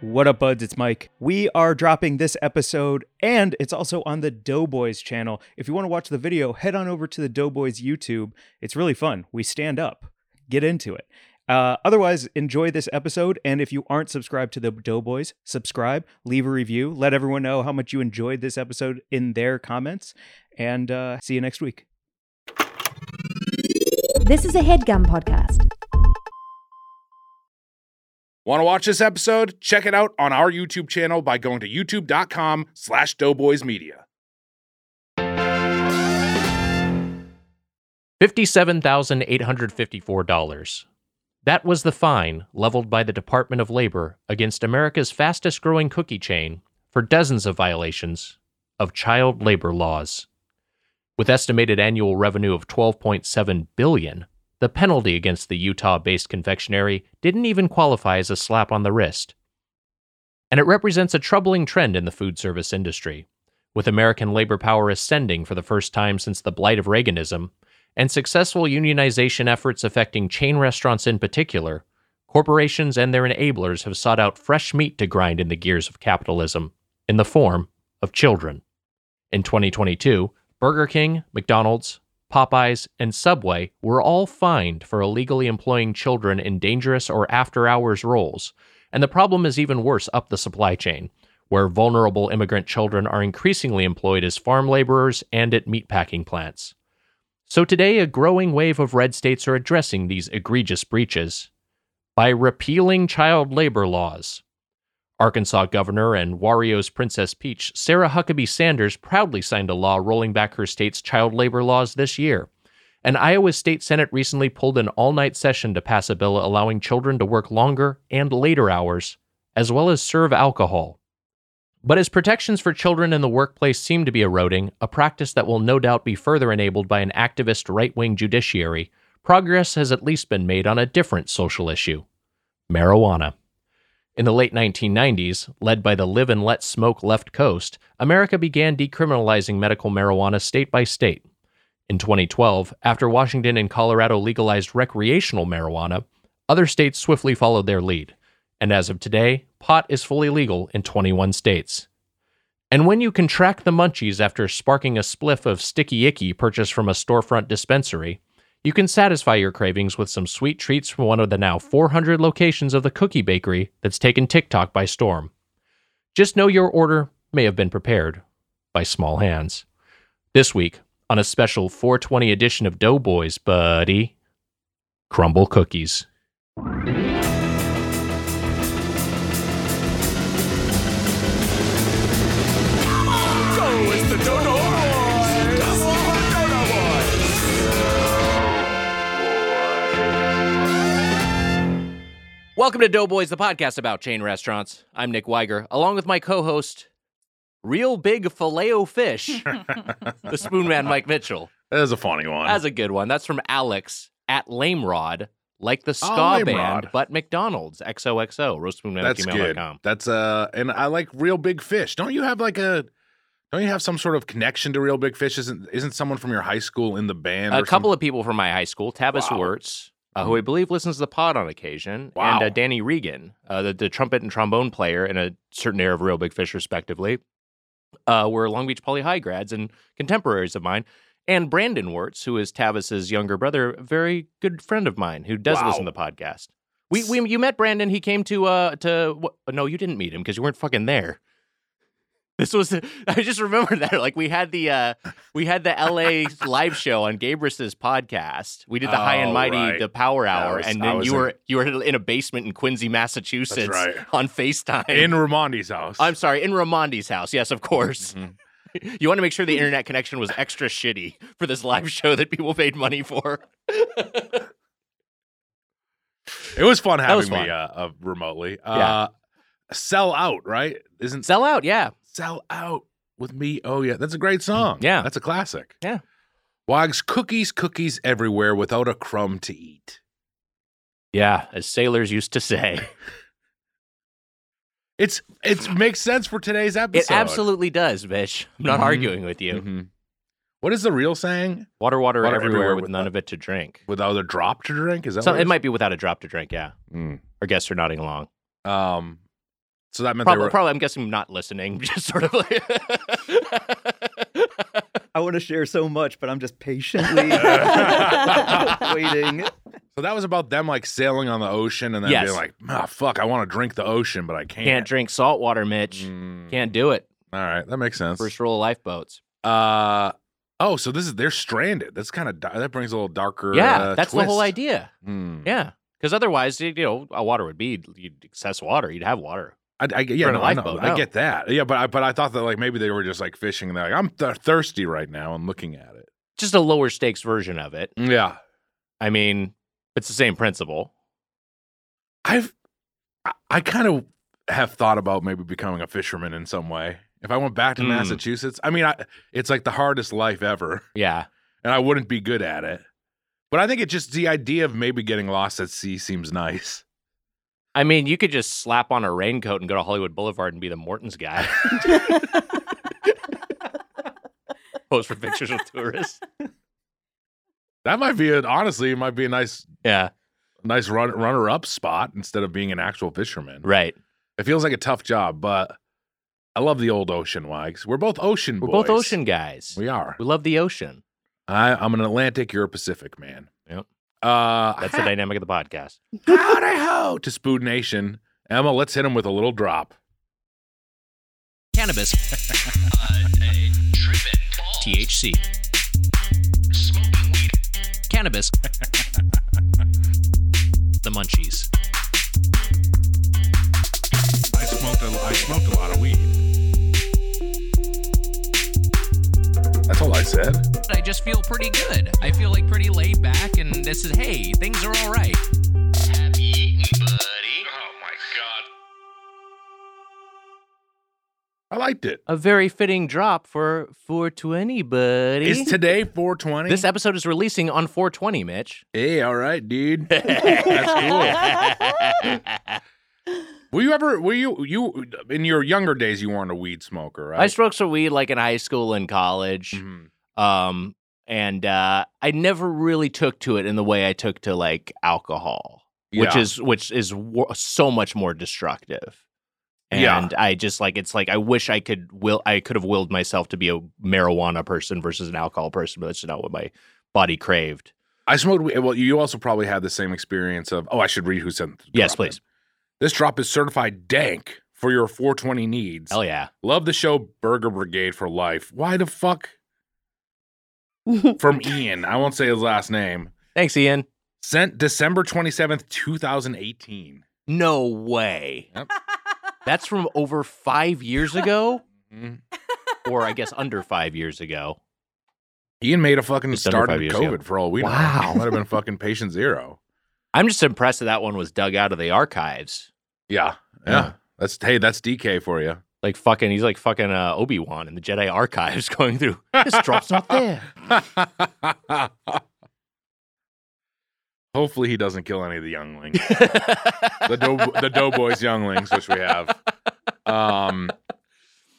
What up, buds? It's Mike. We are dropping this episode, and it's also on the Doughboys channel. If you want to watch the video, head on over to the Doughboys YouTube. It's really fun. We stand up, get into it. Uh, otherwise, enjoy this episode. And if you aren't subscribed to the Doughboys, subscribe, leave a review, let everyone know how much you enjoyed this episode in their comments, and uh, see you next week. This is a headgum podcast. Want to watch this episode? Check it out on our YouTube channel by going to youtube.com slash doughboys media. 57854 dollars. That was the fine leveled by the Department of Labor against America's fastest growing cookie chain for dozens of violations of child labor laws. With estimated annual revenue of 12.7 billion, the penalty against the Utah-based confectionery didn't even qualify as a slap on the wrist. And it represents a troubling trend in the food service industry, with American labor power ascending for the first time since the blight of Reaganism and successful unionization efforts affecting chain restaurants in particular, corporations and their enablers have sought out fresh meat to grind in the gears of capitalism in the form of children. In 2022, Burger King, McDonald's, Popeyes, and Subway were all fined for illegally employing children in dangerous or after hours roles, and the problem is even worse up the supply chain, where vulnerable immigrant children are increasingly employed as farm laborers and at meatpacking plants. So today, a growing wave of red states are addressing these egregious breaches by repealing child labor laws. Arkansas Governor and Wario's Princess Peach, Sarah Huckabee Sanders, proudly signed a law rolling back her state's child labor laws this year. And Iowa's state senate recently pulled an all night session to pass a bill allowing children to work longer and later hours, as well as serve alcohol. But as protections for children in the workplace seem to be eroding, a practice that will no doubt be further enabled by an activist right wing judiciary, progress has at least been made on a different social issue marijuana. In the late 1990s, led by the Live and Let Smoke left coast, America began decriminalizing medical marijuana state by state. In 2012, after Washington and Colorado legalized recreational marijuana, other states swiftly followed their lead. And as of today, pot is fully legal in 21 states. And when you contract the munchies after sparking a spliff of sticky icky purchased from a storefront dispensary, you can satisfy your cravings with some sweet treats from one of the now 400 locations of the cookie bakery that's taken TikTok by storm. Just know your order may have been prepared by small hands. This week, on a special 420 edition of Doughboys, buddy, crumble cookies. Welcome to Doughboys, the podcast about chain restaurants. I'm Nick Weiger, along with my co-host, real big filet fish, the Spoon Man, Mike Mitchell. That is a funny one. That's a good one. That's from Alex at Lame Rod, like Oh, the ska Lame band, Rod. but McDonald's. XOXO, roastspoonman at That's good. gmail.com. That's uh and I like real big fish. Don't you have like a don't you have some sort of connection to real big fish? Isn't isn't someone from your high school in the band? A couple of people from my high school, Tabas Wow. Mm-hmm. Wirtz, uh, who I believe listens to the pod on occasion, Wow. and uh, Danny Regan, uh, the, the trumpet and trombone player in a certain era of Real Big Fish, respectively, uh, were Long Beach Poly High grads and contemporaries of mine. And Brandon Wirtz, who is Tavis's younger brother, a very good friend of mine who does Wow. listen to the podcast. We, we you met Brandon. He came to uh to wh- no, you didn't meet him because you weren't fucking there. This was the, I just remember that like we had the uh we had the LA live show on Gabrus's podcast. We did the High and Oh, Mighty, right. the Power Yeah, I Hour, was- and I then was you in- were you were in a basement in Quincy, Massachusetts, right. on Facetime. in Ramondi's house. I'm sorry, in Ramondi's house. Yes, of course. Mhm. You want to make sure the internet connection was extra shitty for this live show that people paid money for. It was fun having was me fun. uh, uh remotely. Uh sell out, right? Isn't Sell out, yeah. Sell out with me. Oh, yeah. That's a great song. Mm, Yeah. That's a classic. Yeah. Wags cookies, cookies everywhere without a crumb to eat. Yeah, as sailors used to say. It's it makes sense for today's episode. It absolutely does, bitch. I'm not Mhm. arguing with you. Mhm. What is the real saying? Mm-hmm. Water, water, Water everywhere, everywhere with with none no- of it to drink. Without a drop to drink? Is that So what it is? might be without a drop to drink, yeah. Our guests are nodding along. Um, so that meant Probably, they were. probably I'm guessing not listening, just sort of like. I want to share so much, but I'm just patiently waiting. So that was about them like sailing on the ocean and then Yes. being like, ah, fuck, I want to drink the ocean, but I can't. Can't drink salt water, Mitch. Mm, Can't do it. all right, that makes sense. First rule of lifeboats. Uh, oh, so this is they're stranded. That's kind of that brings a little darker. yeah, uh, that's the whole twist. idea. Hmm. Yeah. Because otherwise, you you know, uh, water would be, you'd access water, you'd have water. I, I, yeah, For a no, I, know. lifeboat, I no. get that. Yeah, but I, but I thought that like maybe they were just like fishing and they're like, I'm th- thirsty right now and looking at it. Just a lower stakes version of it. Yeah, I mean, it's the same principle. I've I, I kind of have thought about maybe becoming a fisherman in some way. If I went back to Hmm. Massachusetts, I mean, I, it's like the hardest life ever, Yeah. and I wouldn't be good at it. But I think it's just the idea of maybe getting lost at sea seems nice. I mean, you could just slap on a raincoat and go to Hollywood Boulevard and be the Mortons guy. Pose for pictures with tourists. That might be it. Honestly, it might be a nice Yeah, nice run, runner up spot instead of being an actual fisherman. right. It feels like a tough job, but I love the old ocean wags. We're both ocean We're boys. both ocean guys. We, We are. love the ocean. I, I'm an Atlantic, you're a Pacific man. Yep. Uh, That's the dynamic of the podcast. howdy ho to Spood Nation. Emma, let's hit him with a little drop. Cannabis. THC. Cannabis. the munchies. I smoked a, I smoked a lot of weed. That's all I said. I just feel pretty good. I feel like pretty laid back, and this is hey, things are all right. I liked it. A very fitting drop for 420, buddy. Is today 420? This episode is releasing on 420, Mitch. hey, all right, dude. That's cool. Were you ever? Were you you in your younger days? You weren't a weed smoker, right? I smoked some weed like in high school and college. Mhm. Um, and uh, I never really took to it in the way I took to like alcohol, which Yeah. is which is wo- so much more destructive. And Yeah. I just like it's like I wish I could will I could have willed myself to be a marijuana person versus an alcohol person, but that's not what my body craved. I smoked. weed- Well, you also probably had the same experience of. Oh, I should read who sent. the Yes, drop in. please. This drop is certified dank for your 420 needs. Hell yeah. Love the show Burger Brigade for life. Why the fuck? From Ian, I won't say his last name. Thanks, Ian. Sent December 27th, 2018. No way. Yep. That's from over five years ago, Mhm. or I guess under five years ago. Ian made a fucking Just under start of five years ago. COVID for all we know. Wow. Might have been fucking patient zero. I'm just impressed that that one was dug out of the archives. Yeah. Yeah. Yeah. That's hey, that's DK for you. Like fucking, he's like fucking uh, Obi Wan in the Jedi archives, going through. This drop's not there. Hopefully he doesn't kill any of the younglings. the dough the doughboys younglings which we have um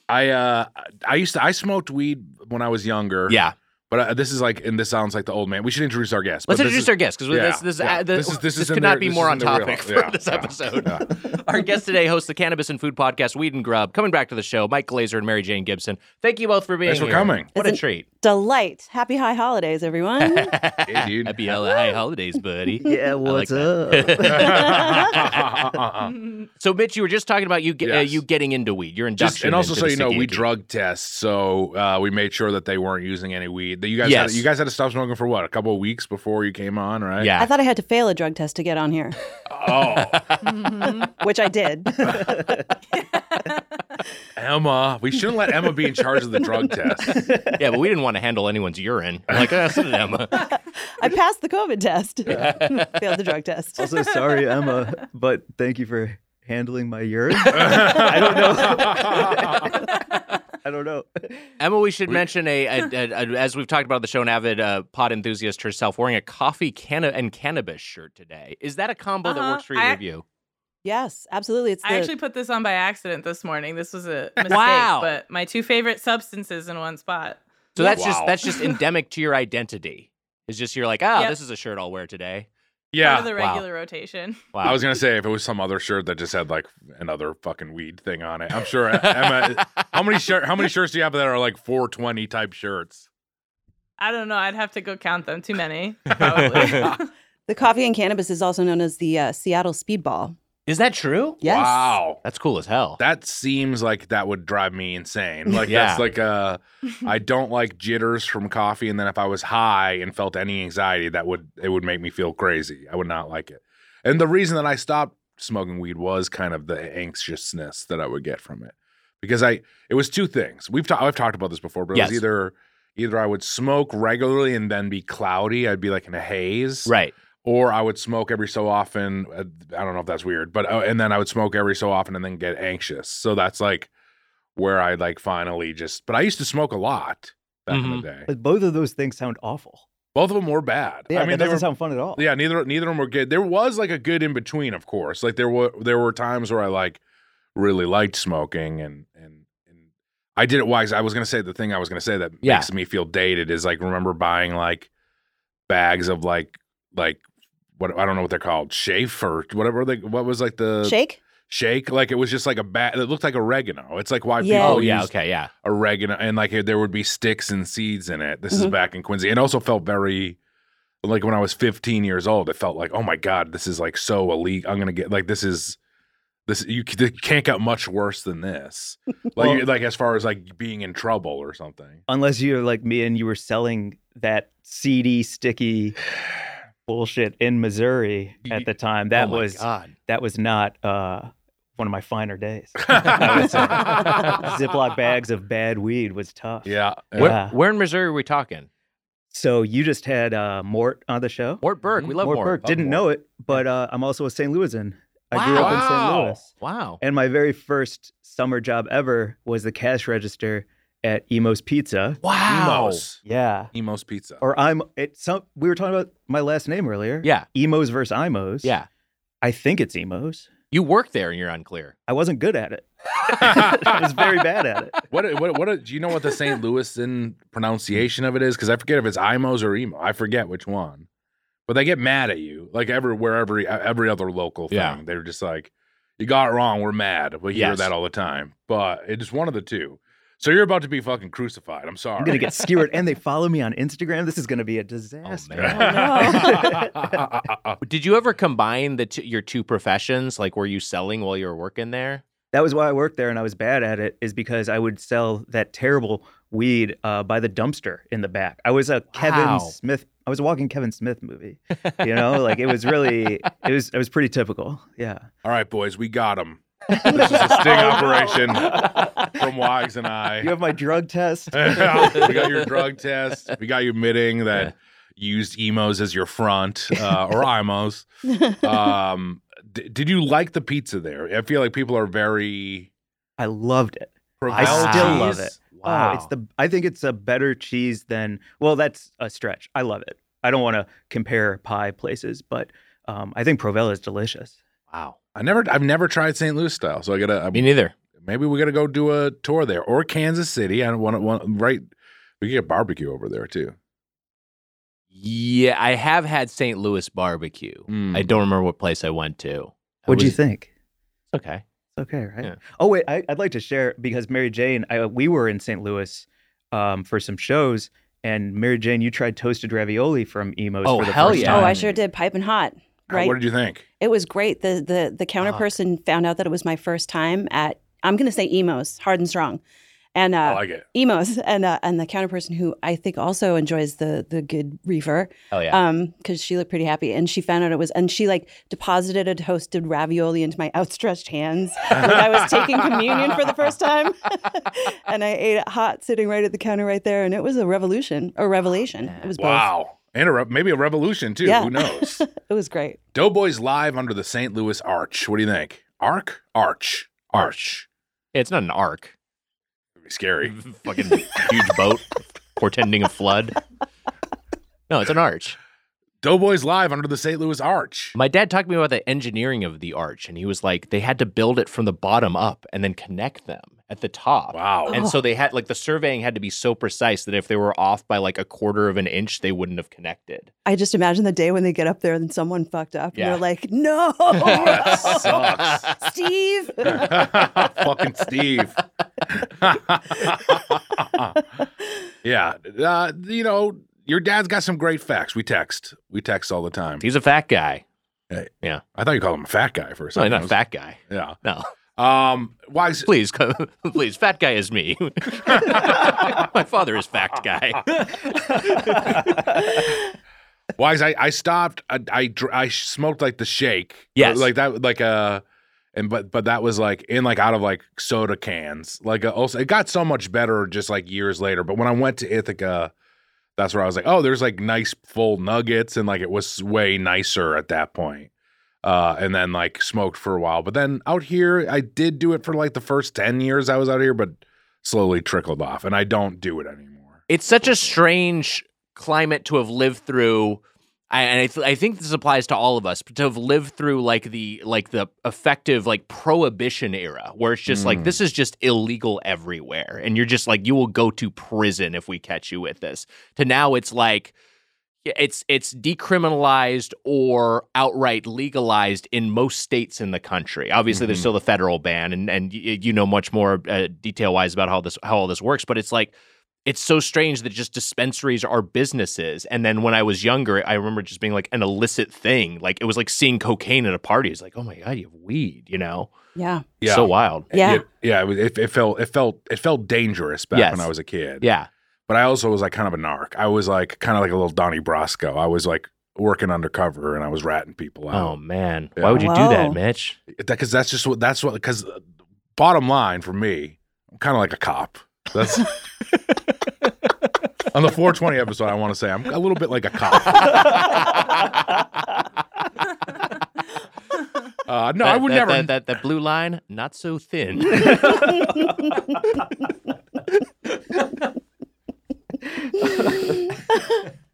i uh i used to i smoked weed when i was younger yeah, but uh this is like and this sounds like the old man we should introduce our guest let's but this introduce is- our guest because yeah, this this, yeah. uh, the- This is- this is in could not their- be this more is on in their topic for wheelhouse. Yeah, this yeah, episode. yeah. Our guest today hosts the Cannabis and Food Podcast, Weed and Grub. Coming back to the show, Mike Glazer and Mary Jane Gibson. Thank you both for being Thanks for here. coming. What a Isn't- treat. Delight. Happy high holidays, everyone. Hey, dude. Happy high holidays, buddy. Yeah, what's So, Mitch, you were just talking about you ge- uh, Yes. you getting into weed, your induction, Just, and also, into so the you know, we Sikihiki. drug test, so uh, we made sure that they weren't using any weed. That you guys, Yes. had, you guys had to stop smoking for what a couple of weeks before you came on, right? Yeah, I thought I had to fail a drug test to get on here, Oh, which I did. Emma, we shouldn't let Emma be in charge of the drug test. yeah, but we didn't want to handle anyone's urine. I'm like, uh, that's an Emma. I passed the COVID test, failed the drug test. Also, sorry, Emma, but thank you for handling my urine. I don't know. go. Emma, we should We- mention a, a, a, a- as we've talked about on the show, an avid uh, pot enthusiast herself wearing a coffee canna- and cannabis shirt today. Is that a combo that Uh-huh. works for either I- of you? Yes, absolutely. It's the, I actually put this on by accident this morning. This was a mistake, Wow. but my two favorite substances in one spot. So that's just Wow. that's just endemic to your identity. It's just you're like, ah, Yep. this is a shirt I'll wear today. Part of Yeah. the wow. regular rotation. Wow. I was gonna say if it was some other shirt that just had like another fucking weed thing on it. I'm sure Emma. how many shirt? How many shirts do you have that are like 420 type shirts? I don't know. I'd have to go count them. Too many. Probably. the coffee and cannabis is also known as the uh, Seattle Speedball. Is that true? Yes. Wow. That's cool as hell. That seems like that would drive me insane. Like Yeah. that's like uh I don't like jitters from coffee and then if I was high and felt any anxiety that would it would make me feel crazy. I would not like it. And the reason that I stopped smoking weed was kind of the anxiousness that I would get from it. Because I it was two things. We've talked I've talked about this before, but it Yes. was either either I would smoke regularly and then be cloudy, I'd be like in a haze right. or I would smoke every so often. uh, I don't know if that's weird, but uh, and then I would smoke every so often and then get anxious. So that's like where I like finally just. But I used to smoke a lot back in Mhm. the day. But both of those things sound awful. Both of them were bad. Mm-hmm. Yeah, I mean, that they doesn't were. sound fun at all. yeah, neither neither of them were good. There was like a good in between, of course. Like there were there were times where I like really liked smoking and and and I did it wise. I was gonna say the thing I was gonna say that Yeah. makes me feel dated is like remember buying like bags of like like what I don't know what they're called chafe or whatever they what was like the Shake? shake like it was just like a bag it looked like oregano. It's like why Yeah. people Oh yeah. use Okay. Yeah. oregano and like there would be sticks and seeds in it. This is Mhm. back in Quincy. It also felt very like when I was 15 years old, it felt like, oh my God, this is like so elite. I'm gonna get like this is this you c- it can't get much worse than this. Like you- like as far as like being in trouble or something. Unless you're like me and you were selling that seedy, sticky bullshit in Missouri at the time. That oh my was God. that was not uh, one of my finer days. Ziploc Ziploc bags of bad weed was tough. Yeah. Where, Yeah. where in Missouri are we talking? So you just had uh, Mort on the show. Mort Burke. We love Mort. Mm-hmm. Burke. Love Didn't Mort. know it, but uh, I'm also a St. Louisan. I grew up in St. Wow. Louis. Wow. And my very first summer job ever was the cash register at Emo's Pizza. Wow. Emos. Yeah. Emos pizza. Or I'm it some we were talking about my last name earlier. Yeah. Emos versus Imos. Yeah. I think it's Emos. You work there and you're unclear. I wasn't good at it. I was very bad at it. What what what? Do you know what the St. Louisan pronunciation of it is? Because I forget if it's Imos or Emo. I forget which one. But they get mad at you, like every wherever every other local thing. Yeah. They're just like, "You got it wrong. We're mad." We hear Yes. that all the time. But it's one of the two. So you're about to be fucking crucified. I'm sorry. I'm gonna get skewered and they follow me on Instagram. This is gonna be a disaster. Oh, Did you ever combine the two, your two professions? Like, were you selling while you were working there? that was why I worked there and I was bad at it is because I would sell that terrible weed uh, by the dumpster in the back. I was a Wow. Kevin Smith. I was a walking Kevin Smith movie. You know, like it was really it was it was pretty typical. Yeah. all right, boys, we got him. This is a sting operation from Wags and I. You have my drug test. we got your drug test. We got you admitting that used emos as your front uh, or imos. Um, d- did you like the pizza there? I feel like people are very. I loved it. I Proud still cheese. love it. Wow. Oh, it's the I think it's a better cheese than well, that's a stretch. I love it. I don't want to compare pie places, but um, I think Provella is delicious. wow. I never. I've never tried St. Louis style, so I gotta. I Me mean, neither. maybe we gotta go do a tour there or Kansas City. I don't want to. Right, we can get barbecue over there too. Yeah, I have had St. Louis barbecue. Mm. I don't remember what place I went to. I What do you was- think? Okay. It's okay, right? Yeah. Oh wait, I, I'd like to share because Mary Jane, I, uh, we were in St. Louis um, for some shows, and Mary Jane, you tried toasted ravioli from Emo's. Oh, for the hell first yeah. Oh, time. I sure did. Pipe and hot. How- Right. What did you think? It was great. The the the counter Fuck. person found out that it was my first time at I'm gonna say emos, hard and strong. And I uh like it. emos and uh, and the counter person who I think also enjoys the the good reefer. Oh yeah. Um, because she looked pretty happy, and she found out it was, and she like deposited a toasted ravioli into my outstretched hands, like I was taking communion for the first time, and I ate it hot, sitting right at the counter right there, and it was a revolution, a revelation. It was both. Wow. And a, re- maybe a revolution too. Yeah. Who knows? It was great. Doughboys live under the St. Louis Arch. What do you think? Arc? Arch. Arch. it's not an arc. scary. fucking huge boat portending a flood. No, it's an arch. Doughboys live under the St. Louis Arch. My dad talked to me about the engineering of the arch, and he was like, they had to build it from the bottom up and then connect them at the top. Wow. And so they had like the surveying had to be so precise that if they were off by like a quarter of an inch, they wouldn't have connected. I just imagine the day when they get up there and someone fucked up Yeah. and they're like, no, That sucks. Steve. Fucking Steve. yeah. Uh, you know, your dad's got some great facts. We text. We text all the time. He's a fat guy. I thought you called him a fat guy for a No, second. he's not a fat guy. Yeah. No, Um, why is please, co- please, fat guy is me. My father is fact guy. why is I, I stopped I, I dr- I smoked like the shake. Yes. Like that like uh and but but that was like in like out of like soda cans. Like uh, also it got so much better just like years later, but when I went to Ithaca that's where I was like, "Oh, there's like nice full nuggets and like it was way nicer at that point." Uh and then like smoked for a while. But then out here I did do it for like the first 10 years I was out here, but slowly trickled off and I don't do it anymore. it's such a strange climate to have lived through I- and I, th- I think this applies to all of us but to have lived through like the like the effective like prohibition era where it's just like Mm. this is just illegal everywhere and you're just like you will go to prison if we catch you with this to now it's like yeah, it's it's decriminalized or outright legalized in most states in the country. Obviously, there's Mhm. still the federal ban, and and y- you know much more uh, detail wise about how this how all this works. But it's like it's so strange that just dispensaries are businesses. And then when I was younger, I remember just being like an illicit thing. Like it was like seeing cocaine at a party. It's like, oh my god, you have weed. You know, yeah. so wild. Yeah. It, yeah. It, was- it, it felt it felt it felt dangerous back Yes. when I was a kid. Yeah, But I also was like kind of a narc. I was like kind of like a little Donnie Brasco. I was like working undercover and I was ratting people Oh out. man, Yeah. why would you do that, Wow. Mitch? Because that's just what that's what. Because bottom line for me, I'm kind of like a cop. That's. On the 420 episode, I want to say I'm a little bit like a cop. Uh, no, I That- would that- never. That, that that blue line, not so thin.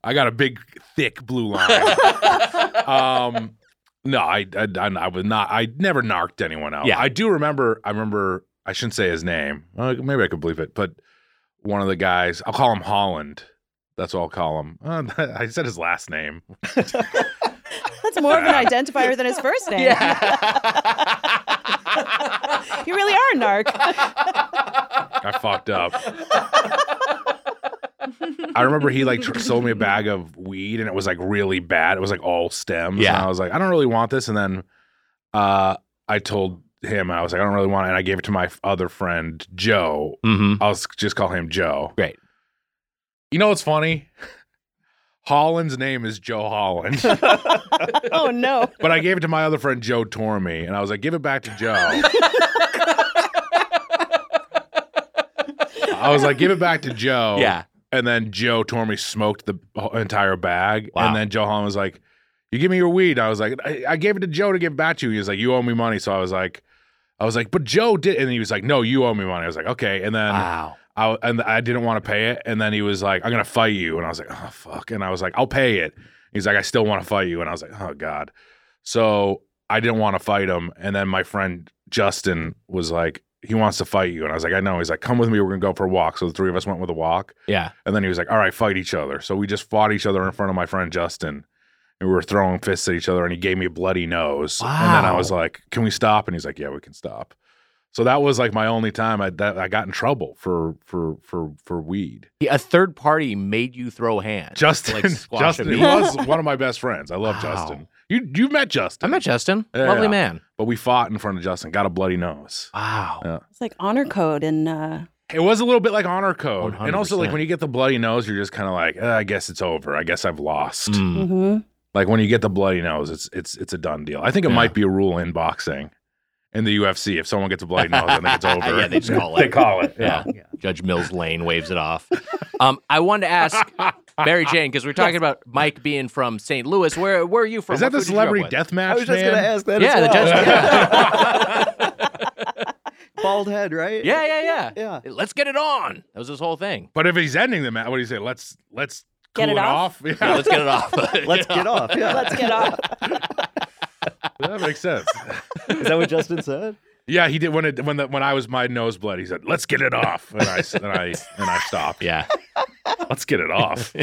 I got a big, thick blue line. um, no, I, I, I, I was not. I never narked anyone out. Yeah. I do remember. I remember. I shouldn't say his name. Uh, maybe I could believe it, but one of the guys. I'll call him Holland. That's what I'll call him. Uh, I said his last name. That's more of an identifier than his first name. you really are a narc. I fucked up. I remember he like tr- sold me a bag of weed and it was like really bad. It was like all stems. Yeah. And I was like, I don't really want this. And then uh, I told him, I was like, I don't really want it. And I gave it to my f- other friend, Joe. mm-hmm. I'll s- just call him Joe. Great. You know what's funny? Holland's name is Joe Holland. Oh, no. but I gave it to my other friend, Joe Torme. And I was like, give it back to Joe. I was like, give it back to Joe. Yeah. And then Joe Torme smoked the whole- entire bag. Wow. And then Joe Holland was like, You give me your weed. I was like, I, I gave it to Joe to give back to you. He was like, You owe me money. So I was like, I was like, but Joe did. And he was like, No, you owe me money. I was like, Okay. And then Wow. I and I didn't want to pay it. And then he was like, I'm gonna fight you. And I was like, Oh fuck. And I was like, I'll pay it. He's like, I still want to fight you. And I was like, Oh God. So I didn't want to fight him. And then my friend Justin was like, he wants to fight you. And I was like, I know. He's like, come with me. We're gonna go for a walk. So the three of us went with a walk. Yeah. And then he was like, All right, fight each other. So we just fought each other in front of my friend Justin. And we were throwing fists at each other and he gave me a bloody nose. And then I was Wow. like, Can we stop? And he's like, Yeah, we can stop. So that was like my only time I that I got in trouble for for for for weed. Yeah, A third party made you throw hands. Justin, Like squash Justin, a he beat. was one of my best friends. I love Wow. Justin. You you met Justin, I met Justin. Yeah, Lovely yeah. man. but we fought in front of Justin. Got a bloody nose. Wow. It's like honor code and uh, It was a little bit like honor code, and also like 100%. when you get the bloody nose, you're just kind of like, "Eh, I guess it's over. I guess I've lost. Mm. mhm. Like when you get the bloody nose, it's it's it's a done deal. I think it Yeah. might be a rule in boxing, in the UFC. If someone gets a bloody nose, I think it's over. Yeah, they just call they it. call it. Yeah. Judge Mills Lane waves it off. Um, I wanted to ask Mary Jane because we're talking about Mike being from St. Louis. Where where are you from? Is that the What food did you grow up celebrity with? death match? I was just going to ask that. Yeah, as the well. judge. bald head, right? Yeah, yeah, yeah. Yeah. Let's get it on. That was his whole thing. But if he's ending the match, what do you say? Let's let's Get cool it off? Yeah, Yeah, let's get it off. Let's get off. Yeah. Let's get off. that makes sense. Is that what Justin said? yeah, he did when it when the, when I was my nosebleed. He said, "Let's get it off," and I s- and I and I stopped. Yeah. let's get it off.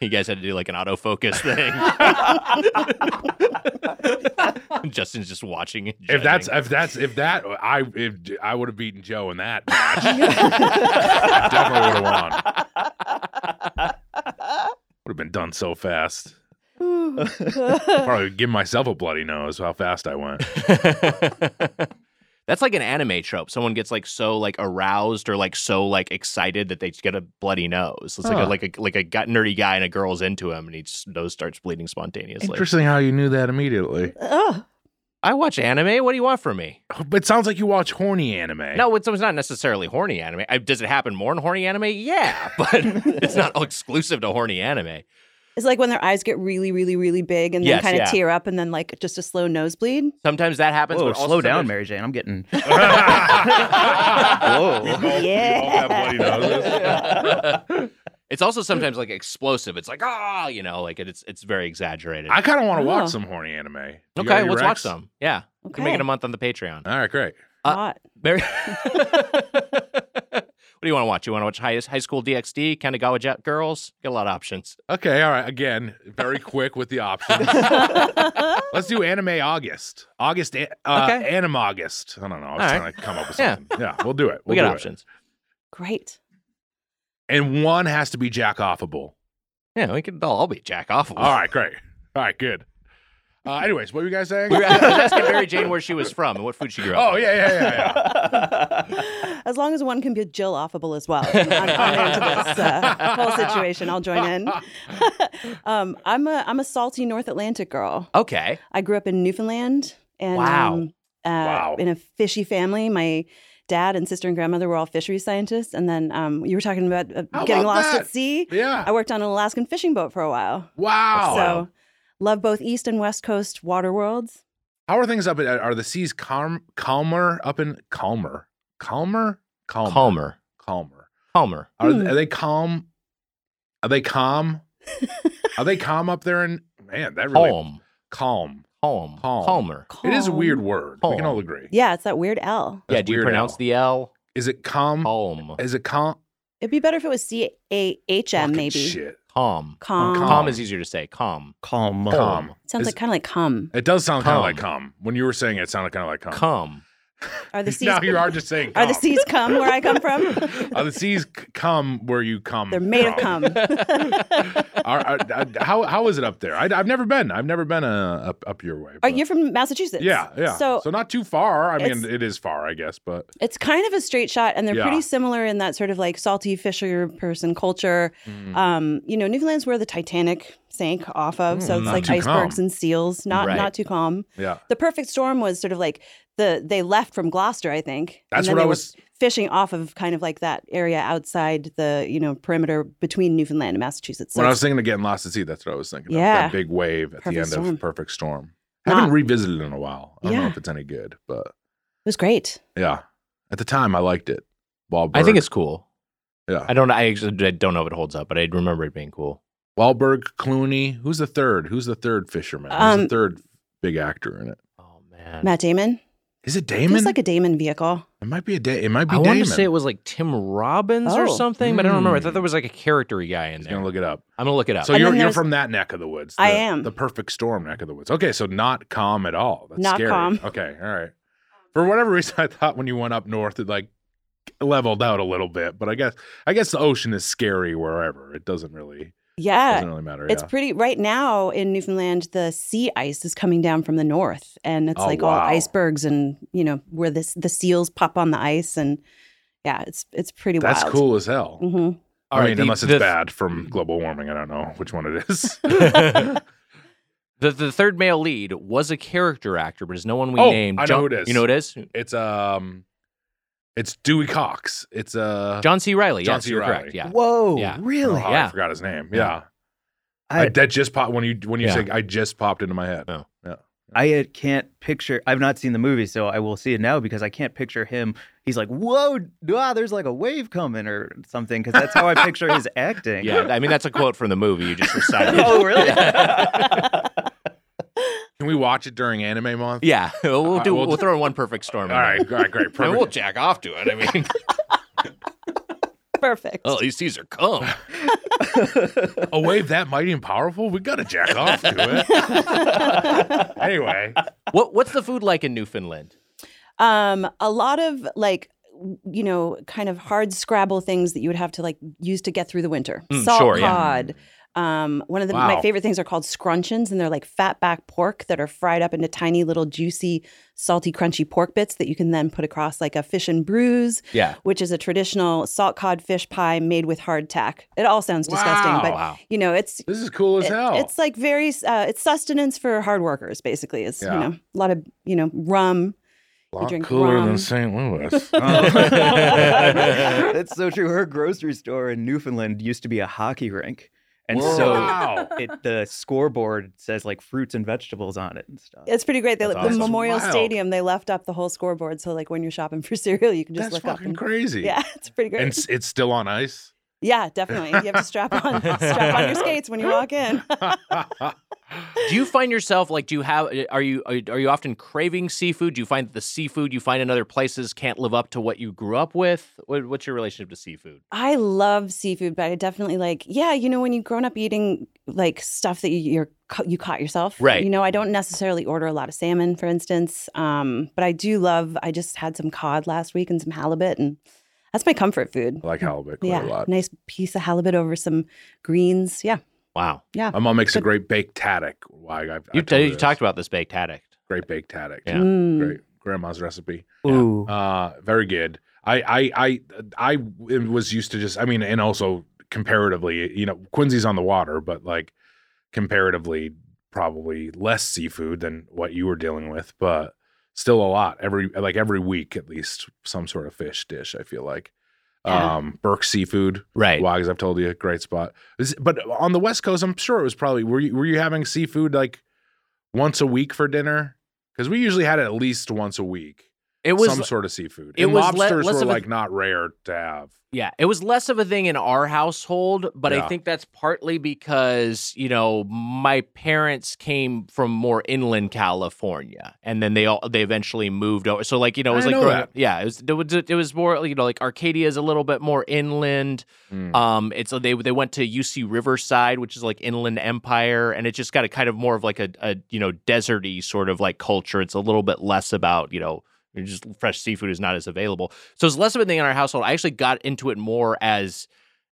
You guys had to do like an autofocus thing. Justin's just watching. and If that's judging. if that's if that I if I would have beaten Joe in that match, definitely would have won. Would have been done so fast. Probably would give myself a bloody nose how fast I went. That's like an anime trope. Someone gets like so like aroused or like so like excited that they get a bloody nose. It's Huh. like a, like a like a gut nerdy guy and a girl's into him and his nose starts bleeding spontaneously. Interesting how you knew that immediately. Ugh. I watch anime. What do you want from me? But it sounds like you watch horny anime. No, it's, it's not necessarily horny anime. I, does it happen more in horny anime? Yeah, but it's not exclusive to horny anime. It's like when their eyes get really, really, really big and then Yes, kind of yeah. tear up and then like just a slow nosebleed. Sometimes that happens. Whoa, but also slow down, sometimes- Mary Jane. I'm getting. We Whoa. all- we all Yeah. have bloody noses. it's also sometimes like explosive. It's like ah, you know, like it's it's very exaggerated. I kind of want to Oh. watch some horny anime. You got okay, any let's watch recs? some. Yeah, we Okay. can make it a month on the Patreon. All right, great. uh, Hot. Mary- what do you want to watch? You want to watch High, high School DxD, Kanagawa Jet Girls? Got a lot of options. Okay, all right. Again, very quick with the options. Let's do anime August. August, a- uh, Okay. anime August. I don't know. I was All trying right. to come up with Yeah. something. Yeah, we'll do it. We We'll got do options. Great. It. And one has to be jack offable. Yeah, we could all be jack off. All right, great. All right, good. Uh, anyways, what were you guys saying? We were, I was asking Mary Jane where she was from and what food she grew up. oh, yeah, yeah, yeah, As long as one can be Jill offable as well. I'm, I'm into this uh, whole situation. I'll join in. um, I'm a I'm a salty North Atlantic girl. on. Okay. I grew up in Newfoundland and Wow. um, uh, Wow. in a fishy family. My dad and sister and grandmother were all fisheries scientists, and then um, you were talking about uh, How getting about lost that? at sea. yeah. Yeah. Oh, I worked on an Alaskan fishing boat for a while, wow. so love both east and west coast water worlds. How are things up? At, are the seas calm, calmer up in calmer, calmer, calmer, Calmer. calmer? Calmer. Are, Hmm. are they calm? Are they calm? are they calm up there? And man, that really Calm. calm. Calm. Calm. Calmer. It is a Calm. weird word. We can all Calm. agree. Yeah, it's that weird L. Yeah, That's do you weird pronounce how- the L? Is it calm? Calm. Is it calm? It'd be better if it was C A H M Fucking maybe. Shit. Calm. Calm. Calm. Calm is easier to say. Calm. Calm. Calm. Is- Sounds like kind of like cum. It does sound kind of Calm. like calm. When you were saying it, it sounded kind of like calm. Calm. Are the seas Now you are just saying. are the calm. seas cum where I come from? Are the seas c- come where you come? They're made of from? cum. Are- are- uh, how how is it up there? I, have never been. I've never been uh, up up your way. Are but- you from Massachusetts? Yeah, yeah. So, So not too far. I mean, it's- it is far, I guess, but it's kind of a straight shot, and they're Yeah. pretty similar in that sort of like salty fisher person culture. Mm-hmm. Um, you know, Newfoundland's where the Titanic sank off of, so Mm, it's not like too icebergs calm. and seals. Not Right. not too calm. yeah. The perfect storm was sort of like the they left from Gloucester, I think. That's and then what they I were was- fishing off of, kind of like that area outside the you know perimeter between Newfoundland and Massachusetts. So when I it's- was thinking of getting lost at sea, that's what I was thinking. of, Yeah. that big wave at Perfect the end Storm. of Perfect Storm. Not- Haven't revisited in a while. I don't know Yeah. if it's any good, but it was great. yeah. At the time, I liked it. Wahlberg. I think it's cool. yeah. I don't. I actually I don't know if it holds up, but I remember it being cool. Wahlberg, Clooney. Who's the third? Who's the third fisherman? Who's the Um, third big actor in it? Oh man. Matt Damon. Is it It Damon? feels like a Damon vehicle. it might be a day. It might be I Damon. wanted to say it was like Tim Robbins or Oh. something, but I don't remember. I Mm. thought there was like a character guy in He's there. gonna look it up. I'm gonna look it up. So And you're then you're there's- from that neck of the woods. I the- am. the perfect storm neck of the woods. Okay, so not calm at all. That's Not scary. calm. Okay, all right. For whatever reason, I thought when you went up north, it like leveled out a little bit. But I guess I guess the ocean is scary wherever. It doesn't really Yeah. doesn't really matter. Uh, It's yeah. pretty right now in Newfoundland. The sea ice is coming down from the north, and it's Oh, like all wow. icebergs, and you know where this the seals pop on the ice, and yeah, it's it's pretty That's wild. cool as hell. hmm I All right, mean, the- unless it's the- bad from global warming, I don't know which one it is. The, the third male lead was a character actor, but is no one we Oh, named. I know John- who it is. You know who it is? it's um, it's Dewey Cox. It's uh, John C. Riley. John yes, C. you're Reilly. correct. Yeah. Whoa. Yeah. oh, Really? how yeah. I forgot his name. Yeah. Yeah, I, that just popped when you when you Yeah. say I just popped into my head. Oh. Yeah, I uh, can't picture. I've not seen the movie, so I will see it now because I can't picture him. He's like, "Whoa, ah, there's like a wave coming or something," because that's how I picture his acting. Yeah, I mean that's a quote from the movie you just recited. oh, really? Can we watch it during anime month? yeah, we'll do. we'll We'll, do- throw in one perfect storm. in All right, there. all right, great, and we'll perfect. jack off to it. I mean, Perfect. oh, you Caesar, come. A wave that mighty and powerful, we gotta jack off to it. anyway, What What's the food like in Newfoundland? Um, a lot of like w- you know, kind of hard scrabble things that you would have to like use to get through the winter. Mm, Salt sure, yeah. cod. Um, one of the, Wow. my favorite things are called scrunchions, and they're like fat back pork that are fried up into tiny little juicy, salty, crunchy pork bits that you can then put across like a fish and brews, Yeah. which is a traditional salt cod fish pie made with hardtack. It all sounds disgusting, Wow. but Wow. you know, it's this is cool as it- hell. It's like very uh, it's sustenance for hard workers basically. It's Yeah. you know a lot of you know rum. a you lot drink cooler than rum. St. Louis. Oh. That's so true. Her grocery store in Newfoundland used to be a hockey rink, and so wow. it, the scoreboard says like fruits and vegetables on it and stuff. It's pretty great. They, That's the awesome. Memorial Wild. Stadium they left up the whole scoreboard, so like when you're shopping for cereal, you can just That's look up. fucking crazy. Yeah, it's pretty great. And s- it's still on ice. yeah, definitely. You have to strap on strap on your skates when you walk in. Do you find yourself like? Do you have? Are you are you- are you often craving seafood? Do you find that the seafood you find in other places can't live up to what you grew up with? What, what's your relationship to seafood? I love seafood, but I definitely like yeah. You know, when you've grown up eating like stuff that you, you're ca- you caught yourself, Right. You know, I don't necessarily order a lot of salmon, for instance, um, but I do love. I just had some cod last week and some halibut, and that's my comfort food. I like halibut quite yeah, a lot. nice piece of halibut over some greens. Yeah, Wow, yeah. My mom makes a great baked tattic. Why I, I you, told her you this. talked about this baked haddock. great baked haddock. Yeah. Mm. Great grandma's recipe. Ooh, Uh, very good. I, I, I, I was used to just, I mean, and also comparatively, you know, Quincy's on the water, but like comparatively, probably less seafood than what you were dealing with, but still a lot every, like every week, at least some sort of fish dish. I feel like, Yeah. um, Burke seafood. Right. Wags, I've told you, great spot. Is- But on the West Coast, I'm sure it was probably were you were you having seafood like once a week for dinner? Because we usually had it at least once a week. It was some sort of seafood. it and was le- lobsters less were of a- like not rare to have. Yeah, it was less of a thing in our household, but Yeah. I think that's partly because, you know, my parents came from more inland California and then they all they eventually moved over. So like, you know, it was I like know growing that. up, yeah, it was, it was it was more, you know, like Arcadia is a little bit more inland. Mm. Um it's they they went to UC Riverside, which is like inland empire and it just got a kind of more of like a, a you know, deserty sort of like culture. It's a little bit less about, you know, just fresh seafood is not as available. So it's less of a thing in our household. I actually got into it more as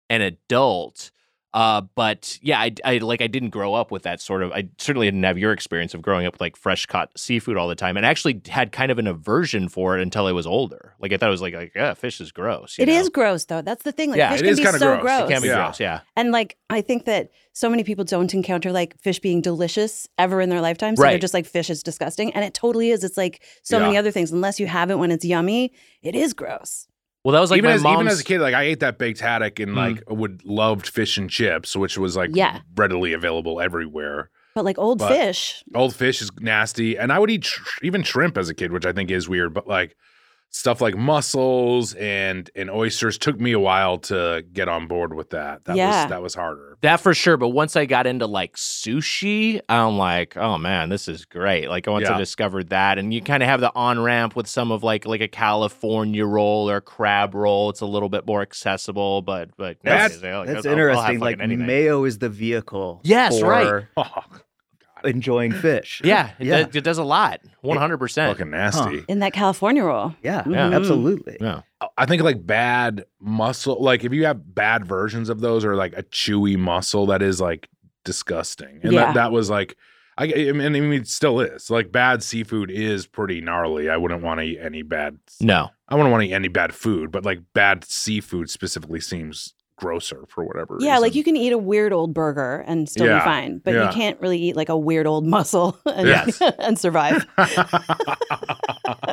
an adult. Uh, but yeah, I, I like I didn't grow up with that sort of. I certainly didn't have your experience of growing up with like fresh caught seafood all the time, and actually had kind of an aversion for it until I was older. Like I thought it was like like yeah, fish is gross. you It is know? gross though. That's the thing. Like Yeah, fish it can is be kinda so gross. It gross. It can be Yeah. gross. Yeah. And like I think that so many people don't encounter like fish being delicious ever in their lifetime. So they're Right. just like fish is disgusting. And it totally is. It's like so many Yeah. other things. Unless you have it when it's yummy, it is gross. Well, that was like even my as mom's. even as a kid, like I ate that baked haddock and Mm. like would loved fish and chips, which was like Yeah. readily available everywhere. But like old But- fish. Old fish is nasty, and I would eat sh- even shrimp as a kid, which I think is weird. But like stuff like mussels and and oysters took me a while to get on board with that. That Yeah. was that was harder. That for sure. But once I got into like sushi, I'm like, oh man, this is great. Like once Yeah. I discovered that, and you kind of have the on ramp with some of like like a California roll or crab roll. It's a little bit more accessible, but but That's- nowadays, I like, that's I'll- I'll have interesting. fucking Like anything. mayo is the vehicle. Yes, for right. Oh, Enjoying fish. yeah, it, yeah, Does, it does a lot. One hundred percent. fucking nasty. Uh, In that California roll. yeah, Yeah. absolutely. Yeah. I think like bad muscle, like if you have bad versions of those, or like a chewy muscle that is like disgusting, and Yeah. that, that was like, I, I mean, I mean, it still is. Like bad seafood is pretty gnarly. I wouldn't want to eat any bad. No. I wouldn't want to eat any bad food, but like bad seafood specifically seems grosser for whatever. Yeah, like reason. you can eat a weird old burger and still Yeah. be fine, but Yeah. you can't really eat like a weird old mussel and, Yes. and survive.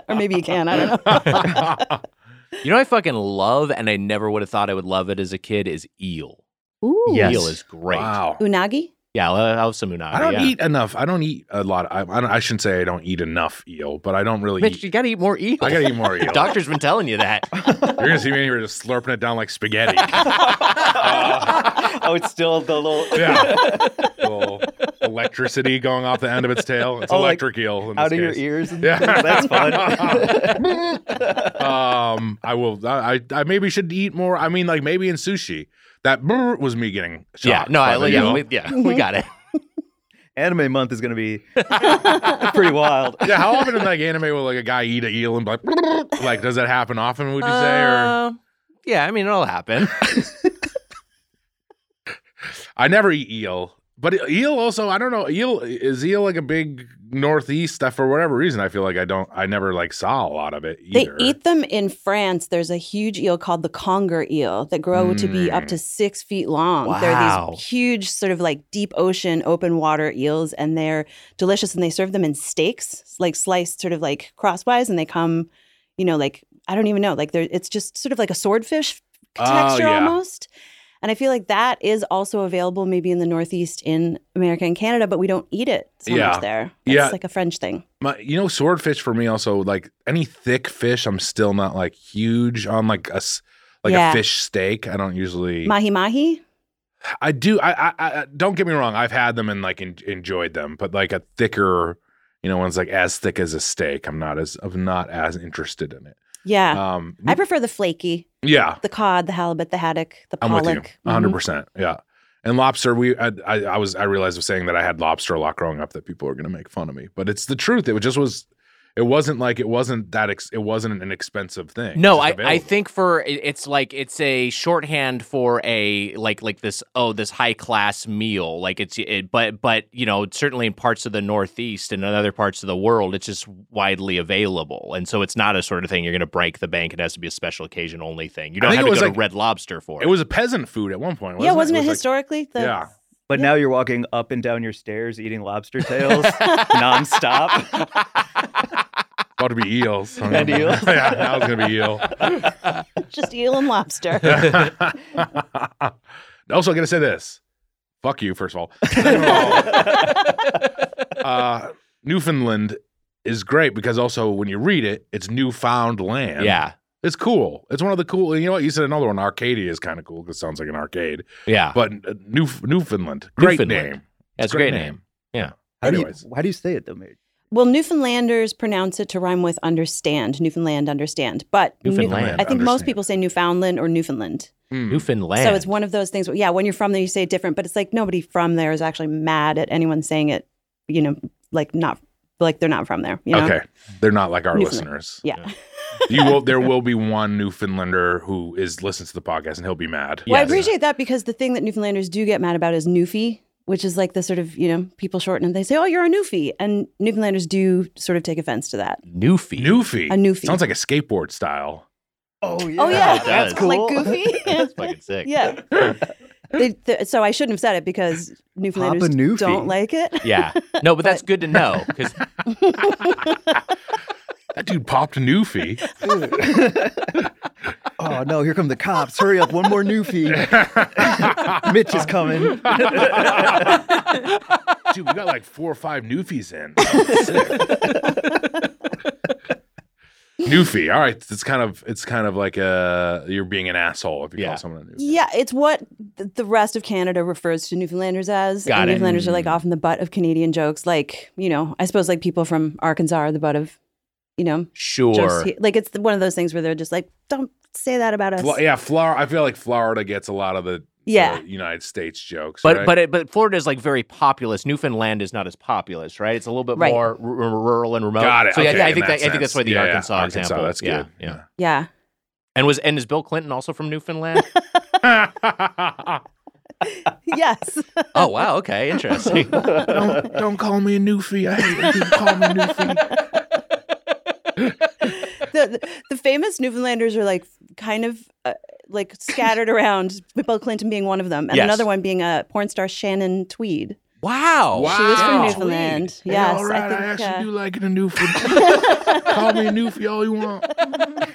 or maybe you can. I don't know. You know, what I fucking love, and I never would have thought I would love it as a kid. Is eel. Ooh. Yes. Eel is great. Uh, Wow. Unagi? Yeah, I'll, I'll have some unagi. I don't yeah. eat enough. I don't eat a lot. I, I, don't, I shouldn't say I don't eat enough eel, but I don't really Mitch, eat. you gotta eat more eel. I gotta eat more eel. Doctor's been telling you that. You're gonna see me in here just slurping it down like spaghetti. oh, it's still the little yeah. Little electricity going off the end of its tail. It's Oh, like, electric eel. In out this of your case. ears. And Yeah. things. That's fun. um, I will. I, I I maybe should eat more. I mean, like maybe in sushi, that brr was me getting shot. yeah, no, by I, the yeah, eel. we, yeah, Mm-hmm. we got it. Anime month is going to be pretty wild. yeah. How often in like anime will like a guy eat a eel and be like, brr, like does that happen often? Would you say? Or Uh, yeah, I mean, it'll happen. I never eat eel, but e, eel also. I don't know. Eel is eel like a big northeast stuff for whatever reason. I feel like I don't. I never like saw a lot of it They either. eat them in France. There's a huge eel called the conger eel that grow to be up Mm. to six feet long. They're Wow. these huge, sort of like deep ocean, open water eels, and they're delicious. And they serve them in steaks, like sliced sort of like crosswise, and they come, you know, like I don't even know, like they're it's just sort of like a swordfish Oh, texture yeah. almost. And I feel like that is also available maybe in the Northeast in America and Canada, but we don't eat it so Yeah. much there. It's Yeah. like a French thing. My, you know, swordfish for me also like any thick fish. I'm still not like huge on like a s- like Yeah. a fish steak. I don't usually. Mahi mahi. I do. I, I, I don't get me wrong. I've had them and like en- enjoyed them, but like a thicker, you know, one's like as thick as a steak. I'm not as I'm not as interested in it. Yeah. Um, I prefer the flaky, yeah, the cod, the halibut, the haddock, the I'm pollock. with you. 100 Mhm. percent. Yeah, and lobster. We I, I I was I realized I was saying that I had lobster a lot growing up that people were gonna make fun of me, but it's the truth. It just was. It wasn't like it wasn't that ex- it wasn't an expensive thing. No, It's just I, I available. think for it- it's like it's a shorthand for a like like this oh this high class meal like it's it, but but you know certainly in parts of the Northeast and in other parts of the world it's just widely available and so it's not a sort of thing you're going to break the bank it has to be a special occasion only thing you I don't think have it to was go like- to Red Lobster for it. it was a peasant food at one point. Wasn't yeah, wasn't it, was like- historically? The, yeah. But now you're walking up and down your stairs eating lobster tails nonstop. about to be eels. And eels. yeah, now it's gonna be eel. Just eel and lobster. also, I'm gonna say this. Fuck you, first of all. Second of all, uh, Newfoundland is great because also when you read it, it's newfound land. yeah it's cool. It's one of the cool. You know what? You said another one. Arcadia is kind of cool because it sounds like an arcade. yeah But uh, New Newfoundland, great Ah. Newfoundland. name. that's a great name. Yeah. How do, you, Anyways, why do you say it though, Mary? well, Newfoundlanders pronounce it to rhyme with understand, Newfoundland understand. But New- Newfoundland I think most understand. people say Newfoundland or Newfoundland. Hmm. Mm. Newfoundland So it's one of those things where, yeah, when you're from there, you say it different, but it's like nobody from there is actually mad at anyone saying it, you know, like not, like they're not from there, you know? Okay, they're not like our Newfoundland. listeners. Yeah. you will there will be one Newfoundlander who is listens to the podcast and he'll be mad. Well, I Yes. appreciate that because the thing that Newfoundlanders do get mad about is Newfie, which is like the sort of, you know, people shorten it. They say, oh, you're a Newfie. And Newfoundlanders do sort of take offense to that. Newfie Newfie. A Newfie. Sounds like a skateboard style. Oh yeah, Oh, yeah. it does. that's cool. Like goofy. that's fucking sick yeah. They- th- so I shouldn't have said it because Newfoundlanders Papa Newfie. don't like it. yeah no but that's good to know because That dude popped a Newfie. oh no, here come the cops! Hurry up, one more newfie. Mitch is coming. dude, we got like four or five Newfies in. Sick. Newfie. All right. It's kind of it's kind of like a you're being an asshole if you Yeah. call someone a Newfie. Yeah, it's what th- the rest of Canada refers to Newfoundlanders as. Got and it. Newfoundlanders are like often the butt of Canadian jokes. Like, you know, I suppose like people from Arkansas are the butt of, you know, jokes sure he- Like it's the, one of those things where they're just like, don't say that about us. Fla- yeah, Florida. I feel like Florida gets a lot of the, Yeah. the United States jokes. But right? but it, but Florida is like very populous. Newfoundland is not as populous, right? It's a little bit Right. more r- r- rural and remote. got it. uh, So yeah, Okay, yeah, I in think that, I think sense. that's why the Yeah, yeah, Arkansas, example. That's yeah, good. Yeah, Yeah. And was and is Bill Clinton also from Newfoundland? yes. oh wow, okay, interesting. don't, don't call me a Newfie. I hate when people call me Newfie. the, the, the famous Newfoundlanders are like kind of uh, like scattered around, with Bill Clinton being one of them, and Yes. another one being a porn star Shannon Tweed. wow. Wow. She was from Shannon Newfoundland. Tweed. Yeah, Yes, all right. I, I think. actually uh, do like it a Newfie. call me a Newfie all you want.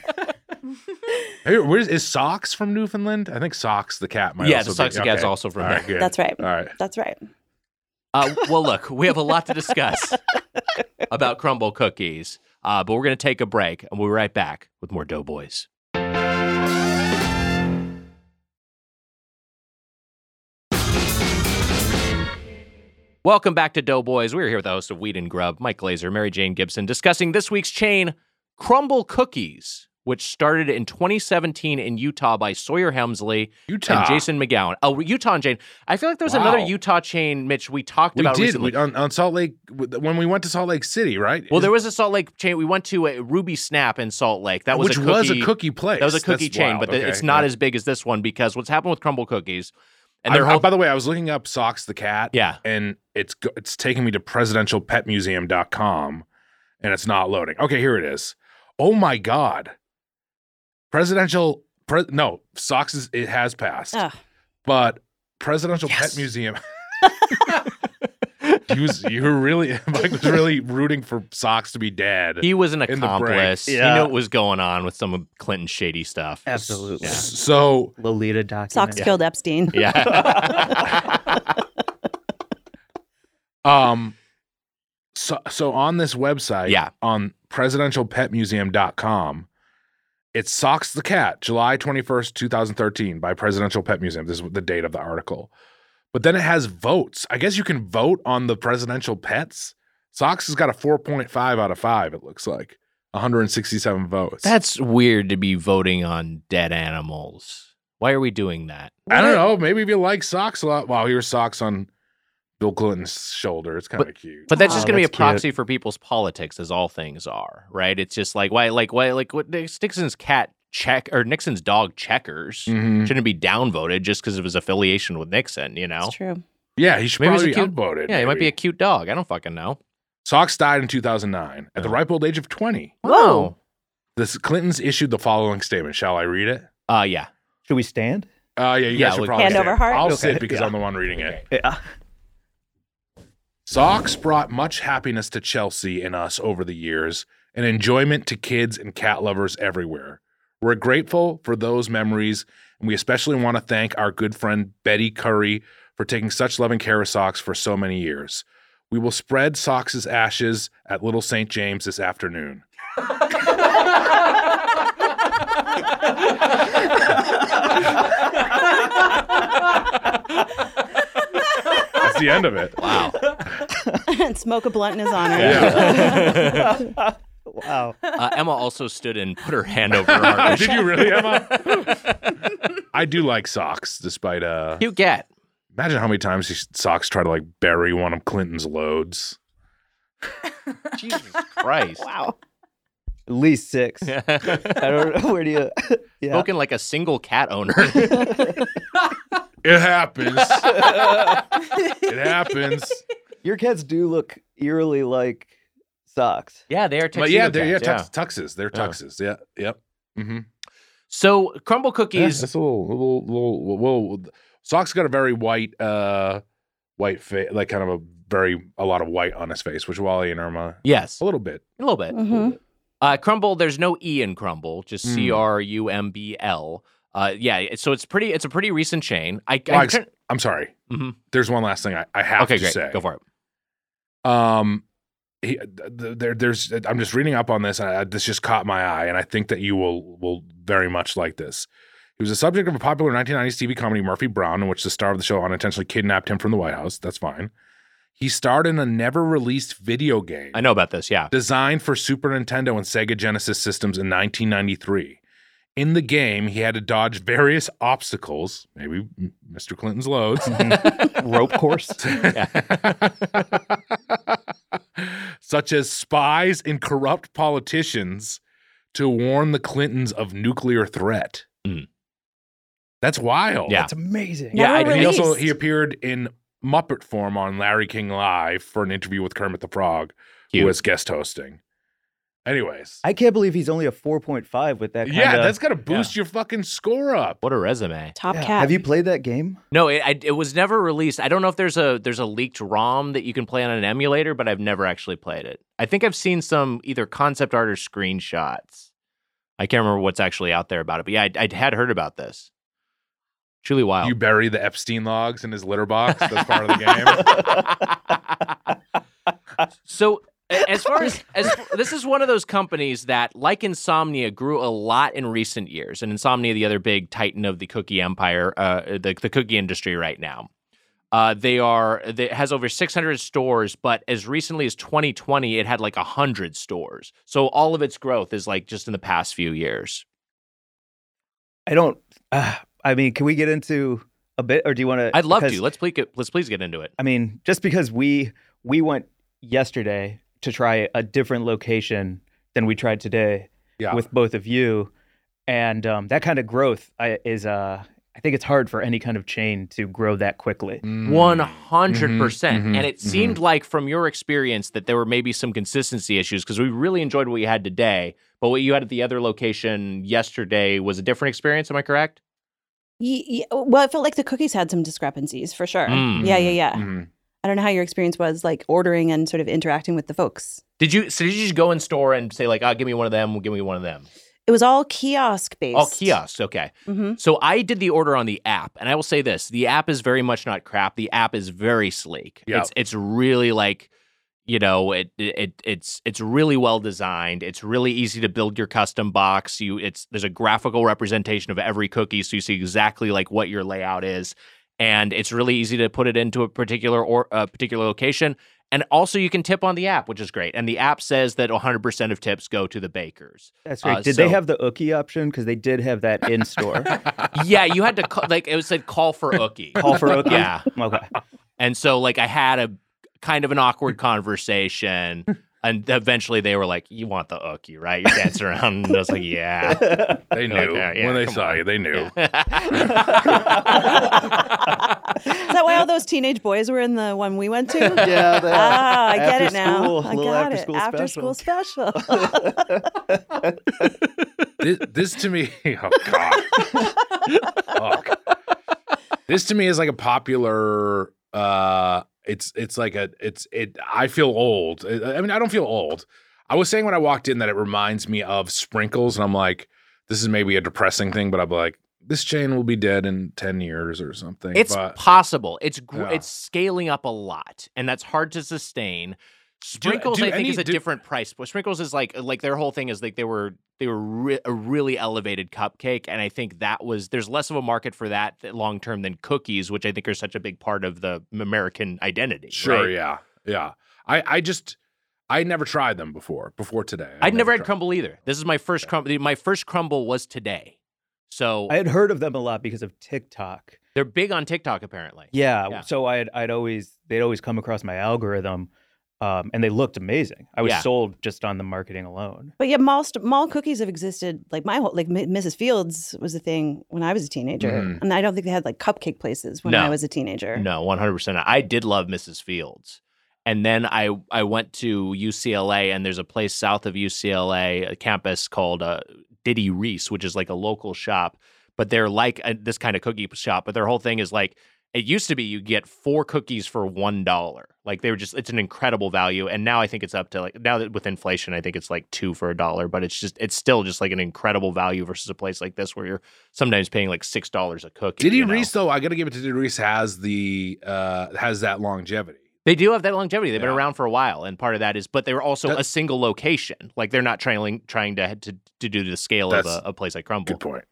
Hey, where's is Socks from Newfoundland? I think Socks the cat might. Yeah, also the Socks be, the cat's also from All right, there. good. that's right. All right. That's right. Uh, well, look, we have a lot to discuss about crumble cookies, uh, but we're going to take a break and we'll be right back with more Doughboys. Welcome back to Doughboys. We're here with the host of Weed and Grub, Mike Glazer, Mary Jane Gibson, discussing this week's chain, Crumble Cookies, which started in 2017 in Utah by Sawyer Helmsley Utah. and Jason McGowan. Oh, Utah and Jane. I feel like there was another Wow. Utah chain, Mitch, we talked we about did recently. we, on, on Salt Lake when we went to Salt Lake City, right? well, there Is- was a Salt Lake chain. We went to a Ruby Snap in Salt Lake. That was which a cookie, was a cookie place. That was a cookie That's chain, wild. but th- Okay, it's not yeah. as big as this one because what's happened with Crumble Cookies and And their I, whole by the way, I was looking up Socks the cat. yeah. and it's go- it's taking me to presidentialpetmuseum.com and it's not loading. Okay, here it is. Oh my god. Presidential pre- no, socks is, it has passed. Ugh. But presidential Yes. pet museum He was you were really Mike was really rooting for socks to be dead. He was an In the break. accomplice. Yeah. He knew what was going on with some of Clinton's shady stuff. Absolutely. So Lolita document. Socks killed Epstein. Yeah. um so so on this website Yeah. on presidentialpetmuseum.com it's socks the cat july 21st 2013 by presidential pet museum this is the date of the article but then it has votes i guess you can vote on the presidential pets socks has got a 4.5 out of 5 it looks like 167 votes That's weird to be voting on dead animals. Why are we doing that? i don't know maybe if you like socks a lot wow here's socks on bill clinton's shoulder it's kind of cute But that's just Aw, going to be a that's cute. proxy for people's politics, as all things are, right? It's just like why, like why, like what Nixon's cat check or Nixon's dog checkers Mhm. shouldn't be downvoted just because of his affiliation with Nixon. You know? That's true. yeah he should Maybe he's a probably be cute- upvoted Yeah, he might be maybe. a cute dog. I don't fucking know. Socks died in 2009 at the Oh. ripe old age of 20. Whoa. This Clinton's issued the following statement. Shall I read it? Uh, yeah. Should we stand? Uh, yeah, you Yeah, guys should we- probably Hand sit. over heart? I'll Okay. sit because Yeah. I'm the one reading it. Yeah. Socks brought much happiness to Chelsea and us over the years, and enjoyment to kids and cat lovers everywhere. We're grateful for those memories, and we especially want to thank our good friend Betty Curry for taking such loving care of Socks for so many years. We will spread Socks' ashes at Little St. James this afternoon. That's the end of it. Wow. and smoke a blunt in his honor. Wow. Uh, Emma also stood and put her hand over her heart. Did you really, Emma? I do like socks, despite uh. you get? Imagine how many times these socks try to like bury one of Clinton's loads. Jesus Christ. Wow. At least six. Spoken I don't know. Where do you? Yeah. like a single cat owner. It happens. it happens. Your cats do look eerily like socks. yeah, they are But yeah, tuxedo they're yeah, cats, tux- tuxes. They're Yeah. tuxes. Yeah. Yep. Mm-hmm. So crumble Yeah, cookies. that's a little, little, little, little, little- Socks got a very white, uh, white face, like kind of a very a lot of white on his face, which Wally and Irma yes, a little bit. a little bit. hmm Uh, crumble. There's no e in crumble. Just Mm. C R U M B L. Uh, yeah. it- So it's pretty. It's a pretty recent chain. I, I Mike's- turn- I'm sorry. Mhm. There's one last thing I, I have okay, to great. say. Go for it. Um, he, th- th- there, there's. I'm just reading up on this, and I, this just caught my eye, and I think that you will will very much like this. He was the subject of a popular 1990s TV comedy, Murphy Brown, in which the star of the show unintentionally kidnapped him from the White House. That's fine. He starred in a never released video game I know about this. Yeah. designed for Super Nintendo and Sega Genesis systems in 1993. In the game, he had to dodge various obstacles, maybe Mr. Clinton's loads, Rope course. such as spies and corrupt politicians to warn the Clintons of nuclear threat. Mm. That's wild. Yeah. That's amazing. Yeah, I Never did. And he also released. he appeared in Muppet form on Larry King Live for an interview with Kermit the Frog, Cute. who was guest hosting. Anyways, I can't believe he's only a 4.5 with that. Kind yeah, of, that's gonna boost your fucking score up. What a resume. Top Yeah. cat. Have you played that game? No, it, I, it was never released. I don't know if there's a there's a leaked ROM that you can play on an emulator, but I've never actually played it. I think I've seen some either concept art or screenshots. I can't remember what's actually out there about it, but yeah, I, I had heard about this. Truly wild. You bury the Epstein logs in his litter box. That's part of the game. so a- as far as as this is one of those companies that like insomnia grew a lot in recent years and insomnia the other big titan of the cookie empire uh the, the cookie industry right now uh they are it has over 600 stores but as recently as 2020 it had like 100 stores so all of its growth is like just in the past few years I don't. Uh, I mean, can we get into a bit, or do you want to? i'd love to let's please get let's please get into it I mean, just because we we went yesterday to try a different location than we tried today Yeah. with both of you, and um, that kind of growth I, is uh, I think it's hard for any kind of chain to grow that Uh, quickly. Mm. One hundred percent, mhm, and it mhm. seemed like from your experience that there were maybe some consistency issues because we really enjoyed what you had today, but what you had at the other location yesterday was a different experience. Am I correct? Ye- ye- well, it felt like the cookies had some discrepancies for sure. Mm. Yeah, yeah, yeah. Mhm. I don't know how your experience was, like ordering and sort of interacting with the folks. Did you? So did you just go in store and say like, "Ah, give me one of them, give me one of them"? It was all kiosk based. All kiosks, okay. hmm Mm-hmm. So I did the order on the app, and I will say this: the app is very much not crap. The app is very sleek. Yeah. It's it's really like, you know, it it it's it's really well designed. It's really easy to build your custom box. You it's there's a graphical representation of every cookie, so you see exactly like what your layout is, and it's really easy to put it into a particular or a particular location. And also, you can tip on the app, which is great. And the app says that 100% of tips go to the bakers. That's right. Uh, did so- they have the ookie option? Because they did have that in store. yeah, you had to call, like it was said call for Ookie. Call for ookie. Yeah. Okay. And so like I had a kind of an awkward conversation. And eventually they were like, You want the ookie, right? You're dancing around. And I was like, Yeah. They knew Like, uh, yeah, when they come saw on. you. They knew. Is that why all those teenage boys were in the one we went to? Yeah. Ah, I get it now. School, I little got after it. School after special. school special. this, this to me, oh god, Fuck. this to me is like a popular. uh It's it's like a it's it. I feel old. I I mean, I don't feel old. I was saying when I walked in that it reminds me of sprinkles, and I'm like, this is maybe a depressing thing, but I'm like, this chain will be dead in ten years or something. It's but possible. It's gr- Yeah. it's scaling up a lot, and that's hard to sustain. Sprinkles, do I think, any- is a do- different price. But Sprinkles is like like their whole thing is like they were they were re- a really elevated cupcake, and I think that was there's less of a market for that long term than cookies, which I think are such a big part of the American identity. sure, right? yeah, yeah. I I just I never tried them before before today. I I'd never had tried- crumble either. This is my first crumble. My first crumble was today, so I had heard of them a lot because of TikTok. they're big on TikTok apparently. Yeah. Yeah. So I'd I'd always they'd always come across my algorithm, um, and they looked amazing. I was Yeah. sold just on the marketing alone. but yeah, mall, st- mall cookies have existed like my whole, like M- Mrs. Fields was a thing when I was a teenager. Mhm. And I don't think they had like cupcake places when Mm-hmm. No. I was a teenager. No, one hundred percent. I did love Mrs. Fields, and then I I went to UCLA, and there's a place south of UCLA, a campus called uh, Diddy Reese, which is like a local shop, but they're like a, this kind of cookie shop, but their whole thing is like it used to be you get four cookies for one dollar, like they were just it's an incredible value, and now I think it's up to like now that with inflation, I think it's like two for a dollar, but it's just it's still just like an incredible value versus a place like this where you're sometimes paying like six dollars a cookie. Diddy you know? Reese though, I gotta give it to Diddy Reese has the uh has that longevity. They do have that longevity. They've been Yeah. around for a while, and part of that is, but they're also That- a single location. Like they're not trying trying to to, to do the scale of That's- a, a place like Crumble. Good point.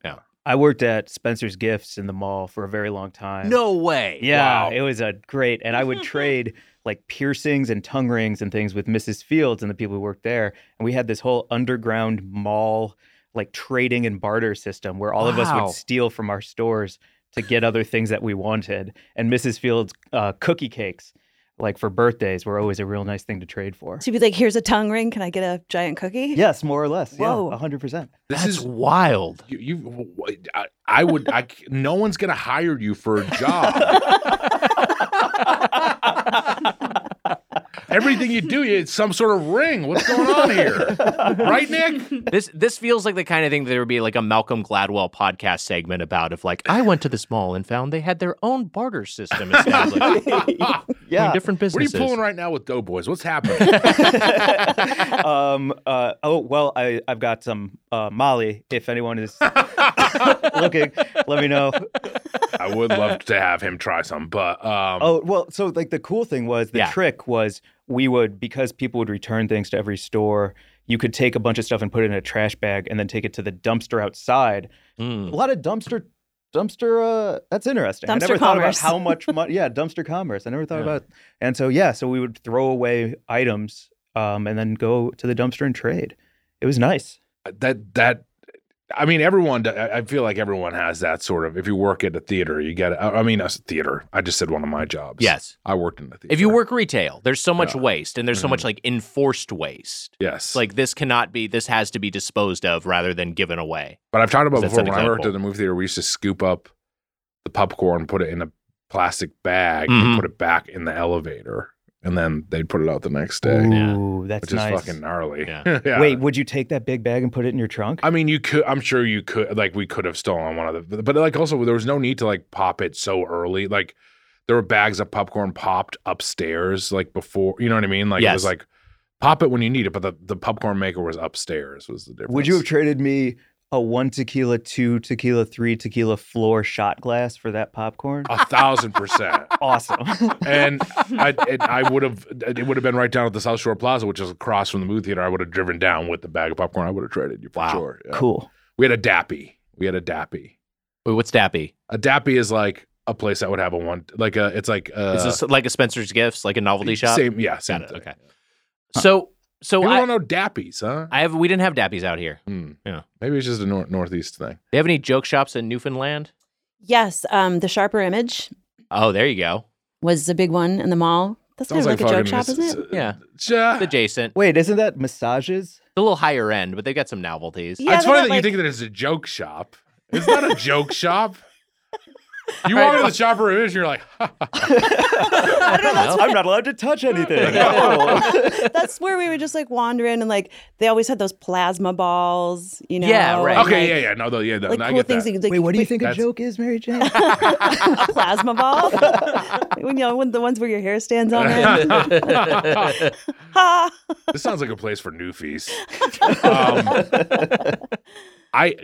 I worked at Spencer's Gifts in the mall for a very long time. No way. Yeah, Wow. it was a great, and I would trade like piercings and tongue rings and things with Mrs. Fields and the people who worked there. And we had this whole underground mall like trading and barter system where all of us Wow. would steal from our stores to get other things that we wanted. And Mrs. Fields uh, cookie cakes, like for birthdays, were always a real nice thing to trade for. So you'd be like, here's a tongue ring. Can I get a giant cookie? Yes, more or less. Whoa. Yeah, 100%. This That's is wild. you. you I, I would. I c no one's gonna hire you for a job. Everything you do, you it's some sort of ring. What's going on here? Right, Nick? this this feels like the kind of thing that there would be like a Malcolm Gladwell podcast segment about. If like I went to this mall and found they had their own barter system established between Yeah. different What are you businesses. pulling right now with Doughboys? What's happening? um, uh, oh well, I I've got some uh, Molly. If anyone is looking, let me know. I I would love to have him try some, but um, Oh, well, so like the cool thing was the Yeah. trick was we would because people would return things to every store, you could take a bunch of stuff and put it in a trash bag and then take it to the dumpster outside. Mm. A lot of dumpster dumpster uh that's interesting. I Dumpster never commerce. thought about how much money yeah, dumpster commerce. I never thought Yeah. about and so yeah, so we would throw away items um and then go to the dumpster and trade. It was nice. that that I mean, everyone. d- I I feel like everyone has that sort of. If you work at a theater, you get. I I mean, a theater. I just said one of my jobs. Yes. I worked in the theater. If you work retail, there's so much Yeah. waste and there's so Mhm. much like enforced waste. yes, It's like this cannot be, this has to be disposed of rather than given away. But I've talked about That's before when I worked unacceptable. at the movie theater, we used to scoop up the popcorn, put it in a plastic bag, Mhm. and put it back in the elevator, and then they'd put it out the next day, Yeah. Ooh, that's which is nice. fucking gnarly. Yeah. Wait, would you take that big bag and put it in your trunk? I mean, you could. I'm sure you could. Like, we could have stolen one of the, but like, also there was no need to like pop it so early. Like, there were bags of popcorn popped upstairs, like before. You know what I mean? Like, it Yes. was like pop it when you need it, but the, the popcorn maker was upstairs. Was the difference? Would you have traded me a one tequila, two tequila, three tequila floor shot glass for that popcorn? a thousand percent? awesome. and I and I would have it would have been right down at the South Shore Plaza, which is across from the movie theater. I would have driven down with the bag of popcorn. I would have traded you for Wow. sure. yeah. cool. We had a dappy. We had a dappy. Wait, what's Dappy? A dappy is like a place that would have a one like a it's like a Is this like a Spencer's Gifts, like a novelty shop? Uh, Same, yeah, same it, thing. okay. So, so People I, don't know dappies, huh? I have, we didn't have Dappies out here. Hmm. Yeah. Maybe it's just a nor- northeast thing. They have any joke shops in Newfoundland? Yes, um, the sharper image Oh, there you go. was the big one in the mall. That's kind of like, a joke shop, it's- uh, isn't it? it's- Yeah. Ja- It's adjacent. It's Wait, isn't that massages? a little higher end, but they've got some novelties. Yeah, it's they're funny that not you like- think that it's a joke shop. It's not a joke shop. You All right, walk into fine. the shop or and you're like, I don't know. That's, I'm not allowed to touch anything. that's where we would just like wander in and like they always had those plasma balls, you know. Yeah, right. and, okay, like- yeah, yeah, no, no, yeah, no, Like no, I cool get things. that. That, you- like, Wait, what do you think a That's- joke is, Mary Jane? a plasma ball? you know, when the ones where your hair stands on end. Ha! this sounds like a place for newfies. Um, I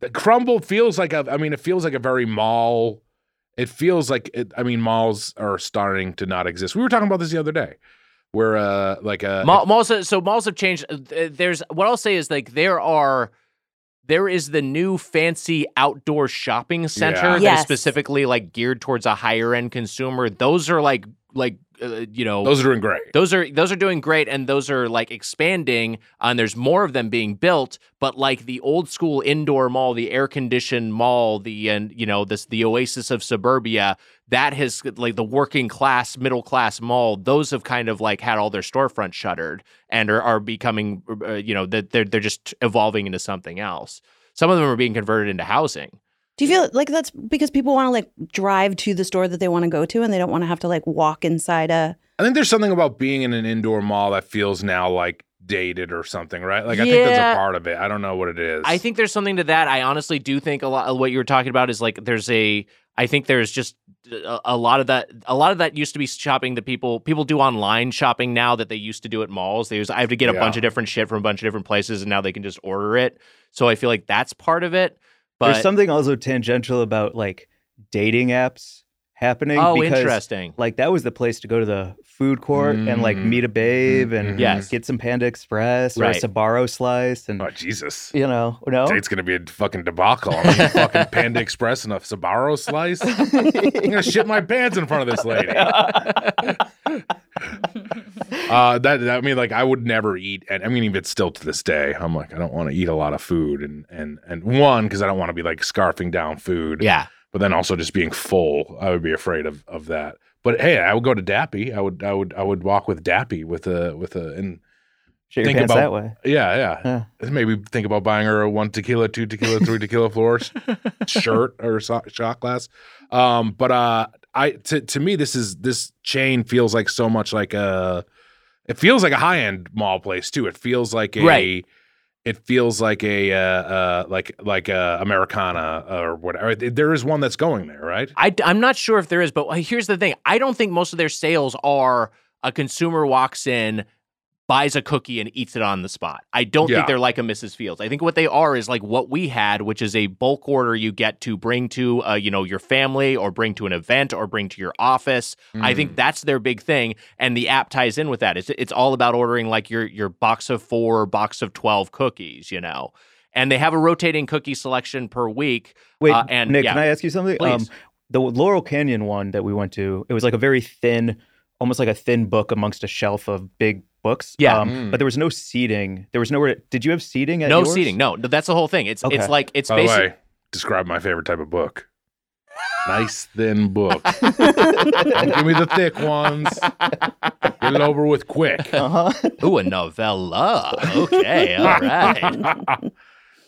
the crumble feels like a. I mean, it feels like a very mall. It feels like it, I mean, malls are starting to not exist. We were talking about this the other day, where uh, like a Mall, malls, have- so malls have changed. Uh, There's what I'll say is like there are, there is the new fancy outdoor shopping center Yeah. that is Yes. specifically like geared towards a higher end consumer. Those are like like uh, you know those are doing great. Those are those are doing great and those are like expanding uh, and there's more of them being built, but like the old school indoor mall, the air conditioned mall, the and you know, this the oasis of suburbia, that has like the working class, middle class mall, those have kind of like had all their storefront shuttered and are, are becoming uh, you know, that they're they're just evolving into something else. Some of them are being converted into housing. Do you feel like that's because people want to like drive to the store that they want to go to and they don't want to have to like walk inside a I think there's something about being in an indoor mall that feels now like dated or something, right? Like I think that's Yeah. a part of it. I don't know what it is. I think there's something to that. I honestly do think a lot of what you were talking about is like there's a I think there's just a, a lot of that a lot of that used to be shopping that people people do online shopping now that they used to do at malls. They use I have to get a Yeah. bunch of different shit from a bunch of different places and now they can just order it. So I feel like that's part of it. But There's something also tangential about like dating apps happening. oh, because, interesting. Like that was the place to go to the food court and like Mm. meet a babe and Yes. get some Panda Express Right. or a Sabaro slice and Oh Jesus. you know, no. It's gonna be a fucking debacle. I'm eating fucking Panda Express and a Sabaro slice. I'm gonna shit my pants in front of this lady. uh, that I mean, like I would never eat. And I mean, even still to this day, I'm like, I don't want to eat a lot of food, and and and one because I don't want to be like scarfing down food. Yeah. But then also just being full, I would be afraid of of that. But hey, I would go to Dappy. I would I would I would walk with Dappy with a with a and Shit your think pants about- that way. yeah, yeah. Yeah. Maybe think about buying her a one tequila, two tequila, three tequila floor sh- shirt or so- shot glass. Um, but uh, I to to me this is this chain feels like so much like a it feels like a high end mall place too. It feels like a Right. it feels like a uh, uh like like a Americana or whatever. There is one that's going there, right? I, am not sure if there is, but here's the thing. I don't think most of their sales are a consumer walks in, buys a cookie and eats it on the spot. I don't Yeah. think they're like a Mrs. Fields. I think what they are is like what we had, which is a bulk order you get to bring to uh, you know your family or bring to an event or bring to your office. I Mm. think that's their big thing, and the app ties in with that. It's it's all about ordering like your your box of four, box of twelve cookies, you know. And they have a rotating cookie selection per week. Wait, Uh, and- Nick, yeah. can I ask you something? Um, Please. the Laurel Canyon one that we went to, it was like a very thin, almost like a thin book amongst a shelf of big books. Yeah. Um, Mm. But there was no seating. There was nowhere. Did you have seating at No yours? seating. No, no, that's the whole thing. It's Okay. it's like it's By the basically way, describe my favorite type of book. Nice thin book. Don't give me the thick ones. Get it over with quick. Uh-huh. ooh a novella. Okay, all right.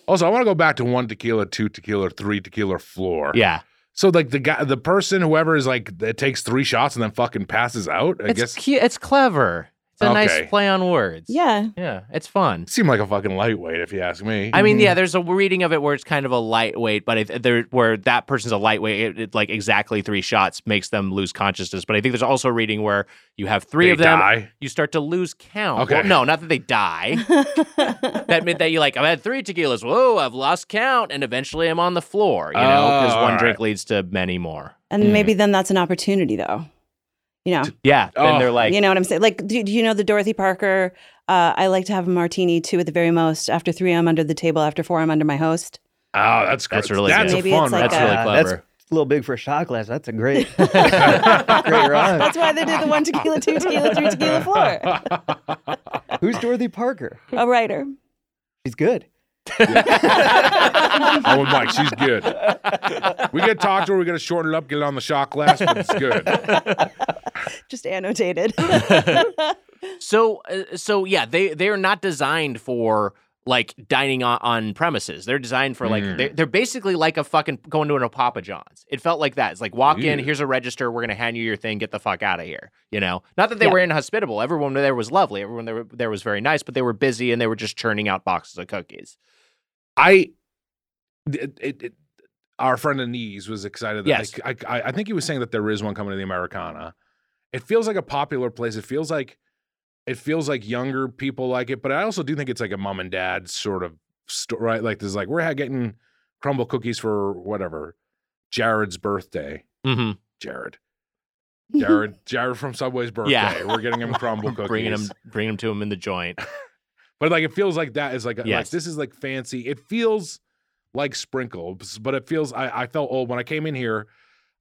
also, I want to go back to one tequila, two tequila, three tequila floor. Yeah. So like the guy, the person, whoever is like that takes three shots and then fucking passes out. I it's guess cu- it's clever. It's a Okay. nice play on words. Yeah. Yeah, it's fun. seemed like a fucking lightweight if you ask me. I mean, Mm-hmm. yeah, there's a reading of it where it's kind of a lightweight, but I th- there where that person's a lightweight, it, it, like exactly three shots makes them lose consciousness. But I think there's also a reading where you have three They of them, die? you start to lose count. Okay. Well, no, not that they die. that meant that you like I've had three tequilas. Whoa, I've lost count, and eventually I'm on the floor. You know, because Oh, one all drink leads to many more. And maybe then that's an opportunity, though. You know, Yeah, Oh. then they're like, you know what I'm saying? Like, do, do you know the Dorothy Parker? Uh, I like to have a martini, two at the very most. After three, I'm under the table. After four, I'm under my host. Oh, that's great. That's really that's good. a Maybe fun. it's like that's a- really really Yeah, Ah, clever. that's a little big for a shot glass. That's a great, great rhyme. That's why they did the one tequila, two tequila, three tequila, four. Who's Dorothy Parker? A writer. She's good. Oh, and Mike, she's good. We gotta talk to her. We gotta shorten it up, get it on the shot glass, but it's good. Just annotated. So, uh, so yeah, they they are not designed for like dining on, on premises. They're designed for like Mm. they're, they're basically like a fucking going to an Papa John's. It felt like that. It's like walk in, Ew. here's a register, we're gonna hand you your thing, get the fuck out of here. You know, not that they Yeah. were inhospitable. Everyone there was lovely. Everyone there there was very nice, but they were busy and they were just churning out boxes of cookies. I, it, it, it- our friend Anise was excited. That Yes. Mm-hmm. I, I, I think he was saying that there is one coming to the Americana. It feels like a popular place. It feels like, it feels like younger people like it. But I also do think it's like a mom and dad sort of story, right? Like there's like we're ha- getting crumble cookies for whatever Jared's birthday. Mm-hmm. Jared, Jared, Jared from Subway's birthday. Yeah. We're getting him crumble cookies. Bringing them, bringing them to him in the joint. But like it feels like that is like, like, Yes. this is like fancy. It feels like sprinkles, but it feels I, I felt old when I came in here.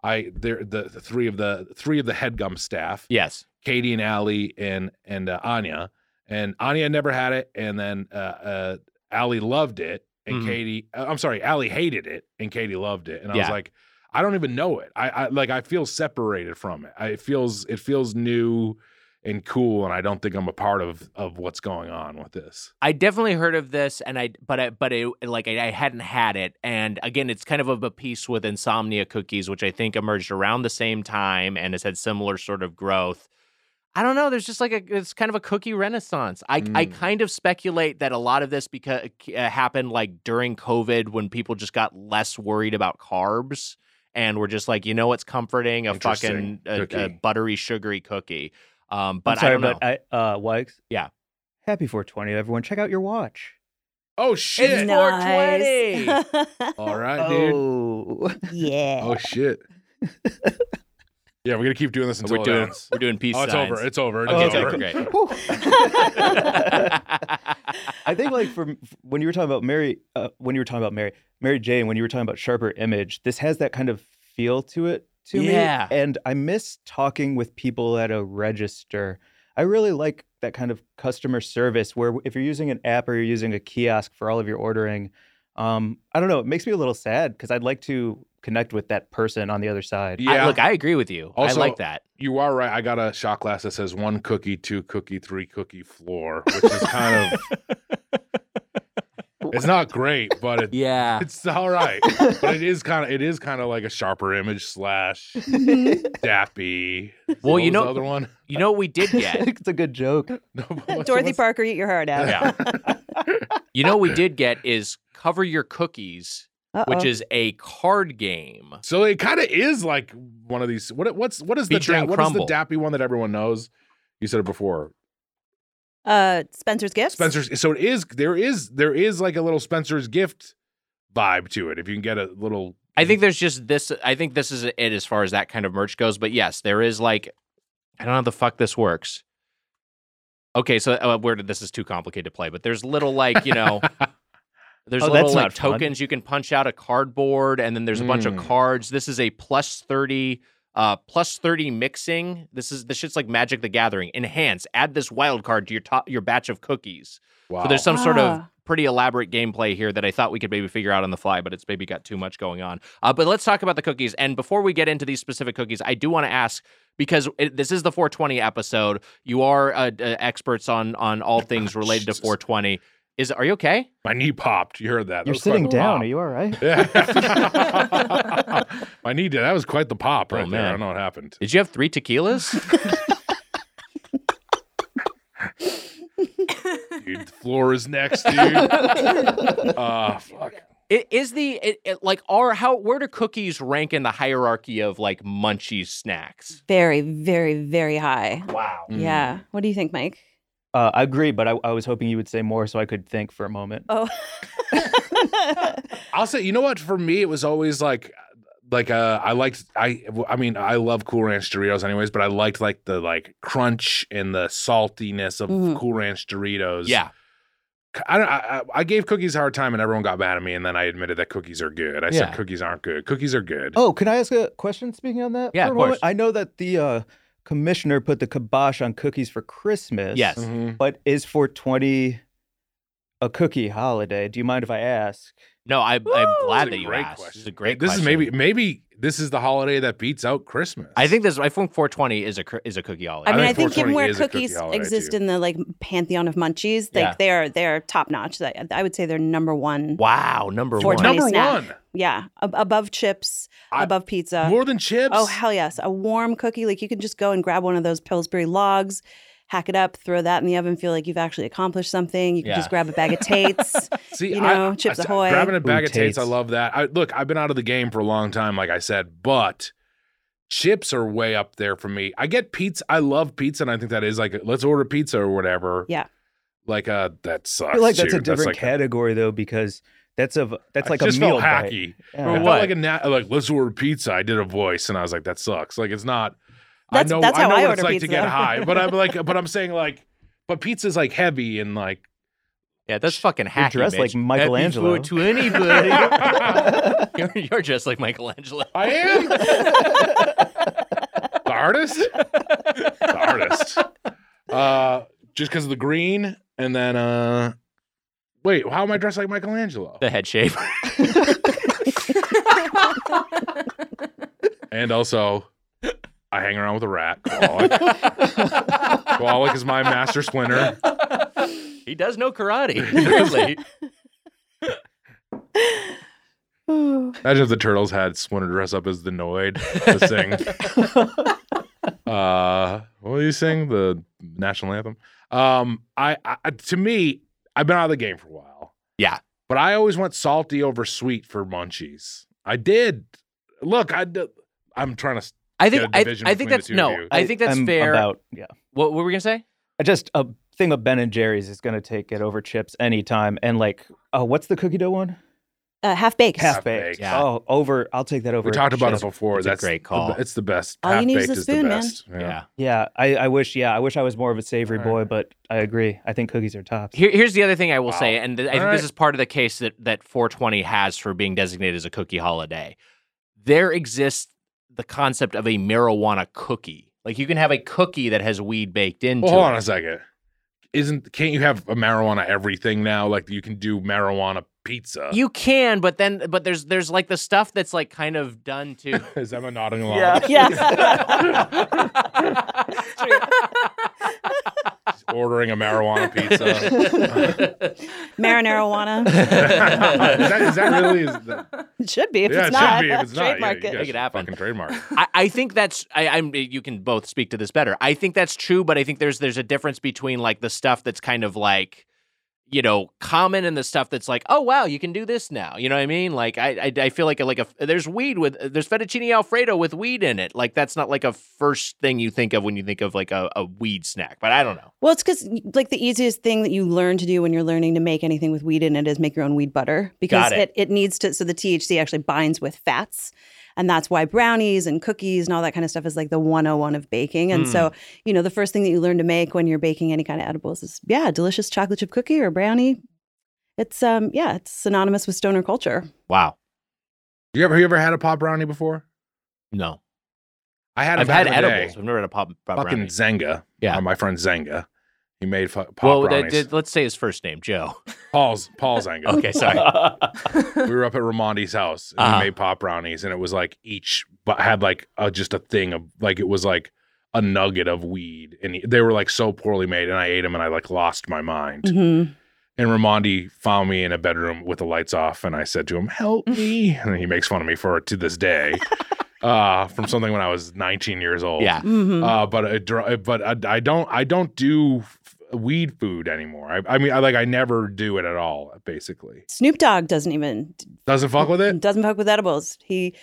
I there the, the three of the three of the headgum staff, Yes. Katie and Allie and and uh, Anya. And Anya never had it, and then uh, uh, Allie loved it, and Mhm. Katie. uh, I'm sorry, Allie hated it, and Katie loved it. And I was Yeah. like, I don't even know it. I, I like I feel separated from it. I, it feels it feels new and cool, and I don't think I'm a part of of what's going on with this. I definitely heard of this, and I but I but it like I, I hadn't had it, and again, it's kind of of a piece with Insomnia Cookies, which I think emerged around the same time and has had similar sort of growth. I don't know. There's just like a it's kind of a cookie renaissance. I I Mm. kind of speculate that a lot of this because uh, happened like during COVID when people just got less worried about carbs and were just like, you know, what's comforting a Interesting. fucking a, a Cookie. buttery sugary cookie. Um, but I'm sorry, I don't know. but I, uh, Wikes. Yeah. Happy 420, everyone. Check out your watch. Oh shit! No. 420. All right, dude. oh. yeah. Oh shit. yeah, we're gonna keep doing this until we're it doing ends. we're doing peace. Oh, it's signs. over. It's over. It's Okay, over. okay, great. Whew. I think like from when you were talking about Mary, uh, when you were talking about Mary, Mary Jane, when you were talking about sharper image, this has that kind of feel to it to Yeah. me. And I miss talking with people at a register. I really like that kind of customer service where if you're using an app or you're using a kiosk for all of your ordering, um, I don't know, it makes me a little sad because I'd like to connect with that person on the other side. I- Yeah. look, I agree with you. Also- I like that. you are right. I got a shot glass that says one cookie, two cookie, three cookie floor, which is kind of it's not great, but it, Yeah. it's all right. But it is kind of it is kind of like a sharper image slash dappy. Well, you What was know- the other one. You know what we did get? it's a good joke. No, but what's- Dorothy what's- Parker, eat your heart out. Yeah. You know what we did get is cover your cookies, Uh-oh. which is a card game. So it kind of is like one of these. What what's what is the Featuring da- what is the crumble. dappy one that everyone knows? You said it before. Uh, Spencer's gifts. Spencer's. So it is. There is. There is like a little Spencer's gift vibe to it. If you can get a little. Mm. I think there's just this. I think this is it as far as that kind of merch goes. But yes, there is like, I don't know how the fuck this works. Okay, so uh, where did this is too complicated to play, but there's little like you know, there's Oh, little that's like not fun. tokens you can punch out a cardboard, and then there's a bunch of Mm. cards. This is a plus thirty, uh, plus thirty mixing. This is this shit's like Magic the Gathering. Enhance, add this wild card to your top your batch of cookies. Wow. So there's some sort of Ah. pretty elaborate gameplay here that I thought we could maybe figure out on the fly, but it's maybe got too much going on. Uh, but let's talk about the cookies. And before we get into these specific cookies, I do want to ask because it, this is the 420 episode. You are uh, uh, experts on on all things related to Jesus. 420. Is are you okay? My knee popped. You heard that. That You're was sitting quite the down. pop. Are you all right? Yeah. My knee did. That was quite the pop Oh, right there. I man. don't know what happened. Did you have three tequilas? Dude, the floor is next, dude. Ah, fuck. it, is the it, it, like are how where do cookies rank in the hierarchy of like munchy snacks? Very, very, very high. Wow. Mm. Yeah. What do you think, Mike? Uh, I agree, but I, I was hoping you would say more so I could think for a moment. Oh. I'll say, you know what? For me, it was always like, like uh, I liked. I I mean, I love Cool Ranch Doritos, anyways. But I liked like the like crunch and the saltiness of Mhm. Cool Ranch Doritos. Yeah, I, don't, I I- I gave cookies a hard time, and everyone got mad at me. And then I admitted that cookies are good. I said Yeah. cookies aren't good. Cookies are good. Oh, can I ask a question speaking on that? Yeah, for a of moment? course. I know that the uh, commissioner put the kibosh on cookies for Christmas. Yes. Mhm. But is 420 a cookie holiday? Do you mind if I ask? no, I, I'm glad This that is a you great asked. This is question. a great. This question. is maybe maybe this is the holiday that beats out Christmas. I think this. I think 420 is a cr- is a cookie holiday. I mean, think I think, given 420 where is a cookie cookies holiday, exist too. in the like pantheon of munchies, like Yeah. they are they're top notch. I, I would say they're number one. Wow, number one. 420 number snack. one Yeah, ab- above chips, I- above pizza. more than chips. Oh hell yes, a warm cookie. Like you can just go and grab one of those Pillsbury logs, hack it up, throw that in the oven, feel like you've actually accomplished something. You can Yeah. just grab a bag of Tates. See, you know, Chips I- Ahoy. Grabbing a bag Ooh, of Tates, I Tates. love that. I, look, I've been out of the game for a long time, like I said, but chips are way up there for me. I get pizza. I love pizza, and I think that is like, let's order pizza or whatever. Yeah. Like, uh, that sucks. I feel like that's a dude. different like- category though, because that's of that's I like just a meal felt bite. hacky. Yeah. I felt what? Like a na- like, let's order pizza. I did a voice, and I was like, that sucks. Like, it's not. That's- I know. that's I how know I what it's order like to pizza. get high, but I'm like, but I'm saying like, but pizza's like heavy and like. Yeah, that's fucking hacky. dressed like bitch. Michelangelo. Happy 420, buddy. you're, you're dressed like Michelangelo. I am the artist. The artist. Uh, just because of the green, and then uh, wait, how am I dressed like Michelangelo? The head shape. And also, I hang around with a rat. Koalik, Koalik is my master splinter. he does know karate. Clearly. Imagine if the turtles had Splinter dress up as the Noid to sing. uh, what do you sing? The national anthem. Um, I, I to me, I've been out of the game for a while. Yeah. but I always went salty over sweet for munchies. I did. Look, I d- I'm trying to. I think. Yeah, I, division I between think the that's two of no. you. I think that's I'm fair. About yeah, What, what were we gonna say? just a thing of Ben and Jerry's is gonna take it over chips anytime. And like, oh, what's the cookie dough one? uh, half baked. Half Half-baked. baked. Yeah. Oh, over. I'll take that over. We talked about it chips. before. It's a that's great the- call. it's the best. All you need is Half-baked a spoon, man. Yeah. Yeah, I, I wish. Yeah, I wish I was more of a savory All boy, right. but I agree. I think cookies are tops. Here, here's the other thing I will Wow. say, and th- I think All right. this is part of the case that that 420 has for being designated as a cookie holiday. There exists the concept of a marijuana cookie. Like you can have a cookie that has weed baked into Well, hold on it. a second. Isn't can't you have a marijuana everything now? Like you can do marijuana pizza. You can, but then but there's there's like the stuff that's like kind of done too. is Emma nodding along? She's ordering a marijuana pizza. is, Marinara wanna. that, is that really? Is that, It should be if yeah, it's it not. should be if it's not. Trademark yeah, you it. guys Make it should happen. Fucking trademark. it. I, I think that's I, I'm you can both speak to this better. I think that's true, but I think there's there's a difference between like the stuff that's kind of like you know, common and the stuff that's like, oh wow, you can do this now. You know what I mean? Like I, I, I feel like a, like a there's weed with there's fettuccine alfredo with weed in it. Like that's not like a first thing you think of when you think of like a, a weed snack. But I don't know. Well, it's because like the easiest thing that you learn to do when you're learning to make anything with weed in it is make your own weed butter because Got it. it needs to so the THC actually binds with fats. And that's why brownies and cookies and all that kind of stuff is like the 101 of baking. And so, Hmm. you know, the first thing that you learn to make when you're baking any kind of edibles is, yeah, a delicious chocolate chip cookie or brownie. It's, um, yeah, it's synonymous with stoner culture. Wow. You ever you ever had a pop brownie before? No, I had. I've back had in the day. edibles. I've never had a pop, pop Fucking brownie. Zenga. Yeah. Uh, my friend Zenga. He made fu- pop Well, that, brownies. that- let's say his first name, Joe. Paul's Paul Zenga. Okay, sorry. we were up at Ramondi's house and Uh-huh. he made pop brownies, and it was like each but had like a, just a thing of like it was like a nugget of weed, and he- they were like so poorly made, and I ate them, and I like lost my mind. Mm-hmm. Mhm. And Ramondi found me in a bedroom with the lights off, and I said to him, "Help me!" and he makes fun of me for it to this day. Uh, from something when I was 19 years old. yeah. Mhm. Uh, but it, dr- but uh, I, I don't I don't do f- weed food anymore. I, I mean I like I never do it at all. Basically, Snoop Dogg doesn't even doesn't fuck with it. Doesn't fuck with edibles. He,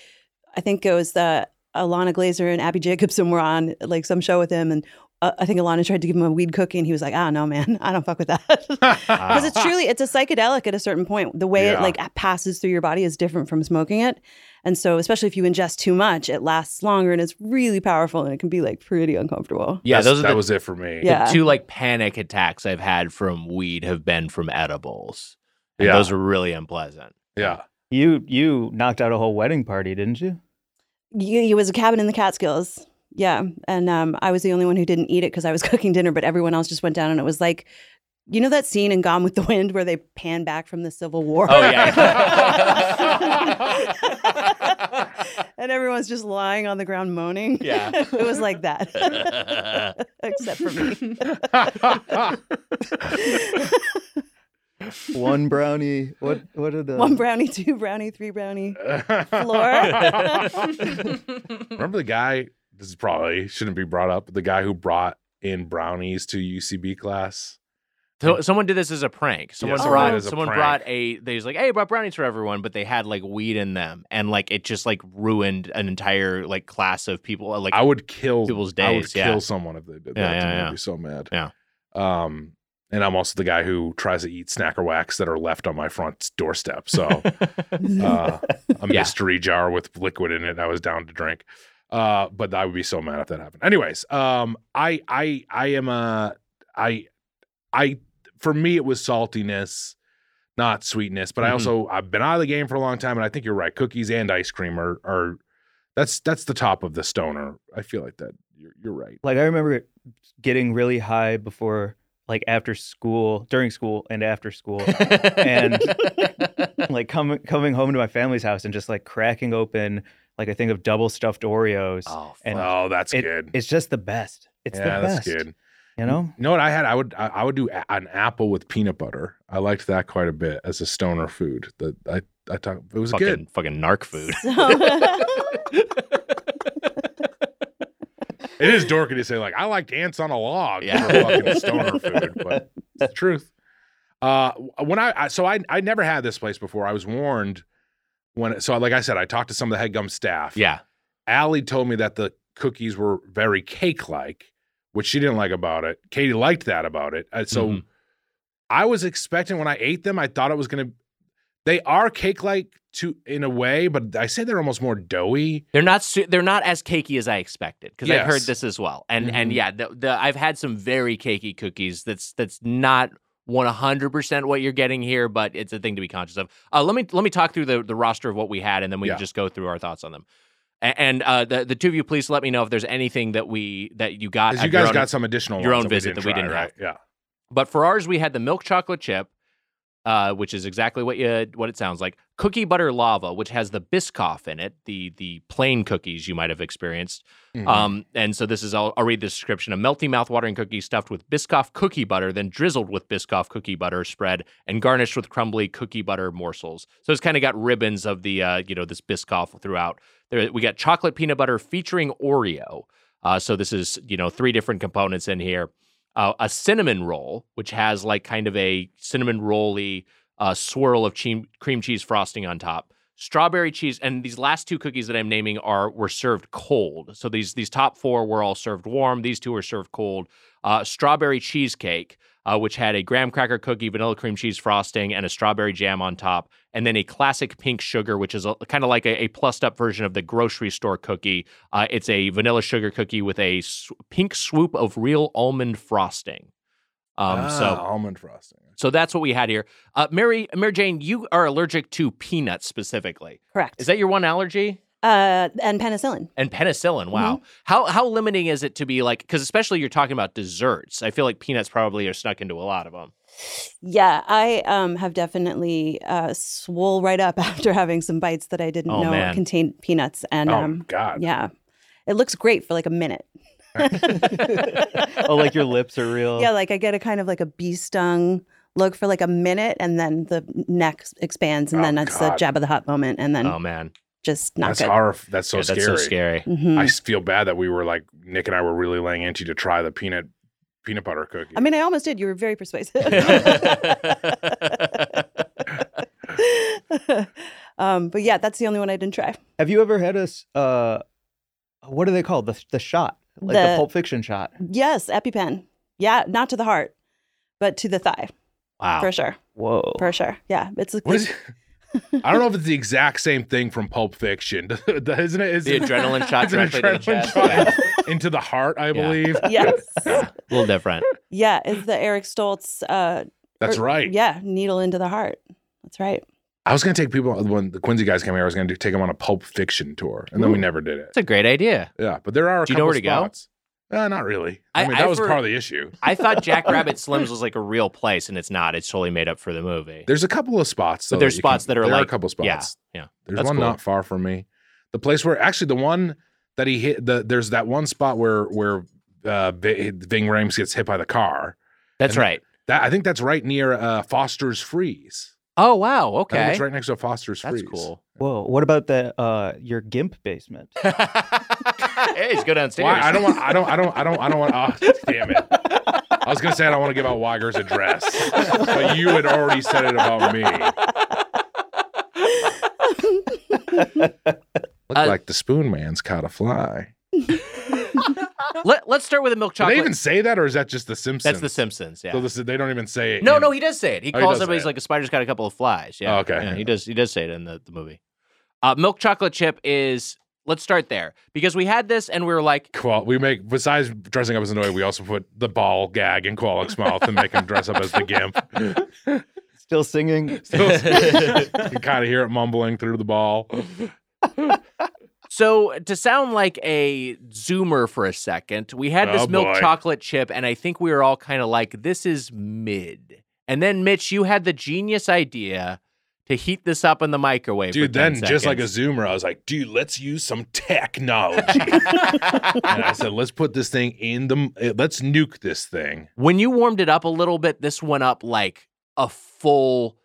I think, goes the Alana Glazer and Abby Jacobson were on like some show with him, and uh, I think Alana tried to give him a weed cookie, and he was like, "Ah, no, man, I don't fuck with that." Because Uh, it's truly, it's a psychedelic at a certain point. The way Yeah. it like passes through your body is different from smoking it, and so especially if you ingest too much, it lasts longer and it's really powerful, and it can be like pretty uncomfortable. Yeah, That's- those are that the, was it for me. Yeah. two like panic attacks I've had from weed have been from edibles. And Yeah. those are really unpleasant. Yeah. You you knocked out a whole wedding party, didn't you? Y- It was a cabin in the Catskills. Yeah. And um, I was the only one who didn't eat it because I was cooking dinner, but everyone else just went down and it was like, you know that scene in Gone with the Wind where they pan back from the Civil War? Oh, yeah. and everyone's just lying on the ground moaning. Yeah. it was like that. Except for me. One brownie. What what are the One brownie, two brownie, three brownie. Remember the guy? This is probably shouldn't be brought up. but The guy who brought in brownies to UCB class. So, someone did this as a prank. Someone someone did it brought as a someone prank. brought a they was like, hey, I brought brownies for everyone, but they had like weed in them, and like it just like ruined an entire like class of people. uh, Like I would kill People's I would days, yeah. kill someone if they did that. Yeah, to yeah, me. yeah. I'd be so mad. Yeah. Um, and I'm also the guy who tries to eat snacker wax that are left on my front doorstep. So uh, a mystery jar with liquid in it. I was down to drink. Uh, but I would be so mad if that happened. Anyways, um, I I I am a I I for me it was saltiness, not sweetness. But I Mm-hmm. Mhm. also I've been out of the game for a long time, and I think you're right. Cookies and ice cream are are that's that's the top of the stoner. I feel like that. You're, you're right. like I remember getting really high before like after school, during school and after school. and like coming coming home to my family's house and just like cracking open like I think of double stuffed Oreos. oh, fuck. and Oh, that's it- good. It's just the best. It's yeah, the that's best. good. You know? You know what I had? I would I, I would do a- an apple with peanut butter. I liked that quite a bit as a stoner food. That I I talk, it was fucking good. fucking narc food. It is dorky to say like I liked ants on a log Yeah. for fucking stoner food, but it's the truth. Uh, when I, I so I I never had this place before. I was warned when so like I said I talked to some of the headgum staff. yeah. Allie told me that the cookies were very cake like, which she didn't like about it. Katie liked that about it. Uh, so Mhm. I was expecting when I ate them, I thought it was going to. They are cake like to in a way, but I say they're almost more doughy. They're not su- they're not as cakey as I expected because I've heard Yes. Mm-hmm. this as well. And and Mhm. yeah, the, the I've had some very cakey cookies. That's that's not one hundred percent what you're getting here, but it's a thing to be conscious of. Uh, let me let me talk through the the roster of what we had, and then we Yeah. can just go through our thoughts on them. A- And uh, the the two of you, please let me know if there's anything that we that you got. 'Cause Uh, you at your guys own- got some additional your ones own visit that we didn't try, right? But for ours, we had the milk chocolate chip, uh, which is exactly what you what it sounds like. Cookie butter lava, which has the Biscoff in it, the the plain cookies you might have experienced. Yeah. Mhm. Um, and so this is I'll, I'll read the description: a melty mouth-watering cookie stuffed with Biscoff cookie butter, then drizzled with Biscoff cookie butter spread, and garnished with crumbly cookie butter morsels. So it's kind of got ribbons of the uh, you know this Biscoff throughout. There we got chocolate peanut butter featuring Oreo. Uh, so this is you know three different components in here. uh, a cinnamon roll, which has like kind of a cinnamon rolly uh, swirl of cheem- cream cheese frosting on top. Strawberry cheese, and these last two cookies that I'm naming are were served cold. So these these top four were all served warm. These two were served cold. Uh, strawberry cheesecake, uh, which had a graham cracker cookie, vanilla cream cheese frosting, and a strawberry jam on top, and then a classic pink sugar, which is kind of like a, a plussed up version of the grocery store cookie. Uh, it's a vanilla sugar cookie with a s- pink swoop of real almond frosting. Um, Ah, So almond frosting. so that's what we had here. Uh, Mary Mary Jane, you are allergic to peanuts specifically. Correct. Is that your one allergy? uh, and penicillin. And penicillin. Wow. Mm-hmm. How how limiting is it to be like? Because especially you're talking about desserts. I feel like peanuts probably are snuck into a lot of them. Yeah, I um, have definitely uh, swole right up after having some bites that I didn't Oh, know man. contained peanuts. And Oh um, God. yeah, it looks great for like a minute. oh, like your lips are real. Yeah, like I get a kind of like a bee stung look for like a minute, and then the neck s- expands, and Oh, then that's the God. Um, jab of the hot moment, and then Oh man, just not that's good. horrif- That's so Yeah, scary. that's so scary. Mhm. I s- feel bad that we were like Nick and I were really laying into to try the peanut peanut butter cookie. I mean, I almost did. You were very persuasive. um, but yeah, that's the only one I didn't try. Have you ever had a s- uh, what are they called? The the shot, like the, The- Pulp Fiction shot. Yes, EpiPen. Yeah, not to the heart, but to the thigh Wow. for sure. Whoa. For sure. Yeah, it's a what is? I don't know if it's the exact same thing from Pulp Fiction, isn't it? Is the it- adrenaline shot it's an directly to the adrenaline chest. shot Yeah. into the heart, I believe. yes. Yeah. A little different. yeah, it's the Eric Stoltz. Uh, That's or- right. Yeah, needle into the heart. That's right. I was gonna take people when the Quincy guys came here. I was gonna do, take them on a Pulp Fiction tour, and then we never did it. That's a great idea. Yeah, but there are a Do you know couple where to go? spots. Uh, not really. I, I- mean, I've that was part heard- of the issue. I thought Jack Rabbit Slims was like a real place, and it's not. It's totally made up for the movie. There's a couple of spots. But though, there's you spots that are there are a like- couple spots. yeah, yeah. There's That's one cool. not far from me. The place where actually the one that he hit the there's that one spot where where uh V- Ving Rhames gets hit by the car. That's And- right. That I think that's right near uh Foster's Freeze. Oh wow. I think Okay. it's right next to Foster's That's Freeze. cool. Whoa. What about the uh, your GIMP basement? hey, let's go downstairs. Why? I don't want. I don't. I don't. I don't. I don't want. Oh, damn it! I was gonna say I don't want to give out Weiger's address, but you had already said it about me. Look Uh, like the Spoon Man's caught a fly. Let, let's start with a milk Do they chocolate. even say that, or is that just the Simpsons? That's The Simpsons. Yeah. So this, they don't even say it. no, in- no, he does say it. He Oh, he calls does everybody. say He's it. like a spider's got a couple of flies. Yeah. Oh, okay. Yeah, he does. He does say it in the, the movie. Uh, milk chocolate chip is. Let's start there because we had this and we were like, Qual, we make besides dressing up as annoyed, we also put the ball gag in Qualic's mouth and make him dress up as the gimp. Still singing. you can kind of hear it mumbling through the ball. So to sound like a zoomer for a second, we had this Oh, milk boy. chocolate chip, and I think we were all kind of like, this is mid. And then Mitch, you had the genius idea to heat this up in the microwave. Dude, for 10 then just like a seconds. zoomer, I was like, dude, let's use some technology. and I said, let's put this thing in the, eh, let's nuke this thing. when you warmed it up a little bit, this went up like a full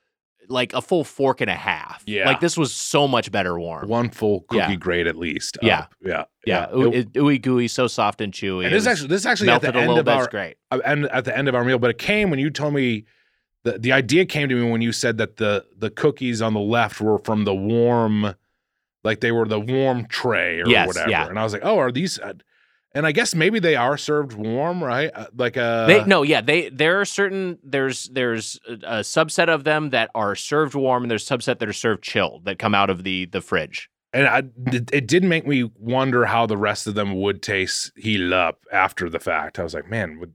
like a full fork and a half. Yeah. Like this was so much better warm. One full cookie Yeah. grade at least. Yeah. up. Yeah. yeah. It- oo- it- Ooey gooey, so soft and chewy. and It this was actually, this actually at melted the a end little of bit. It's our, great. uh, and at the end of our meal, but it came when you told me the the idea came to me when you said that the the cookies on the left were from the warm, like they were the warm tray or Yes, whatever, yeah. and I was like, oh, are these? Uh, and I guess maybe they are served warm, right? Uh, like uh, they no yeah they there are certain there's there's a, a subset of them that are served warm and there's subset that are served chilled that come out of the the fridge and I, it, it did make me wonder how the rest of them would taste heated up after the fact. I was like, man, would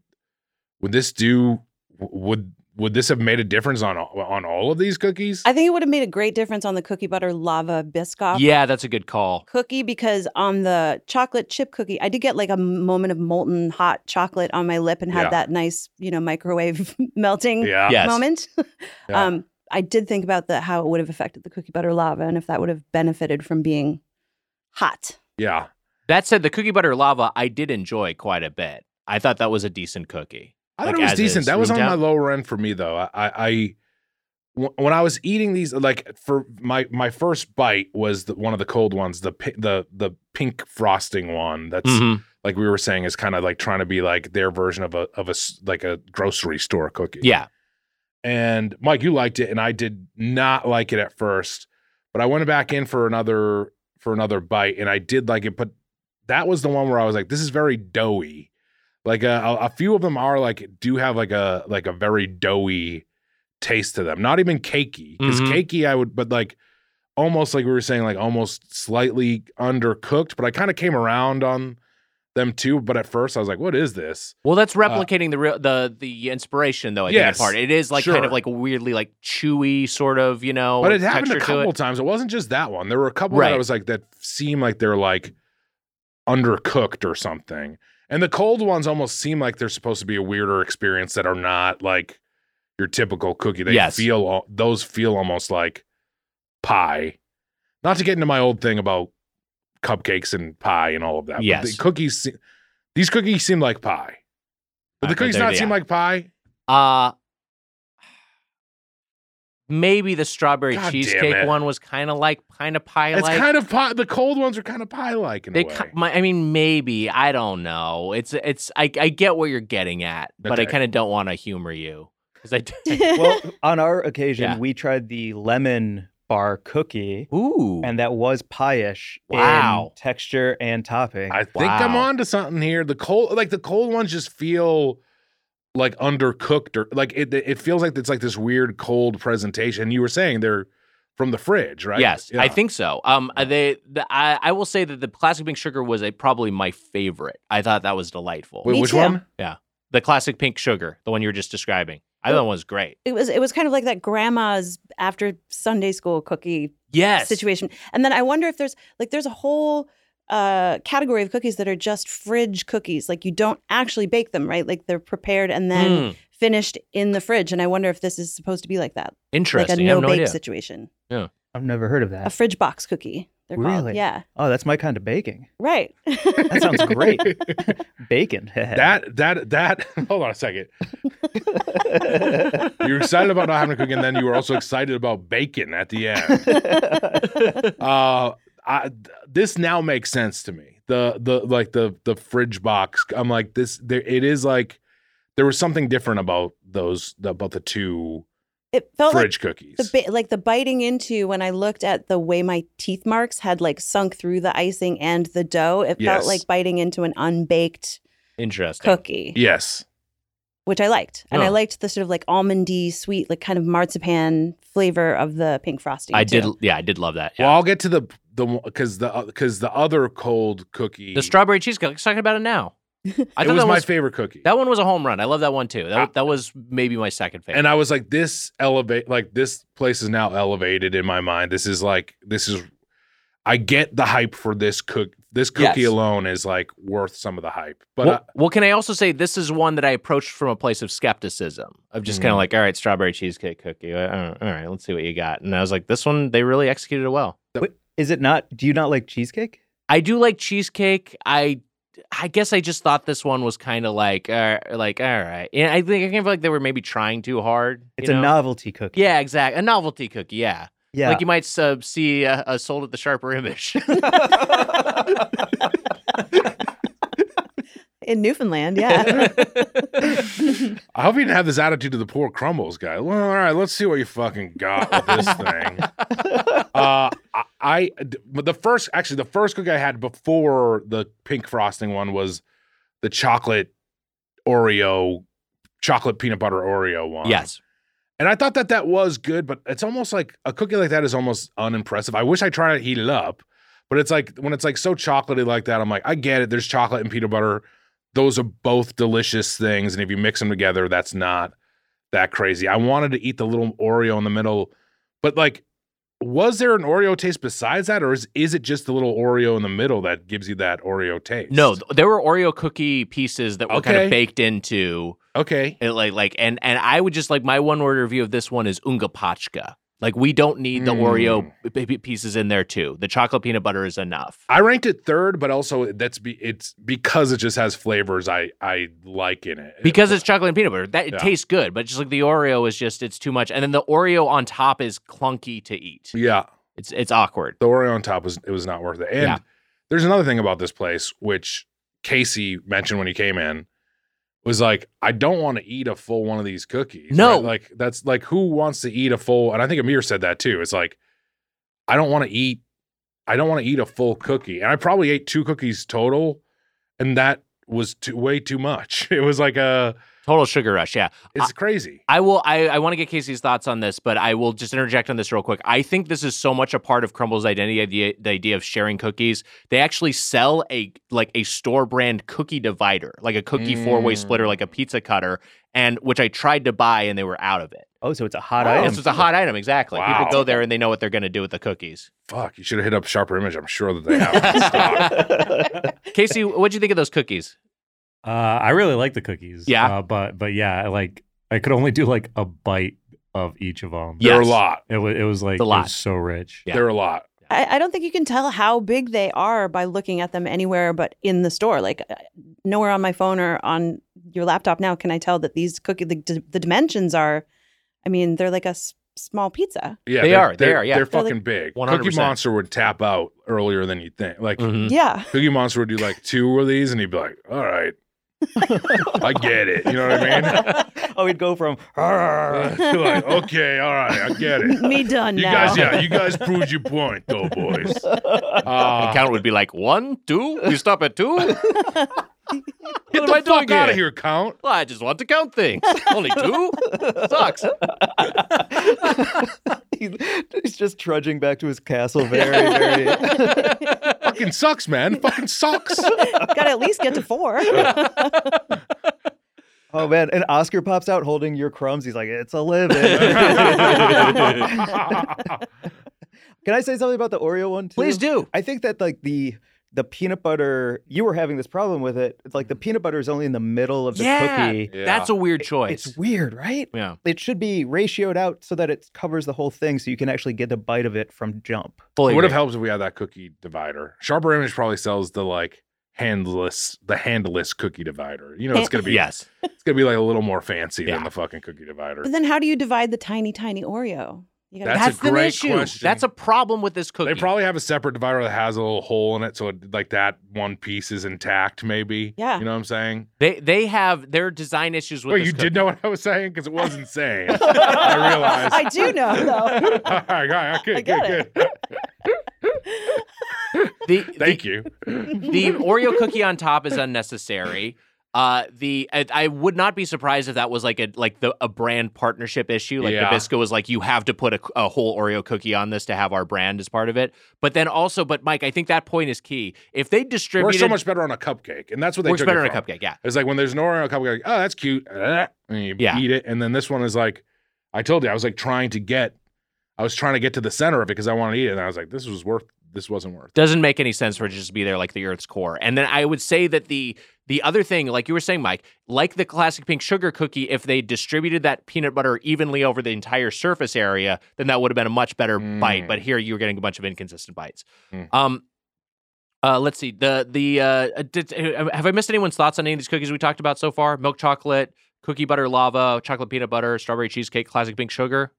would this do would would this have made a difference on all- on all of these cookies? I think it would have made a great difference on the cookie butter lava biscoff yeah that's a good call cookie because on the chocolate chip cookie, I did get like a moment of molten hot chocolate on my lip and had Yeah. that nice, you know, microwave melting yeah. yes moment. Yeah. Um, I did think about the how it would have affected the cookie butter lava and if that would have benefited from being hot. Yeah. that said the cookie butter lava i did enjoy quite a bit i thought that was a decent cookie I Like, thought it was as decent. is, That was on room my temp? lower end for me though. I, I, I- wh- when I was eating these, like for my my first bite was the, one of the cold ones, the pi- the the pink frosting one. That's Mhm. like we were saying is kind of like trying to be like their version of a of a s- like a grocery store cookie. Yeah. And Mike, you liked it, and I did not like it at first, but I went back in for another for another bite, and I did like it. But that was the one where I was like, this is very doughy. Like a, a, a few of them are like do have like a like a very doughy taste to them. Not even cakey because Mhm. cakey I would, but like almost like we were saying, like almost slightly undercooked. But I kind of came around on them too. But at first I was like, what is this? Well, that's replicating the real the the inspiration though. I think Uh, Yes, in part it is like kind sure. of like weirdly like chewy sort of you know. but it happened a texture to it. couple times. It wasn't just that one. There were a couple that I Right. was like that seem like they're like undercooked or something. And the cold ones almost seem like they're supposed to be a weirder experience that are not like your typical cookie. They Yes. feel al- those feel almost like pie. Not to get into my old thing about cupcakes and pie and all of that. but Yes. the cookies. se- These cookies seem like pie. But Uh, the but cookies they're not the- seem like pie. Uh maybe the strawberry God damn it. cheesecake one was kind of like kind of pie It's like. kind of pie. The cold ones are kind of pie like in they, a way. ki- my, I mean, maybe I don't know. It's it's I, I get what you're getting at, but I Okay. kind of don't want to humor you because I d- well, on our occasion, Yeah. we tried the lemon bar cookie, ooh and that was pie-ish Wow. in texture and topping. I think I'm Wow. on to something here. The cold, like the cold ones, just feel like undercooked or like it. It feels like it's like this weird cold presentation. You were saying they're from the fridge, right? Yes, I Yeah. think so. Um, they, the, I, I will say that the classic pink sugar was a, probably my favorite. I thought that was delightful. Wait, Me which too. one? The classic pink sugar, the one you were just describing, I Oh. thought that one was great. It was it was kind of like that grandma's after Sunday school cookie Yes, situation. And then I wonder if there's like there's a whole uh, category of cookies that are just fridge cookies. Like you don't actually bake them, right? Like they're prepared and then Mm, finished in the fridge. And I wonder if this is supposed to be like that, like a interesting. I no have no bake idea. situation, I've never heard of a that. fridge box cookie. They're Really? called. Yeah. Oh, that's my kind of baking. Right. That sounds great. Bacon. That that that. Hold on a second. You're excited about not having to cook, and then you were also excited about bacon at the end. Uh, I, th- this now makes sense to me. The the like the the fridge box. I'm like this. There, it is like there was something different about those about the two it felt like fridge cookies. the bi- like the biting into when I looked at the way my teeth marks had like sunk through the icing and the dough, it Yes. felt like biting into an unbaked Interesting. cookie, yes, which I liked. And I Oh. liked the sort of like almondy, sweet, like kind of marzipan flavor of the pink frosting. I did. too. Yeah, I did love that. yeah. Well, I'll get to the the because the because the other cold cookie. the strawberry cheesecake. Let's talk about it now. I It thought was that my was favorite cookie. that one was a home run. I love that one too. That, Ah. that was maybe my second favorite. and I was like, this elevate, like this place is now elevated in my mind. This is like, this is, I get the hype for this cook. This cookie Yes. alone is like worth some of the hype. But well, uh, well, can I also say this is one that I approached from a place of skepticism of just Mm. kind of like, all right, strawberry cheesecake cookie. uh, uh, all right, let's see what you got. And I was like, this one they really executed it well. Is it not? Do you not like cheesecake? I do like cheesecake. I I guess I just thought this one was kind of like, uh, like all right. Yeah, I think I feel like they were maybe trying too hard. you It's a know? novelty cookie. Yeah, exactly. A novelty cookie. Yeah, Yeah. like you might uh, see uh, uh, sold at the sharper image. in Newfoundland. Yeah. I hope you didn't have this attitude to the poor crumbles guy. Well, all right, let's see what you fucking got with this thing. Uh, I, I d- but the first actually the first cookie I had before the pink frosting one was the chocolate Oreo, chocolate peanut butter Oreo one. yes. And I thought that that was good, but it's almost like a cookie like that is almost unimpressive. I wish I tried to heat it up, but it's like when it's like so chocolatey like that, I'm like, I get it. There's chocolate and peanut butter. Those are both delicious things. And if you mix them together, that's not that crazy. I wanted to eat the little Oreo in the middle, but like, was there an Oreo taste besides that, or is, is it just the little Oreo in the middle that gives you that Oreo taste? No, th- there were Oreo cookie pieces that were kind Okay. of baked into Okay. It like like and and I would just like my one word review of this one is Ungapachka. Like we don't need the Mm. Oreo b- b- pieces in there too. The chocolate peanut butter is enough. I ranked it third, but also that's be it's because it just has flavors I I like in it. because it's chocolate and peanut butter, that it Yeah. tastes good, but just like the Oreo is just it's too much, and then the Oreo on top is clunky to eat. yeah, It's it's awkward. the Oreo on top was it was not worth it. And Yeah. there's another thing about this place which Casey mentioned when he came in was like, I don't want to eat a full one of these cookies. No. Like that's like who wants to eat a full and I think Amir said that too. It's like, I don't want to eat I don't want to eat a full cookie. And I probably ate two cookies total, and that was too, way too much. It was like a Total sugar rush. Yeah. it's crazy. I will. I, I want to get Casey's thoughts on this, but I will just interject on this real quick. I think this is so much a part of Crumble's identity, the, the idea of sharing cookies. They actually sell a like a store brand cookie divider, like a cookie four way Mm. splitter, like a pizza cutter, and which I tried to buy and they were out of it. Oh, so it's a hot This item. was a hot item, exactly. Wow. People go there and they know what they're going to do with the cookies. Fuck, you should have hit up Sharper Image. I'm sure that they have. it. Casey, what'd you think of those cookies? Uh, I really like the cookies. Yeah. uh, but but yeah, I like I could only do like a bite of each of them. Yeah. They're Yes. a lot. it was it was like It's a lot. It was so rich. Yeah. They're a lot. I, I don't think you can tell how big they are by looking at them anywhere but in the store. Like uh, nowhere on my phone or on your laptop now can I tell that these cookie the, d- the dimensions are. I mean, they're like a s- small pizza. Yeah, They they're- are, they they're- are, yeah. they're They're, fucking like, big. 100%. Cookie Monster would tap out earlier than you think. Like Mm-hmm. Yeah, Cookie Monster would do like two of these, and he'd be like, "All right, I get it." You know what I mean? oh, he'd go from To like, okay, all right, I get it. me done You now. guys, yeah, you guys proved your point, though, boys. the Uh, count would be like one, two. You stop at two. get am the I fuck doing out of here? here, Count. Well, I just want to count things. Only two sucks. He- he's just trudging back to his castle very, very. Fucking sucks, man. Fucking sucks. Got to at least get to four. Oh man! And Oscar pops out holding your crumbs. He's like, "It's a living." yeah, Can I say something about the Oreo one too? Please do. I think that like the the peanut butter you were having this problem with it. It's like the peanut butter is only in the middle of the Yeah. cookie. That's a weird choice. It's weird, right? yeah. It should be ratioed out so that it covers the whole thing, so you can actually get a bite of it from jump. It Fully would have agree. helped if we had that cookie divider. Sharper Image probably sells the like handless, the handless cookie divider. You know, it's gonna be Yes. it's gonna be like a little more fancy Yeah. than the fucking cookie divider. But then, how do you divide the tiny, tiny Oreo? You gotta- That's a an great issue. question. That's a problem with this cookie. They probably have a separate divider that has a little hole in it, so it, like that one piece is intact, maybe. Yeah. you know what I'm saying. they they have their design issues with Wait, this you cookie. did know what I was saying because it was insane. I realized. I do know though. All right, all right, good, I got good, it. good. the, Thank you. the Oreo cookie on top is unnecessary. Uh, the I, I would not be surprised if that was like a like the a brand partnership issue. Like Yeah. Nabisco was like, you have to put a, a whole Oreo cookie on this to have our brand as part of it. But then also, but Mike, I think that point is key. If they We're distributed, so much better on a cupcake, and that's what they works took better it in a from. cupcake. Yeah, It's like when there's an Oreo cupcake, like, oh, that's cute. Ah, And you Yeah. eat it. And then this one is like, I told you, I was like trying to get, I was trying to get to the center of it because I wanted to eat it. And I was like, this was worth, this wasn't worth. doesn't make any sense for it to just be there like the Earth's core. And then I would say that the the other thing, like you were saying, Mike, like the classic pink sugar cookie, if they distributed that peanut butter evenly over the entire surface area, then that would have been a much better bite. Mm. But here you were getting a bunch of inconsistent bites. Mm. Um, uh, let's see. The the uh, did, have I missed anyone's thoughts on any of these cookies we talked about so far? Milk chocolate, cookie butter lava, chocolate peanut butter, strawberry cheesecake, classic pink sugar.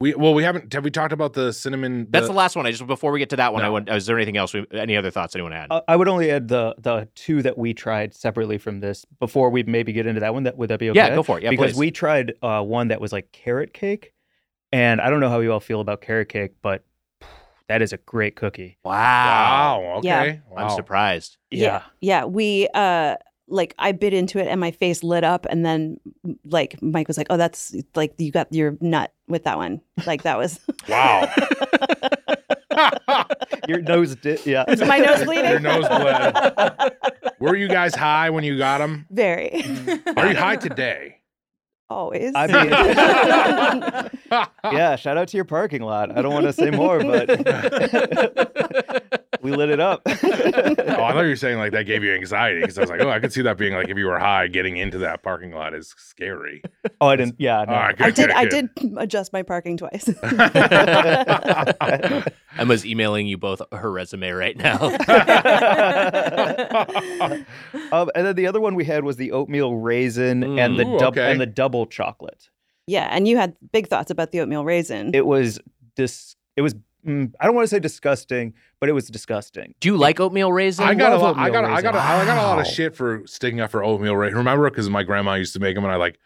We, well, we haven't, have we talked about the cinnamon? That's the, last one. I just before we get to that one, I No. want. uh, Is there anything else? We, any other thoughts anyone had? I I would only add the the two that we tried separately from this before we maybe get into that one. That would that be okay? Yeah, go for it. Yeah, because please. we tried uh, one that was like carrot cake, and I don't know how you all feel about carrot cake, but that is a great cookie. Wow. Okay. Yeah. Wow. I'm surprised. Yeah. Yeah. We, uh, like I bit into it and my face lit up and then like Mike was like, "Oh, that's like you got your nut with that one." Like that was Wow. Your nose did. Yeah. Is my nose bleeding? Your nose bled. Were you guys high when you got them? very Are you high today? always. I mean, yeah. Shout out to your parking lot. I don't want to say more, but we lit it up. Oh, I thought you were saying like that gave you anxiety because I was like, oh, I could see that being like if you were high, getting into that parking lot is scary. oh, I didn't. Yeah. All right, good, I did. good, I good. did adjust my parking twice. No. Emma's emailing you both her resume right now. Um, and then the other one we had was the oatmeal raisin and the Mm. Ooh, dub- okay. and the double chocolate. yeah, and you had big thoughts about the oatmeal raisin. It was this. It was mm, I don't want to say disgusting, but it was disgusting. Do you like oatmeal raisin? I got a love lot. I oatmeal got. I got. A, I got a lot of raisin. shit for sticking up for oatmeal raisin. Remember, because my grandma used to make them, and I like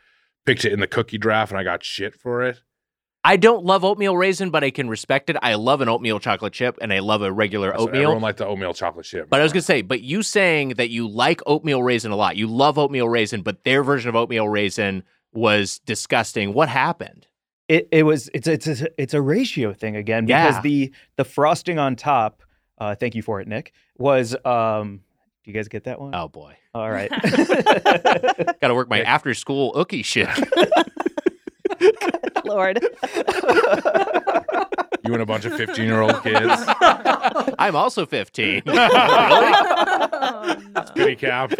picked it in the cookie draft, and I got shit for it. I don't love oatmeal raisin, but I can respect it. I love an oatmeal chocolate chip, and I love a regular So oatmeal. everyone liked the oatmeal chocolate chip. But I was gonna say, but you saying that you like oatmeal raisin a lot, you love oatmeal raisin, but their version of oatmeal raisin was disgusting. What happened? It it was it's it's it's a- it's a ratio thing again because Yeah. the the frosting on top. Uh, thank you for it, Nick. Was um. Do you guys get that one? Oh boy, All right. got to work my after school ookie shift. Lord. you and a bunch of fifteen-year-old kids. I'm also 15. Oh, no. Goody cap.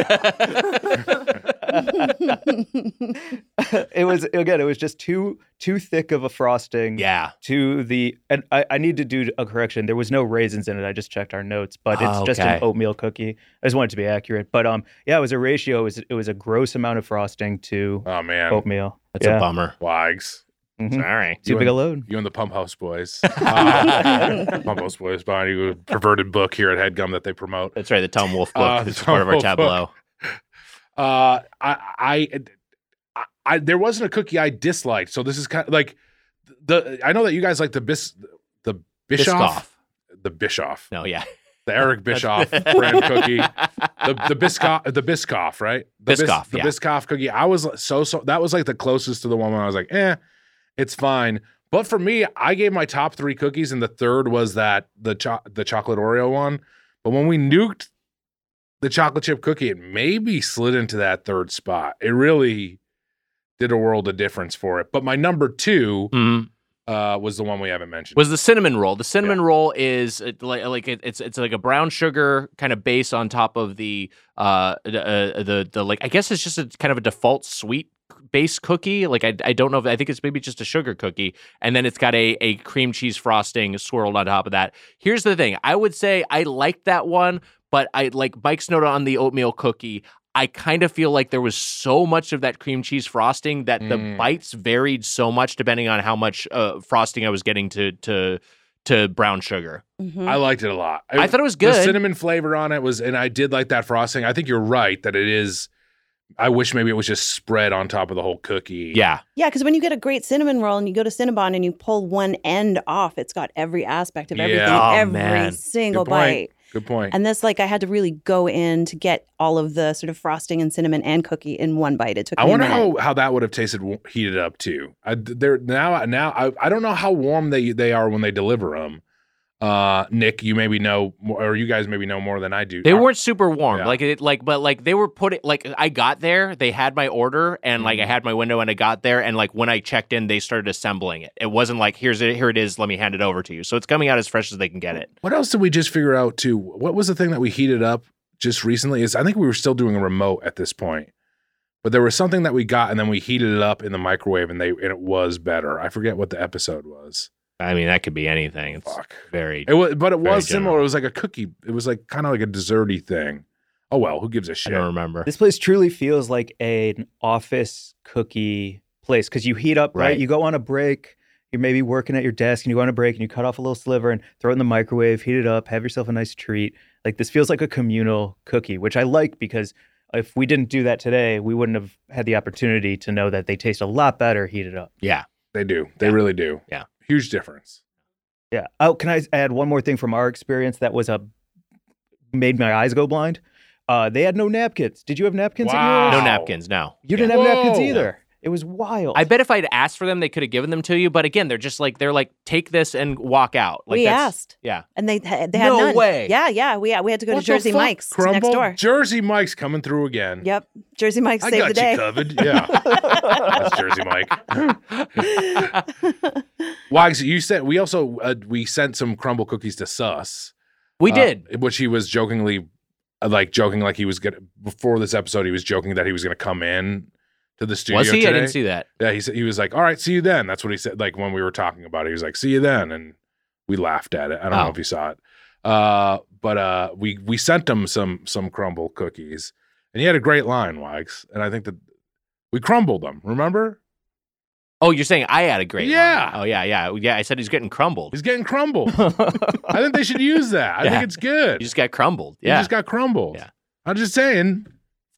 it was again. It was just too too thick of a frosting. yeah, To the and I, I need to do a correction. There was no raisins in it. I just checked our notes, but it's just an Okay. oatmeal cookie. I just wanted to be accurate. But um, yeah, it was a ratio. It was it was a gross amount of frosting to Oh man, oatmeal. that's a yeah. bummer. Wags. Mhm. Sorry. Too You big a and- load. You and the Pump House Boys. Uh, Pump House Boys behind you, a perverted book here at Headgum that they promote. That's right. The Tom Wolf book. Uh, It's Tom part of our Wolfe book. tableau. Uh, I, I, I, I, there wasn't a cookie I disliked. So this is kind of like the. I know that you guys like the bis, the Bischoff, Biscoff. the Bischoff, No, yeah. the Eric Bischoff brand cookie, the the Biscoff, the Biscoff, right? The Biscoff, the yeah. Biscoff cookie. I was so so. That was like the closest to the one where I was like, eh, it's fine. But for me, I gave my top three cookies, and the third was that the cho- the chocolate Oreo one. But when we nuked the chocolate chip cookie, it maybe slid into that third spot. It really did a world of difference for it. But my number two Mhm. uh, was the one we haven't mentioned. was the cinnamon roll. The cinnamon roll is uh, like like it- it's it's like a brown sugar kind of base on top of the uh the uh, the, the like I guess it's just a kind of a default sweet base cookie. Like I, I don't know if I think it's maybe just a sugar cookie and then it's got a a cream cheese frosting swirled on top of that. Here's the thing. I would say I liked that one, but I like Mike's note on the oatmeal cookie. I kind of feel like there was so much of that cream cheese frosting that the Mm. bites varied so much depending on how much uh, frosting I was getting to to to brown sugar. Mhm. I liked it a lot. I thought it was The good. cinnamon flavor on it was, and I did like that frosting. I think you're right that it is. I wish maybe it was just spread on top of the whole cookie. yeah, Yeah, because when you get a great cinnamon roll and you go to Cinnabon and you pull one end off, it's got every aspect of everything, Yeah. Oh, every man. single Good point. bite. Good point. And this, like, I had to really go in to get all of the sort of frosting and cinnamon and cookie in one bite. It took. I me a wonder minute. how, how that would have tasted w- heated up too. I, they're now now I, I don't know how warm they they are when they deliver them. Uh, Nick, you maybe know more, or you guys maybe know more than I do. they Are- weren't super warm. Yeah. Like it, like but like they were putting like I got there, they had my order and Mm. like I had my window and I got there and like when I checked in, they started assembling it. It wasn't like here's it, here it is, let me hand it over to you. So it's coming out as fresh as they can get it. What else did we just figure out too? What was the thing that we heated up just recently? Is I think we were still doing a remote at this point, but there was something that we got and then we heated it up in the microwave and they and it was better. I forget what the episode was. I mean, that could be anything. It's Fuck. very It was, but it Very was similar. general. It was like a cookie. It was like kind of like a desserty thing. Oh well, who gives a I shit? don't remember. This place truly feels like an office cookie place because you heat up, right. Right. You go on a break. You're maybe working at your desk and you go on a break and you cut off a little sliver and throw it in the microwave, heat it up, have yourself a nice treat. Like this feels like a communal cookie, which I like because if we didn't do that today, we wouldn't have had the opportunity to know that they taste a lot better heated up. Yeah. They do. They Yeah. really do. Yeah. Huge difference. Yeah. Oh, can I add one more thing from our experience that was a made my eyes go blind? Uh, they had no napkins. Did you have napkins? at your Wow. No Ow. napkins, no. You Yeah. didn't have napkins Whoa. either. It was wild. I bet if I'd asked for them, they could have given them to you. But again, they're just like they're like take this and walk out. Like we that's- asked, Yeah. and they ha- they had No none. way. Yeah, yeah. We we had to go What to the Jersey fuck, Mike's Crumble? next door. Jersey Mike's coming through again. Yep, Jersey Mike's I saved got the day. you covered. Yeah. That's Jersey Mike. Wags, you said we also uh, we sent some crumble cookies to Sus. We uh, did. which he was jokingly, uh, like joking, like he was gonna before this episode. He was joking that he was gonna come in to the studio. Was he? I today. didn't see that. Yeah, he said he was like, "All right, see you then." That's what he said. Like when we were talking about it, he was like, "See you then," and we laughed at it. I don't Oh. know if you saw it, uh, but uh, we we sent him some some crumble cookies, and he had a great line, Wags, and I think that we crumbled them. Remember? Oh, you're saying I had a great line. Yeah. Oh yeah, yeah, yeah. I said he's getting crumbled. He's getting crumbled. I think they should use that. I Yeah. think it's good. He just got crumbled. He Yeah. just got crumbled. Yeah. I'm just saying,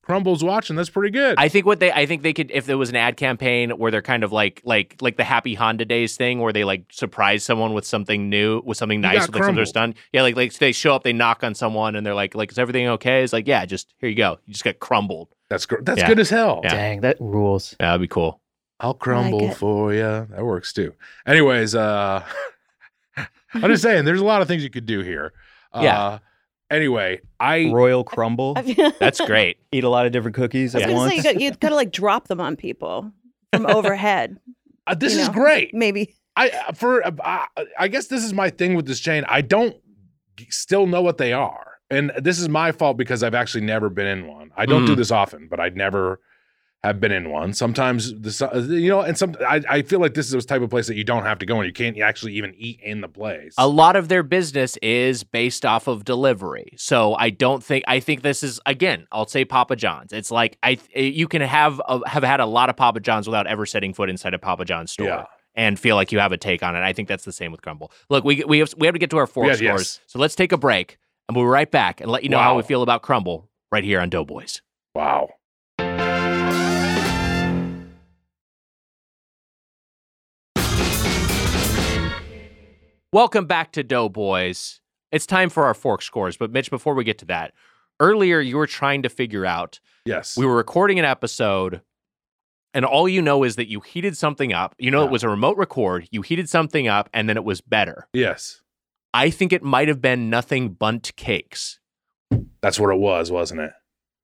Crumble's watching. That's pretty good. I think what they I think they could if there was an ad campaign where they're kind of like like like the Happy Honda Days thing where they like surprise someone with something new with something got nice with like some crumbled. stun. Yeah, like like they show up, they knock on someone, and they're like like is everything okay? It's like yeah, just here you go. You just got crumbled. that's gr- that's Yeah. good as hell. Yeah. Dang, that rules. Yeah, that'd be cool. I'll crumble it. for you. That works too. Anyways, uh I'm just saying, there's a lot of things you could do here. Uh, Yeah. Anyway, I Royal crumble. That's great. Eat a lot of different cookies I was at gonna once. say you got, you got to like drop them on people from overhead, uh, this you is know. great. maybe. I for I, I guess this is my thing with this chain. I don't g- still know what they are, and this is my fault because I've actually never been in one. I don't do Mm. this often, but I never have been in one. Sometimes the so- you know, and some I, I feel like this is the type of place that you don't have to go in. You can't actually even eat in the place. A lot of their business is based off of delivery. So I don't think I think this is again, I'll say Papa John's. It's like I th- you can have a, have had a lot of Papa John's without ever setting foot inside a Papa John's store. Yeah. And feel like you have a take on it. I think that's the same with Grumble. Look, we we have we have to get to our four Yeah, scores. yes. So let's take a break, and we'll be right back and let you know how we Wow. feel about Crumble right here on Doughboys. Wow. Welcome back to Doughboys. It's time for our fork scores. But Mitch, before we get to that, earlier you were trying to figure out Yes. we were recording an episode and all you know is that you heated something up you know it Yeah. was a remote record you heated something up and then it was better yes. i think it might have been nothing bunt cakes That's what it was, wasn't it?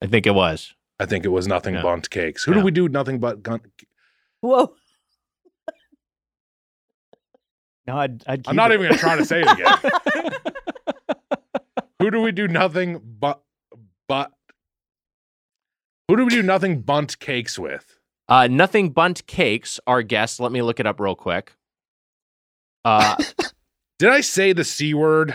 i think it was I think it was nothing Yeah. bunt cakes. Who Yeah. do we do nothing but gun? Whoa. no, I'd, I'd keep I'm not it. even gonna try to say it again. Who do we do nothing but but who do we do nothing bunt cakes with? uh, nothing bunt cakes our guest let me look it up real quick uh, Did I say the c word?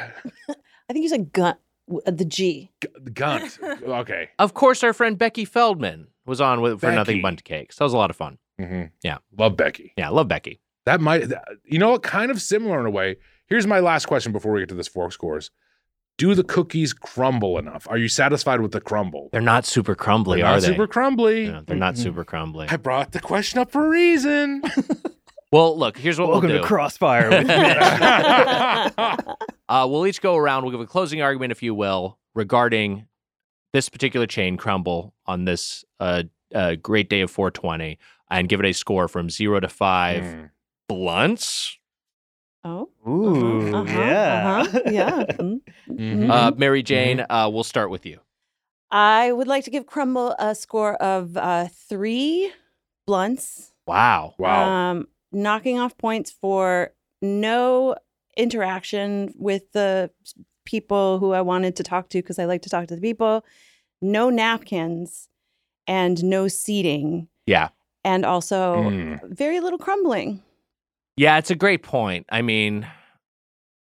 I think you said gun, uh, the G. G- Gunt. Okay. of course our friend becky feldman was on with for Becky. nothing bunt cakes that was a lot of fun hmm Yeah. Love Becky. yeah I love becky That might. that- you know what? Kind of similar in a way. Here's my last question before we get to this fork scores. Do the cookies crumble enough? Are you satisfied with the crumble? they're not super crumbly They're are not they super crumbly. Yeah, they're not super crumbly I brought the question up for a reason. well look here's what Welcome we'll do to Crossfire. with Mitch. Uh, we'll each go around. We'll give a closing argument, if you will, regarding this particular chain crumble on this uh, uh, great day of 420 and give it a score from zero to five Mm. blunts. Oh. Ooh, Uh-huh, yeah. uh-huh, yeah. Mm, mhm. Uh, Mary Jane, uh, we'll start with you. I would like to give Crumble a score of uh, three blunts. Wow. Wow. Um, knocking off points for no interaction with the people who I wanted to talk to because I like to talk to the people, no napkins, and no seating. Yeah. And also Mm. very little crumbling. Yeah, it's a great point. I mean,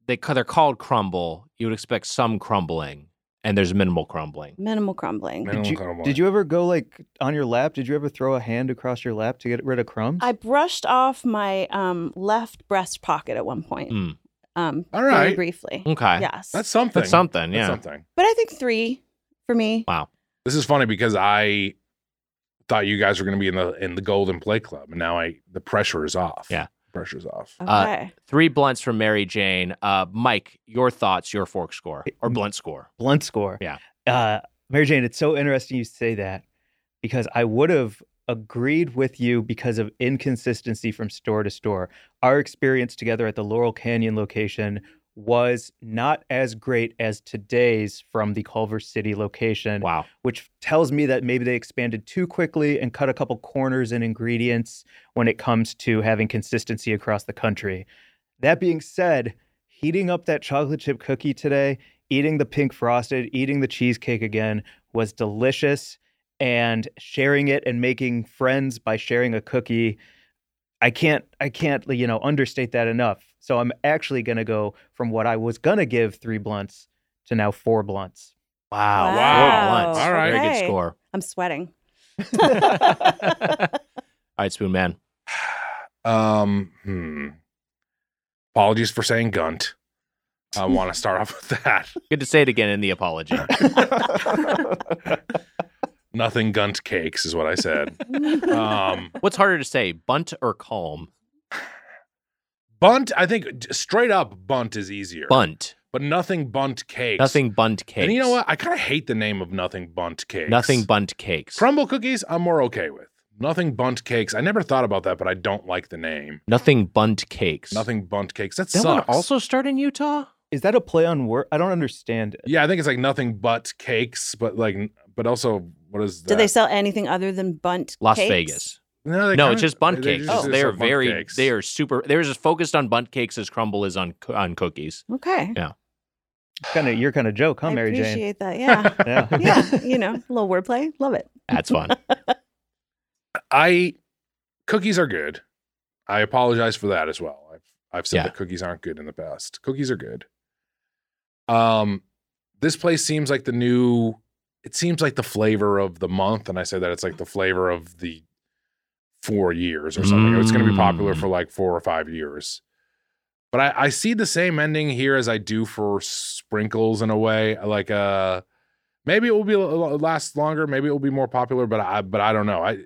they, ca- they're called crumble. You would expect some crumbling, and there's minimal crumbling. Minimal crumbling. Minimal Did you, crumble. did you ever go like on your lap? Did you ever throw a hand across your lap to get rid of crumbs? I brushed off my um, left breast pocket at one point. Mm. Um, All Very right. briefly. Okay. Yes. That's something. That's something. That's Yeah. something. but I think three for me. This is funny because I thought you guys were going to be in the in the Golden Play Club, and now I the pressure is off. Yeah. pressure's off. Uh, Okay. Three blunts from Mary Jane. Uh, Mike, your thoughts, your fork score Mm-hmm. or blunt score. blunt score. Yeah. Uh, Mary Jane, it's so interesting you say that because I would have agreed with you because of inconsistency from store to store. Our experience together at the Laurel Canyon location was not as great as today's from the Culver City location, Wow. which tells me that maybe they expanded too quickly and cut a couple corners in ingredients when it comes to having consistency across the country. That being said, heating up that chocolate chip cookie today, eating the pink frosted, eating the cheesecake again was delicious. And sharing it and making friends by sharing a cookie, I can't, I can't, you know, understate that enough. So I'm actually going to go from what I was going to give three blunts to now four blunts. Wow. Four Wow. blunts. All right. Very good Okay. score. I'm sweating. All right, Spoon Man. Um, hmm. Apologies for saying gunt. I want to start off with that. Good to say it again in the apology. Nothing gunt cakes is what I said. Um, What's harder to say, bunt or calm? bunt, I think d- straight up bunt is easier. Bunt. But nothing bunt cakes. Nothing bunt cakes. And you know what? I kind of hate the name of nothing bunt cakes. Nothing bunt cakes. Crumble cookies, I'm more okay with. Nothing bunt cakes. I never thought about that, but I don't like the name. Nothing bunt cakes. Nothing bunt cakes. That, That one sucks. also start in Utah? Is that a play on word? I don't understand it. yeah, I think it's like nothing but cakes, but like, n- but also, what is that? Do they sell anything other than bunt? uh, Las cakes? Oh. Vegas. No, they no, kinda- it's just bunt they cakes. just- they sell are bunt very, cakes. they are super, they're as focused on bunt cakes as Crumble is on co- on cookies. Okay. Kind of your kind of joke, huh, I Mary Jane? appreciate that. Yeah. Yeah. yeah. You know, a little wordplay. Love it. That's fun. I cookies are good. I apologize for that as well. I've I've said Yeah. that cookies aren't good in the past. Cookies are good. Um, this place seems like the new. It seems like the flavor of the month, and I say that it's like the flavor of the four years or something. It's going to be popular Mm. for like four or five years. But I, I see the same ending here as I do for sprinkles in a way. Like uh, maybe it will be l- last longer. Maybe it will be more popular. But I but I don't know. I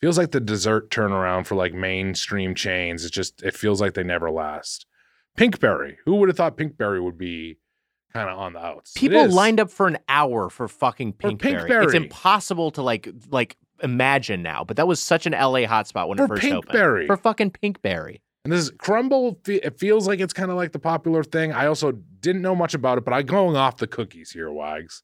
feels like the dessert turnaround for like mainstream chains. It's just it feels like they never last. Pinkberry. Who would have thought Pinkberry would be kind of on the outs? People lined up for an hour for fucking For Pinkberry. Pinkberry. It's impossible to like like imagine now, but that was such an LA hotspot when for it first opened. Pinkberry. For fucking Pinkberry. and this is, crumble. fe- It feels like it's kind of like the popular thing. I also didn't know much about it, but I'm going off the cookies here, Wags.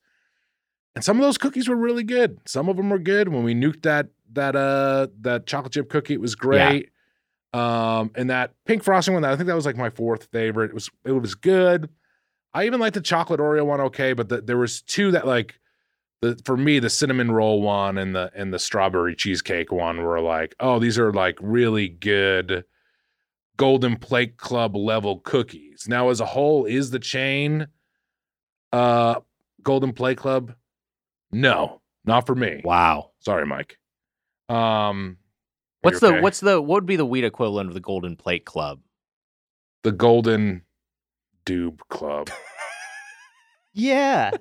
And some of those cookies were really good. Some of them were good. When we nuked that that uh that chocolate chip cookie, it was great. Um, and that pink frosting one, I think that was like my fourth favorite. It was it was good. I even liked the chocolate Oreo one okay, but the, there was two that like the for me the cinnamon roll one and the and the strawberry cheesecake one were like oh these are like really good golden plate club level cookies. Now as a whole is the chain uh golden plate club? No, not for me. Wow. Sorry, Mike. Um, are you What's the okay? what's the what would be the wheat equivalent of the Golden Plate Club? the golden dube club? Yeah.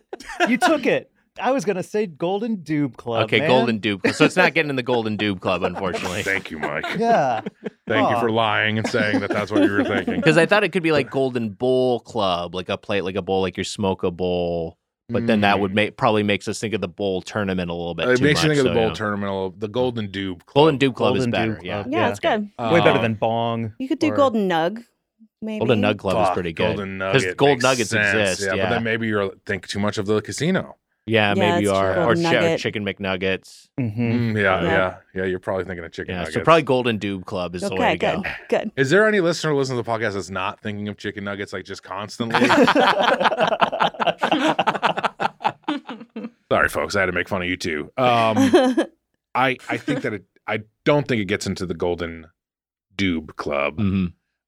You took it. I was going to say Golden Dube Club. okay, man. Golden Dube. Club. So it's not getting in the Golden Dube Club, unfortunately. Thank you, Mike. Yeah. Thank you Aw. for lying and saying that that's what you were thinking. Because I thought it could be like Golden Bowl Club, like a plate, like a bowl, like your smoke a bowl. But then that would Mm. make probably makes us think of the bowl tournament a little bit. It too makes Uh, you much, think of the so, bowl yeah. terminal, the golden dube club. Golden Dube Club Golden is better. Dube Yeah. Club. Yeah, it's good. Way better Um, than Bong. You could do or- golden nug, maybe. Golden Nug Club is fuck, pretty good. Golden Because nugget gold makes nuggets sense, exist, but yeah. then maybe you're think too much of the casino. Yeah, Yeah, maybe you that's are. true. Or Golden chi- Nugget. chicken McNuggets. Mhm. Mm, yeah, yeah, Yeah. yeah, You're probably thinking of chicken Yeah, nuggets. so probably Golden Dube Club is the way to Okay, good, go. good. Is there any listener listening to the podcast that's not thinking of chicken nuggets like just constantly? Sorry, folks, I had to make fun of you too. Um, I I think that it. I don't think it gets into the golden dube club. hmm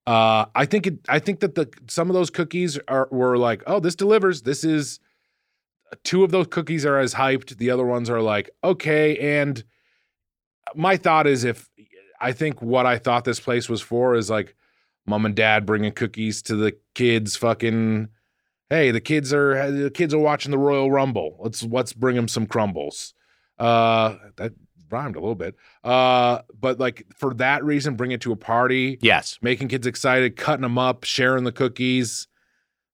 Uh, I think it. I think that the some of those cookies are were like, oh, this delivers. This is two of those cookies are as hyped. The other ones are like, okay. And my thought is, if I think what I thought this place was for is like, mom and dad bringing cookies to the kids. Fucking, hey, the kids are the kids are watching the Royal Rumble. Let's let's bring them some crumbles. Uh, that rhymed a little bit. Uh, but like for that reason, bring it to a party Yes. making kids excited, cutting them up, sharing the cookies.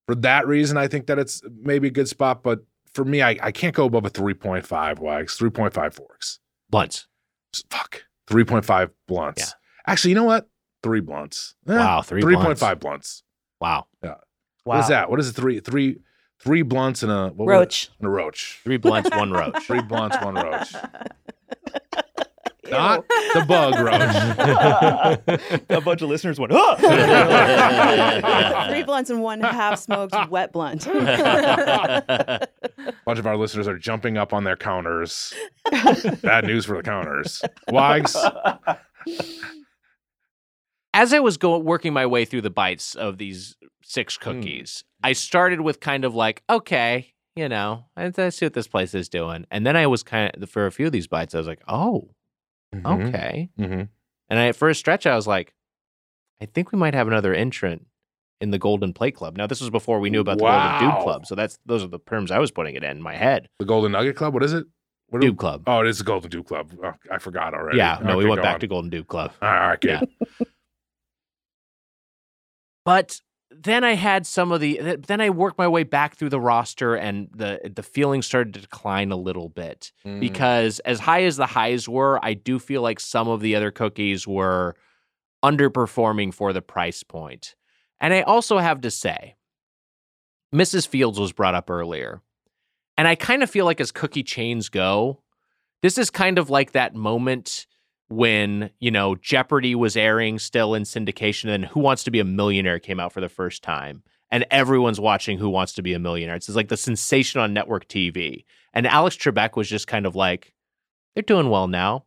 For that reason, I think that it's maybe a good spot. But for me, I, I can't go above a 3.5 wags, 3.5 forks. Blunts. S- Fuck. 3.5 blunts. Yeah. Actually, you know what? Three blunts. Eh, Wow. Three. blunts. 3.5 blunts. Wow. Wow. What is that? What is it? Three, three, three blunts and a what was it? Roach. And a roach. Three blunts, one roach. Three blunts, one roach. Not the bug roach. a bunch of listeners went, oh! Um, Three blunts and one half smoked wet blunt. A bunch of our listeners are jumping up on their counters. Bad news for the counters. Wags. As I was going working my way through the bites of these six Hmm. cookies, I started with kind of like, okay, you know, I, I see what this place is doing, and then I was kind of for a few of these bites, I was like, oh, okay. Mhm. And I, for a stretch, I was like, I think we might have another entrant in the Golden Plate Club. Now, this was before we knew about the Golden Wow. Dude Club, so that's those are the terms I was putting it in, my head. The Golden Nugget Club? What is it? What do- Dude Club. Oh, it is the Golden Dew Club. Oh, I forgot already. Yeah, no, we Okay, went go on. back Uh-huh. to Golden Dude Club. All right, good. Yeah. but then I had some of the th- then I worked my way back through the roster and the the feeling started to decline a little bit Mm. because as high as the highs were, I do feel like some of the other cookies were underperforming for the price point. And I also have to say Mrs. Fields was brought up earlier. And I kind of feel like as cookie chains go, this is kind of like that moment when you know Jeopardy was airing still in syndication, and Who Wants to Be a Millionaire came out for the first time, and everyone's watching Who Wants to Be a Millionaire. It's just like the sensation on network TV, and Alex Trebek was just kind of like, "They're doing well now.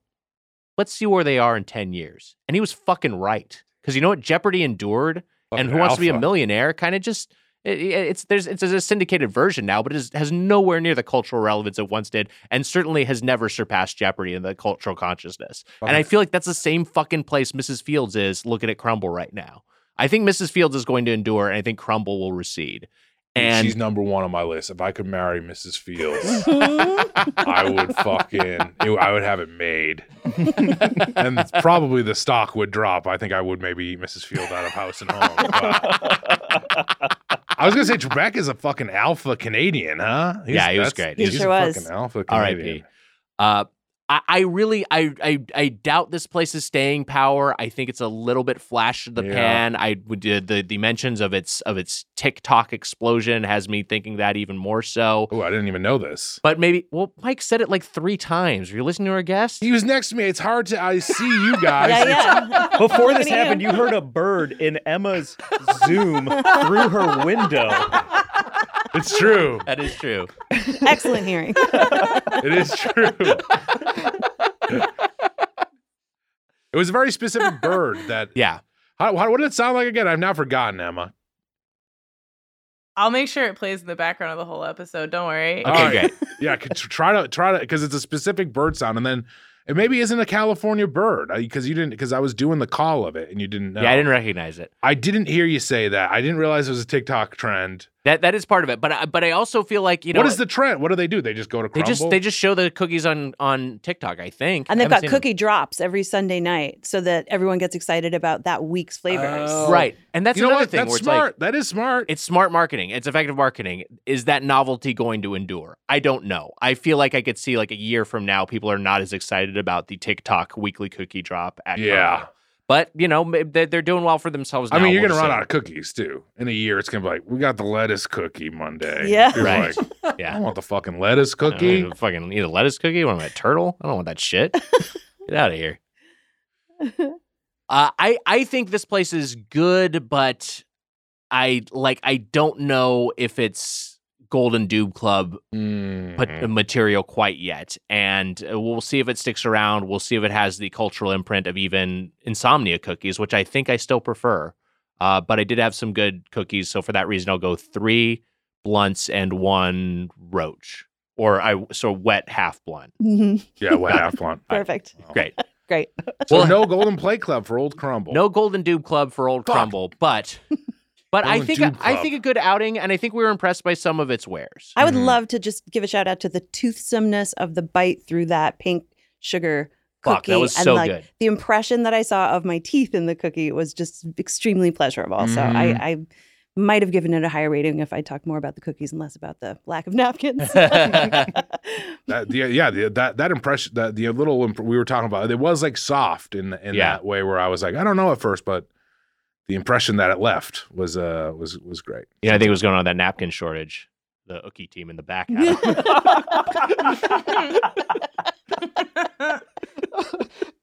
Let's see where they are in ten years," and he was fucking right because you know what Jeopardy endured, and Who Wants to Be a Alpha. Millionaire kind of just. It, it- it's there's it's a syndicated version now, but it is, has nowhere near the cultural relevance it once did, and certainly has never surpassed Jeopardy in the cultural consciousness. And I Okay. feel like that's the same fucking place Mrs. Fields is looking at Crumble right now. I think Mrs. Fields is going to endure, and I think Crumble will recede. And she's number one on my list. If I could marry Mrs. Fields, Hmm? I would fucking, it- I would have it made. and probably the stock would drop. I think I would maybe eat Mrs. Field out of house and home. but- I was gonna say Trebek is a fucking alpha Canadian, huh? Yeah, he that's- was great. He he's sure a was. Fucking alpha R.I.P. Canadian. Uh, I, I really, I, I, I doubt this place's staying power. I think it's a little bit flash in the Yeah. pan. I would uh, the the mentions of its of its TikTok explosion has me thinking that even more so. Oh, I didn't even know this. But maybe, well, Mike said it like three times. Were you listening to our guest? He was next to me. It's hard to. I see you guys. yeah, yeah. Before this Look at you. happened, you heard a bird in Emma's Zoom through her window. It's true. That is true. Excellent hearing. It is true. it was a very specific bird that. Yeah. How, how, what did it sound like again? I've now forgotten, Emma. I'll make sure it plays in the background of the whole episode. Don't worry. All Okay, right. great. Yeah, c- tr- try to try to because it's a specific bird sound, and then it maybe isn't a California bird because you didn't because I was doing the call of it and you didn't know. Yeah, I didn't recognize it. I didn't hear you say that. I didn't realize it was a TikTok trend. That that is part of it, but I, but I also feel like you know what is the trend? What do they do? They just go to they crumble. just they just show the cookies on on TikTok, I think, And they've Haven't got seen them. cookie drops every Sunday night so that everyone gets excited about that week's flavors. right? And Oh. that's you know another what? thing That's where it's like smart. that is smart. it's smart marketing, it's effective marketing. Is that novelty going to endure? I don't know. I feel like I could see like a year from now, people are not as excited about the TikTok weekly cookie drop. At Yeah. Costco. but you know ma- they're, they're doing well for themselves. I now, mean, you're we'll gonna just run say. out of cookies too. In a year, it's gonna be like we got the lettuce cookie Monday. Yeah. You're Right. like, I Yeah, want the fucking lettuce I don't cookie. want a fucking either lettuce cookie. What am I, a turtle? I don't want that shit. Get out of here. Uh, I I think this place is good, but I like I don't know if it's Golden Dube Club put, Mhm. material quite yet, and uh, we'll see if it sticks around. We'll see if it has the cultural imprint of even Insomnia cookies, which I think I still prefer. Uh, but I did have some good cookies, so for that reason, I'll go three blunts and one roach, or I so wet half blunt. Mhm. yeah, wet half blunt. Oh. Perfect. Great. Great. So Well- no golden play club for old crumble. No golden dube club for old Fuck. crumble, but but I Golden think Dube I Club. think a good outing, and I think we were impressed by some of its wares. I would Mhm. love to just give a shout out to the toothsomeness of the bite through that pink sugar cookie. Fuck, that was and so like good. the impression that I saw of my teeth in the cookie was just extremely pleasurable. So I, Mm-hmm. Mhm. I might have given it a higher rating if I talked more about the cookies and less about the lack of napkins. That, the, yeah, the, that that impression, that the little imp- we were talking about, it was like soft in in Yeah. that way where I was like, I don't know at first, but the impression that it left was uh was was great. Yeah, I think it was going on that napkin shortage. The Ookie team in the back. had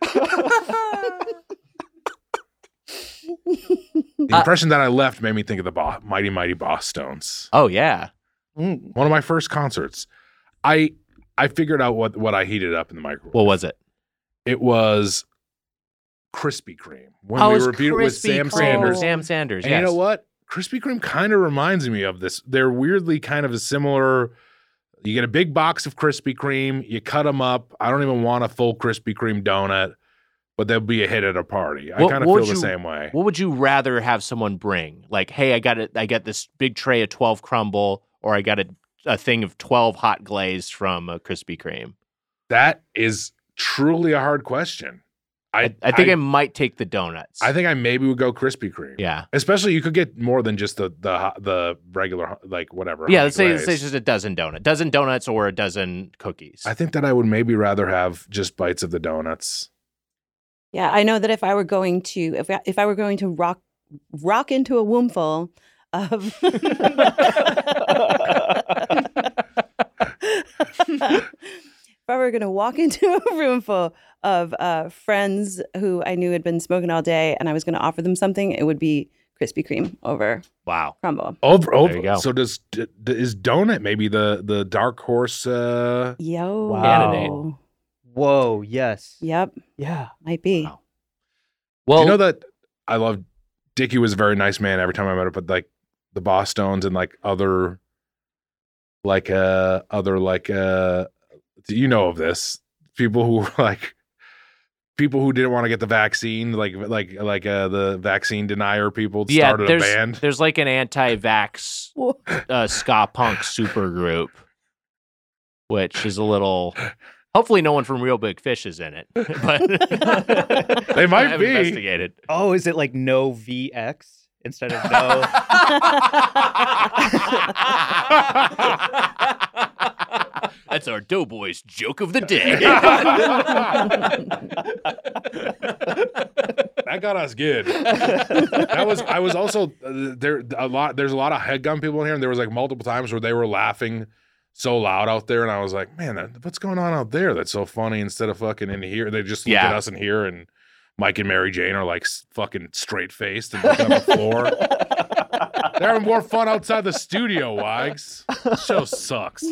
it. The Uh, impression that I left made me think of the Bo- mighty mighty Boss Stones. oh yeah. Mm. one of my first concerts. I I figured out what what I heated up in the microwave. What was it? it was Krispy Kreme when oh, we it was reviewed it with Krispy Sam Kreme. Sanders. Oh. Sam Sanders. And Yes. you know what? Krispy Kreme kind of reminds me of this. They're weirdly kind of a similar. You get a big box of Krispy Kreme. You cut them up. I don't even want a full Krispy Kreme donut. but they'll be a hit at a party. I What- kind of what feel would the you- same way. What would you rather have someone bring? Like, hey, I got it. I got this big tray of twelve crumble, or I got a, a thing of twelve hot glaze from a Krispy Kreme. That is truly a hard question. I, I, I think I, might take the donuts. I think I maybe would go Krispy Kreme. yeah, Especially you could get more than just the the ho- the regular ho- like whatever. yeah. honey Let's say, let's say glaze. it's just a dozen donuts, dozen donuts, or a dozen cookies. I think that I would maybe rather have just bites of the donuts. Yeah, I know that if I were going to if I, if I were going to rock rock into a wombful of if I were going to walk into a room full of uh, friends who I knew had been smoking all day and I was going to offer them something, it would be Krispy Kreme over wow. Crumble. Over, over. you go. So does d- d- is donut maybe the the dark horse? Uh, Yo. Candidate. Whoa, yes. Yep, Yeah. might be. Wow. Well, do you know that I love Dickie was a very nice man every time I met him, but like the Boston's and like other, like uh other like uh, do you know of this people who were like people who didn't want to get the vaccine, like like like uh the vaccine denier people yeah. started a There's band. there's like an anti-vax uh, ska punk supergroup, which is a little. Hopefully, no one from Real Big Fish is in it. But They might I haven't be. investigated. Oh, is it like no VX instead of no? That's our Doughboys joke of the day. That got us good. that was I was also uh, there a lot. There's a lot of headgun people in here, and there was like multiple times where they were laughing so loud out there, and I was like, man, that, what's going on out there? That's so funny. Instead of fucking in here, they just look Yeah. at us in here, and Mike and Mary Jane are like s- fucking straight faced and looking on the floor. They're having more fun outside the studio, Wags. Show sucks.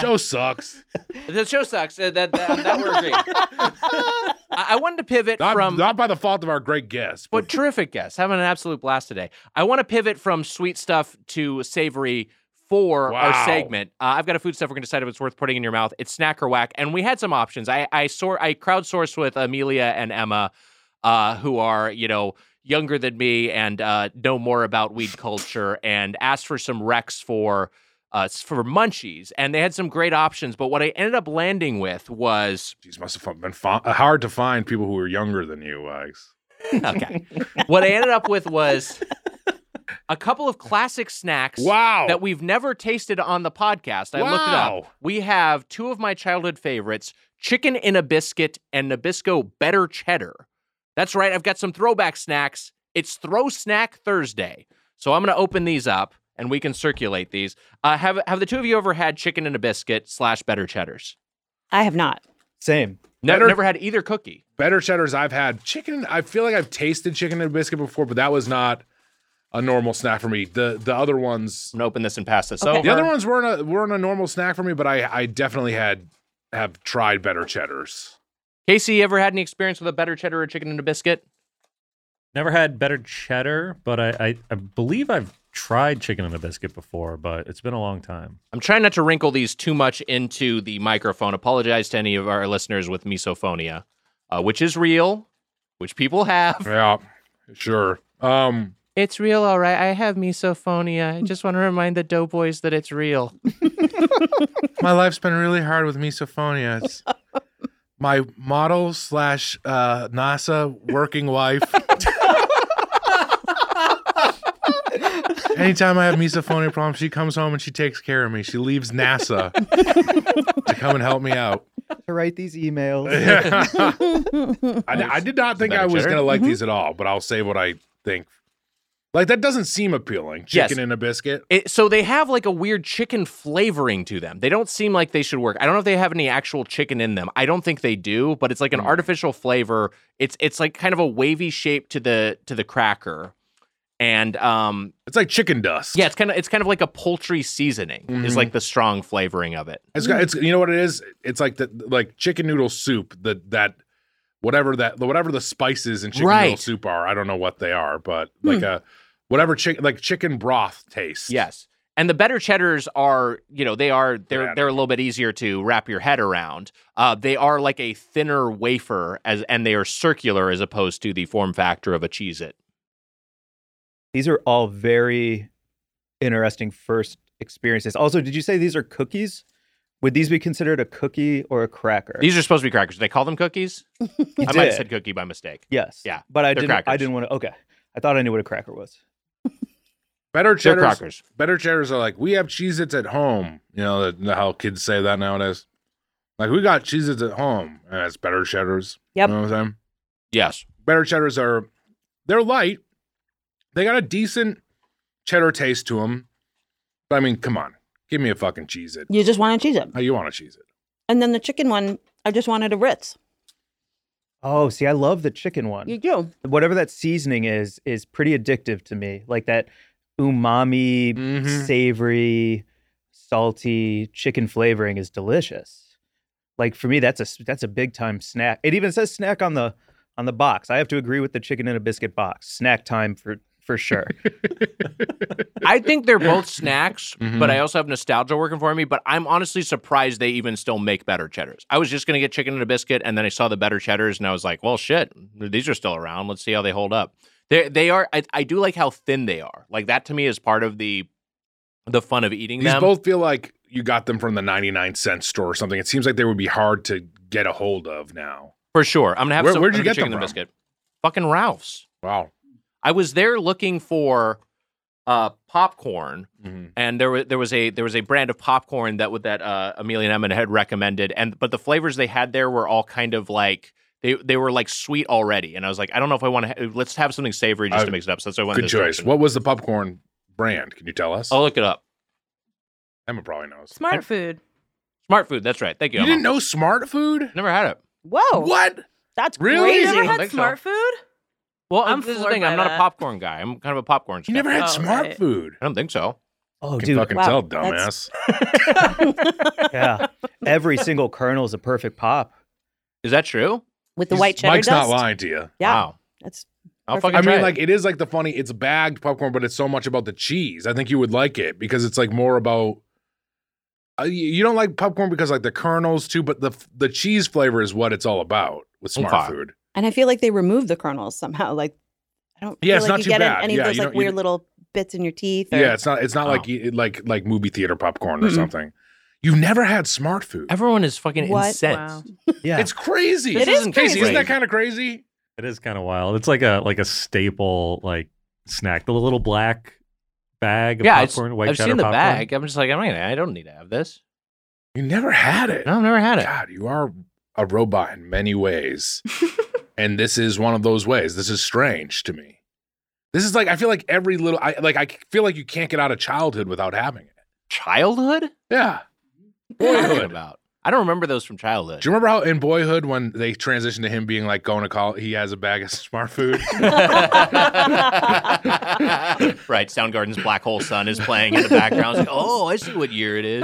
Show sucks. The show sucks. Uh, that, that, that we're agreeing. I, I wanted to pivot Not, from. not by the fault of our great guests, but But terrific guest. Having an absolute blast today. I want to pivot from sweet stuff to savory for Wow. our segment. Uh, I've got a food stuff we're going to decide if it's worth putting in your mouth. It's snack or whack. And we had some options. I I sort I crowdsourced with Amelia and Emma, uh, who are you know younger than me and uh, know more about weed culture, and asked for some recs for uh, for munchies. And they had some great options. But what I ended up landing with was Jeez, must have been fo- hard to find people who are younger than you, Wags. Okay. what I ended up with was a couple of classic snacks Wow. that we've never tasted on the podcast. I looked it Wow. up. We have two of my childhood favorites chicken in a biscuit and Nabisco better cheddar. That's right. I've got some throwback snacks. It's Throw Snack Thursday. So I'm going to open these up and we can circulate these. Uh, have, have the two of you ever had chicken in a biscuit slash better cheddars? I have not. Same. Ne- Better- never had either cookie. Better cheddars I've had. Chicken, I feel like I've tasted chicken and biscuit before, but that was not a normal snack for me. The the other ones I'm going to open this and pass this Okay. over. the other ones weren't a weren't a normal snack for me, but I I definitely had have tried better cheddars. Casey, you ever had any experience with a better cheddar or chicken in a biscuit? Never had better cheddar, but I, I, I believe I've tried chicken and a biscuit before, but it's been a long time. I'm trying not to wrinkle these too much into the microphone. Apologize to any of our listeners with misophonia, uh, which is real, which people have. Yeah, sure. Um It's real, all right. I have misophonia. I just want to remind the doughboys that it's real. my life's been really hard with misophonia. It's my model slash uh NASA working wife. Anytime I have misophonia problems, she comes home and she takes care of me. She leaves NASA to come and help me out. To write these emails. I, I did not think I was cheddar. going to like these at all, but I'll say what I think. Like that doesn't seem appealing. Yes. Chicken in a biscuit. It, so they have like a weird chicken flavoring to them. They don't seem like they should work. I don't know if they have any actual chicken in them. I don't think they do, but it's like an artificial flavor. It's it's like kind of a wavy shape to the to the cracker. And um It's like chicken dust. yeah, it's kind of it's kind of like a poultry seasoning. Is Mhm. like the strong flavoring of it. It's got, it's you know what it is. It's like the like chicken noodle soup. The that whatever that whatever the spices in chicken noodle Right. Hmm. soup are. I don't know what they are, but like a whatever chicken like chicken broth taste. Yes. And the better cheddars are, you know, they are they're Better. they're a little bit easier to wrap your head around. Uh, they are like a thinner wafer as and they are circular as opposed to the form factor of a cheese it. These are all very interesting first experiences. Also, did you say these are cookies? Would these be considered a cookie or a cracker? These are supposed to be crackers. Did they call them cookies? You I might have did. said cookie by mistake. yes. Yeah, But I they're didn't. I crackers. didn't want to. Okay. I thought I knew what a cracker was. Better They're cheddars. crackers. Better cheddars are like we have Cheez-Its at home. You know that- that how kids say that nowadays. Like we got Cheez-Its at home, and that's better cheddars. Yep. You know what I'm saying? Yes. Better cheddars are they're light. They got a decent cheddar taste to them. But I mean, come on, give me a fucking Cheez-It. You just want to cheese it. How Oh, you want a Cheez-It? And then the chicken one, I just wanted a Ritz. Oh, see, I love the chicken one. You do. Whatever that seasoning is is pretty addictive to me. Like that umami, Mhm. savory, salty chicken flavoring is delicious. Like for me, that's a that's a big time snack. It even says snack on the on the box. I have to agree with the chicken in a biscuit box. Snack time for for sure. I think they're both snacks, Mhm. but I also have nostalgia working for me. But I'm honestly surprised they even still make better cheddars. I was just gonna get chicken and a biscuit, and then I saw the better cheddars, and I was like, well, shit, these are still around. Let's see how they hold up. They they are. I, I do like how thin they are. Like that to me is part of the the fun of eating These them. both feel like you got them from the 99 cent store or something. It seems like they would be hard to get a hold of now. for sure. I'm gonna have Where- some. where'd you I'm gonna get them chicken and a from? biscuit? Fucking Ralph's. Wow. I was there looking for uh popcorn Mm-hmm. and there was there was a there was a brand of popcorn that would that uh, Amelia and Emma had recommended, and but the flavors they had there were all kind of like they they were like sweet already, and I was like, I don't know if I want to. Ha- let's have something savory just Uh, to mix it Oh. up. So that's why I went. Good this choice. direction. What was the popcorn brand? Can you tell us? I'll look it up. Emma probably knows. Smart food. Smart food. That's right. Thank you. You Emma. didn't know smart food? Never had it. Whoa. What? That's Really? You crazy. never I had think so. smart food? Well, I'm this is the floored thing. by I'm not a that. popcorn guy. I'm kind of a popcorn. You never had Oh, smart right. food. I don't think so. oh, You can dude, fucking Wow, tell, that's- dumbass. yeah. Every single kernel is a perfect pop. Is that true? With the He's- white cheddar Mike's dust. not lying to you. Yeah. Wow. That's I'll Perfect. fucking I try mean, it. like it is like the funny. It's bagged popcorn, but it's so much about the cheese. I think you would like it because it's like more about. Uh, you- you don't like popcorn because like the kernels too, but the f- the cheese flavor is what it's all about with smart Okay. food. and I feel like they removed the kernels somehow. Like I don't Yeah, feel it's like not you too get bad. any Yeah, of those you like don't- you weird don't- little bits in your teeth. Or, Yeah, it's not. It's not like Oh. you- like like movie theater popcorn or Mm-mm. something. You've never had smart food. Everyone is fucking What? Wow. incensed. Yeah. It's crazy. It is Isn't- Casey, isn't crazy. that kind of crazy? It is kind of wild. It's like a like a staple like snack. The little black bag of Yeah, it's- popcorn, white I've cheddar seen the popcorn. bag. I'm just like, I'm not gonna, I don't need to have this. You never had it. No, I've never had it. God, you are a robot in many ways. and this is one of those ways. This is strange to me. This is like I feel like every little I like I feel like you can't get out of childhood without having it. Childhood? Yeah. What are you talking Boyhood. about? I don't remember those from childhood. Do you remember how in boyhood when they transitioned to him being like going to college, he has a bag of smart food? right, Soundgarden's Black Hole Sun is playing in the background. It's like, oh, I see what year it is.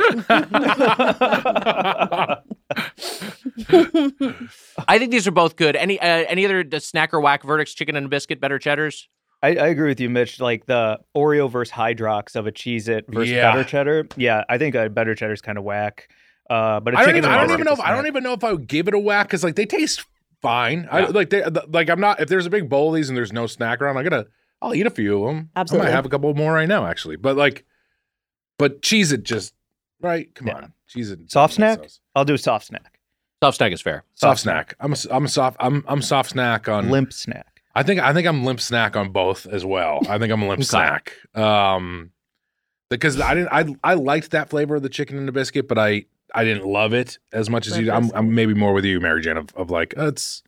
I think these are both good. Any uh, any other d- snack or whack verdicts? Chicken and biscuit, better cheddars. I, I agree with you, Mitch. Like the Oreo versus Hydrox of a Cheez It versus Yeah. better cheddar. Yeah, I think uh, a better cheddar's kind of whack. Uh, but a I don't chicken even, and I biscuit's don't even know a if I don't snack. even know if I would give it a whack because like they taste fine. I Yeah. like they th- like I'm not if there's a big bowl of these and there's no snack around, I'm gonna I'll eat a few of them. I Absolutely. might have a couple more right now actually, but like, but cheese it just right. Come Yeah. on, cheese it. Soft snack? I'll do a soft snack, Soft snack is fair. Soft snack. I'm a, s- I'm a soft I'm I'm soft snack on. limp snack. I think I think I'm limp snack on both as well. I think I'm a limp Okay. snack. Um, because I didn't I I liked that flavor of the chicken and the biscuit, but I I didn't love it as much as you. I'm, I'm maybe more with you, Mary Jane, of, of like uh, it's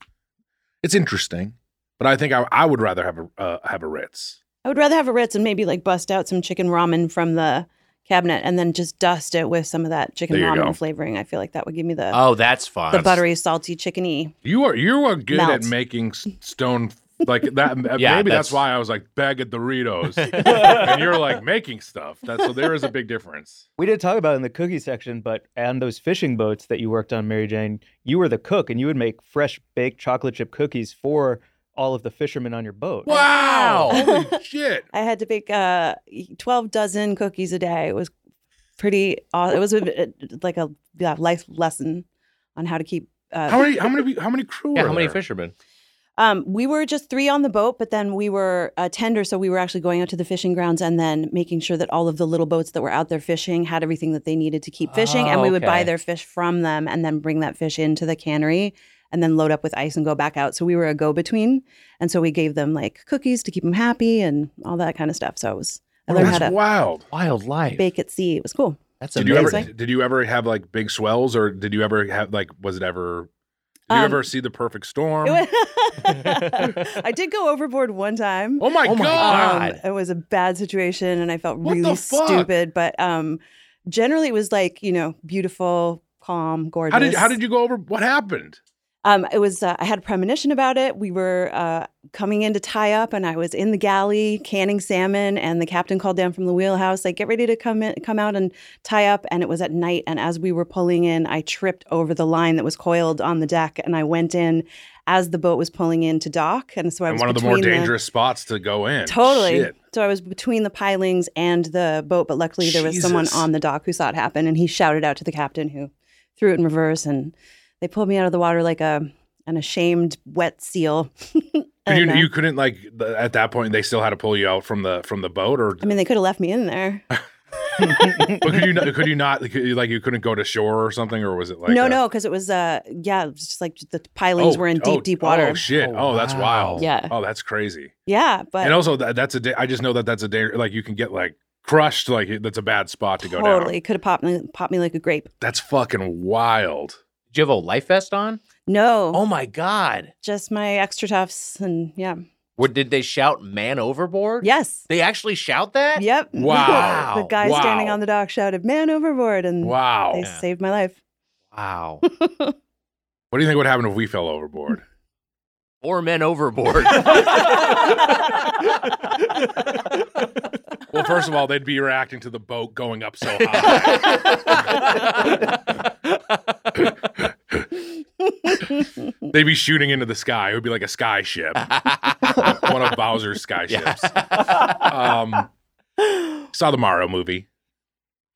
it's interesting, but I think I I would rather have a uh, have a Ritz. I would rather have a Ritz and maybe like bust out some chicken ramen from the cabinet and then just dust it with some of that chicken There you ramen go. flavoring. I feel like that would give me the Uh, Oh, that's fun. the buttery, salty chickeny. You are you are good at Melt. making s- stone like that. uh, Yeah, maybe that's, that's- why I was like bag of Doritos, and you're like making stuff. That's so there is a big difference. We did talk about it in the cookie section, but on those fishing boats that you worked on, Mary Jane, you were the cook and you would make fresh baked chocolate chip cookies for all of the fishermen on your boat. Wow! Holy shit! I had to bake uh, 12 dozen cookies a day. It was pretty aw It was a, it- like a yeah, life lesson on how to keep. Uh, How many? How many? pe- How many crew? Yeah, are how many there? fishermen? um, we were just three on the boat, but then we were uh, tender, so we were actually going out to the fishing grounds and then making sure that all of the little boats that were out there fishing had everything that they needed to keep fishing, and Oh, we would buy okay. their fish from them and then bring that fish into the cannery and then load up with ice and go back out. So we were a go-between, and so we gave them like cookies to keep them happy and all that kind of stuff. So it was I learned how Oh, That's to wild. Wildlife. bake at sea. It was cool. That's Did you ever? amazing. Did you ever have like big swells, or did you ever have like? Was it ever? Did you Um, ever see the perfect storm? It wa- I did go overboard one time. oh my Oh my god! God. Um, It was a bad situation and I felt What the really fuck? stupid. But um generally it was like, you know, beautiful, calm, gorgeous. How did how did you go over? What happened? um it was uh, I had a premonition about it. We were uh coming in to tie up and I was in the galley canning salmon and the captain called down from the wheelhouse, like, get ready to come in come out and tie up. And it was at night. And as we were pulling in, I tripped over the line that was coiled on the deck and I went in as the boat was pulling in to dock. And so I And was one of the more between dangerous spots to go in. Totally. Shit. So I was between the pilings and the boat, but luckily there was someone Jesus. on the dock who saw it happen, and he shouted out to the captain, who threw it in reverse, and they pulled me out of the water like a an ashamed wet seal. Could And, you, uh, you couldn't like th- at that point they still had to pull you out from the from the boat or I mean, they could have left me in there. Oh but could you not, could you not could you, like you couldn't go to shore or something or was it like no, a- no, because it was uh, yeah, it was just like the pilings were in deep, oh, deep water. oh shit Oh, oh, that's wow. wild Yeah. oh that's crazy yeah, but and also that, that's a da- I just know that that's a danger like you can get like crushed like it- that's a bad spot to go down totally could have popped me, popped me like a grape. that's fucking wild Did you have a life vest on? No, Oh my god! just my extra tufts, and yeah, What did they shout? Man overboard? yes, They actually shout that? yep. Wow. the guy standing Wow. on the dock shouted, "Man overboard!" and wow Mm. they Yeah. saved my life. Wow. what do you think would happen if we fell overboard Four men overboard. well first of all they'd be reacting to the boat going up so high they'd be shooting into the sky it would be like a sky ship one of Bowser's sky ships um, saw the Mario movie.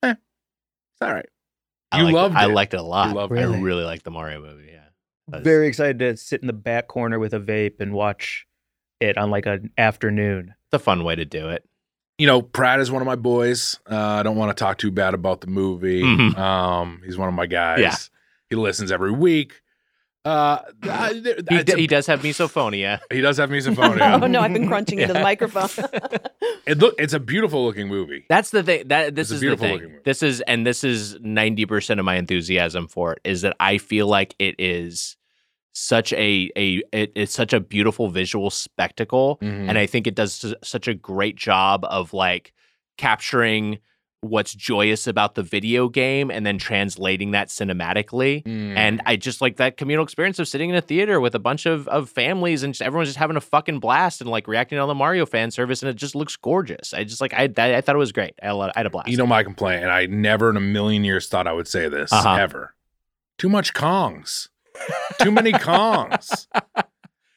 Eh, it's all right. I You liked it- loved I it. liked it a lot. loved I it. really liked the Mario movie. Yeah. That was- Very excited to sit in the back corner with a vape and watch it on like an afternoon. the fun way to do it. You know, Pratt is one of my boys. Uh, I don't want to talk too bad about the movie. Mhm. Um, he's one of my guys. Yeah. He listens every week. Uh, I- there- He, it's d- a- he does have misophonia. he does have Oh misophonia. no, I've been crunching into the microphone. it look, it's a beautiful looking movie. That's the thing. That It's this a is the beautiful thing. looking movie. This is and this is ninety percent of my enthusiasm for it is that I feel like it is such a a it, it's such a beautiful visual spectacle, Mhm. and I think it does s- such a great job of like capturing what's joyous about the video game and then translating that cinematically. Mm. And I just like that communal experience of sitting in a theater with a bunch of, of families and just, everyone's just having a fucking blast and like reacting to all the Mario fan service and it just looks gorgeous. I just like I I, I thought it was great. I had a, lot- I had a blast. you know my complaint, and I never in a million years thought I would say this Uh-huh. ever. Too much Kongs. too many Kongs.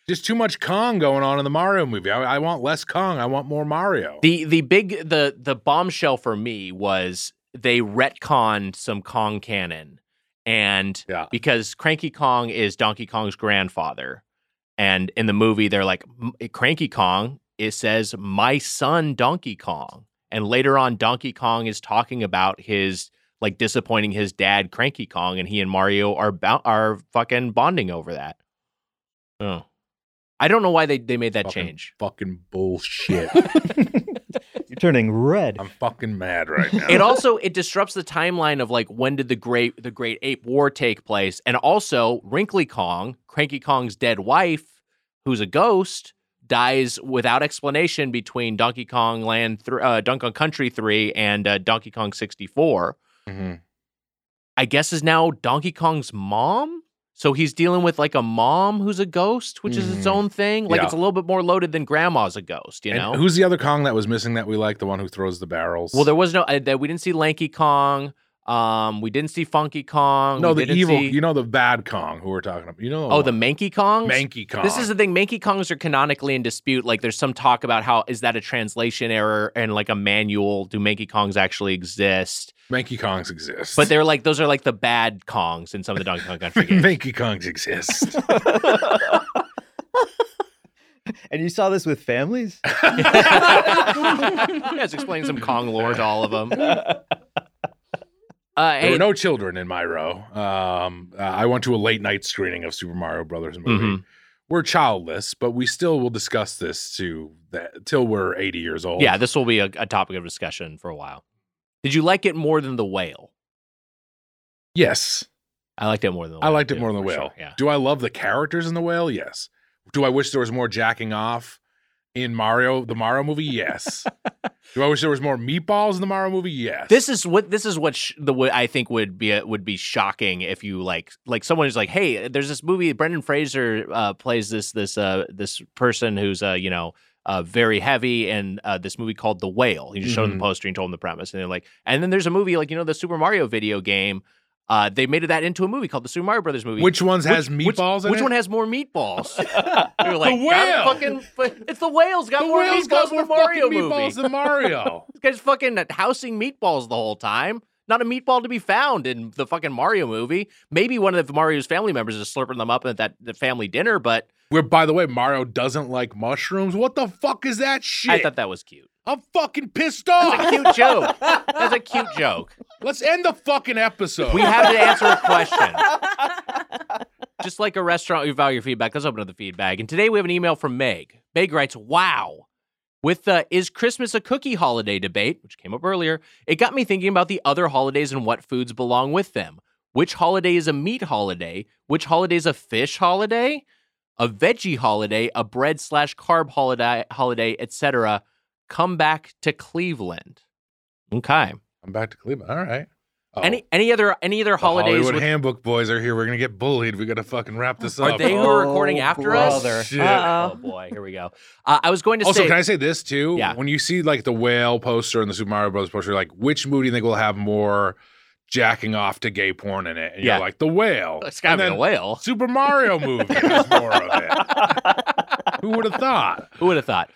Just too much Kong going on in the Mario movie. I, I want less Kong. I want more Mario. the the big the the bombshell for me was they retconned some Kong canon and Yeah. because Cranky Kong is Donkey Kong's grandfather and in the movie they're like "M- eh, Cranky Kong it says my son Donkey Kong and later on Donkey Kong is talking about his like disappointing his dad Cranky Kong and he and Mario are bo- are fucking bonding over that. Oh. I don't know why they, they made that Fucking change. Fucking bullshit. You're turning red. I'm fucking mad right now. it also it disrupts the timeline of like when did the great the great ape war take place and also wrinkly kong cranky kong's dead wife who's a ghost dies without explanation between donkey kong land th- uh, donkey kong country 3 and uh, donkey kong 64 Mhm. i guess is now donkey kong's mom so he's dealing with like a mom who's a ghost which is its Mhm. own thing like Yeah. it's a little bit more loaded than grandma's a ghost you And know who's the other Kong that was missing that we like? The one who throws the barrels. well, there was no uh, that we didn't see Lanky Kong. Um, we didn't see Funky Kong. No, we the didn't evil, see- you know, the bad Kong who we're talking about. You know, oh, the Mankey Kongs. Mankey Kong. This is the thing. Mankey Kongs are canonically in dispute. Like, there's some talk about how is that a translation error and like a manual? Do Mankey Kongs actually exist? Mankey Kongs exist. But they're like those are like the bad Kongs in some of the Donkey Kong Country games. Mankey Kongs exist. And you saw this with families? you guys explain some Kong lore to all of them. Uh, There hey, were no children in my row. Um, uh, I went to a late night screening of Super Mario Brothers movie. Mhm. We're childless, but we still will discuss this to that till we're eighty years old. yeah, this will be a, a topic of discussion for a while. Did you like it more than the whale? yes, I liked it more than the I whale. liked it too, more than the for sure, whale. Yeah. Do I love the characters in the whale? Yes. Do I wish there was more jacking off in Mario the Mario movie? Yes. Do I wish there was more meatballs in the Mario movie? Yes. This is what this is what sh- the what I think would be uh, would be shocking if you like like someone is like, hey, there's this movie. Brendan Fraser uh, plays this this uh, this person who's uh, you know uh, very heavy in uh, this movie called The Whale. You just showed them Mhm. the poster and told them the premise, and they're like, and then there's a movie like you know the Super Mario video game. Uh, they made that into a movie called the Super Mario Brothers movie. which ones has Which- meatballs? Which, in which it? one has more meatballs? They were like, The "Gotta whale!" Fucking, it's the whale's got the more whale's meatballs got more than Mario fucking movie. meatballs than Mario. This guy's fucking uh, housing meatballs the whole time. Not a meatball to be found in the fucking Mario movie. Maybe one of the Mario's family members is slurping them up at that the family dinner, but Where, by the way, Mario doesn't like mushrooms. What the fuck is that shit? I thought that was cute. I'm fucking pissed That's a off. cute joke. That's a cute joke. Let's end the fucking episode. We have to answer a question. Just like a restaurant, we value your feedback. Let's open up the feedback. And today we have an email from Meg. Meg writes, Wow. With the Is Christmas a Cookie Holiday debate, which came up earlier, it got me thinking about the other holidays and what foods belong with them. Which holiday is a meat holiday? Which holiday is a fish holiday? A veggie holiday, a bread slash carb holiday, holiday, etc. Come back to Cleveland. Okay. I'm back to Cleveland. All right. Oh, Any any other any other the holidays Hollywood with handbook boys are here. We're gonna get bullied. We gotta fucking wrap this Are up. they who are recording after us? Shit. Uh-oh. Oh boy, here we go. Uh, I was going to Also, say can I say this too? Yeah. When you see like the whale poster and the Super Mario Brothers poster, like which movie do you think will have more jacking off to gay porn in it? And Yeah. you're like the whale. it's got And to be then the whale. Super Mario movie has more of it. Who would have thought? Who would have thought?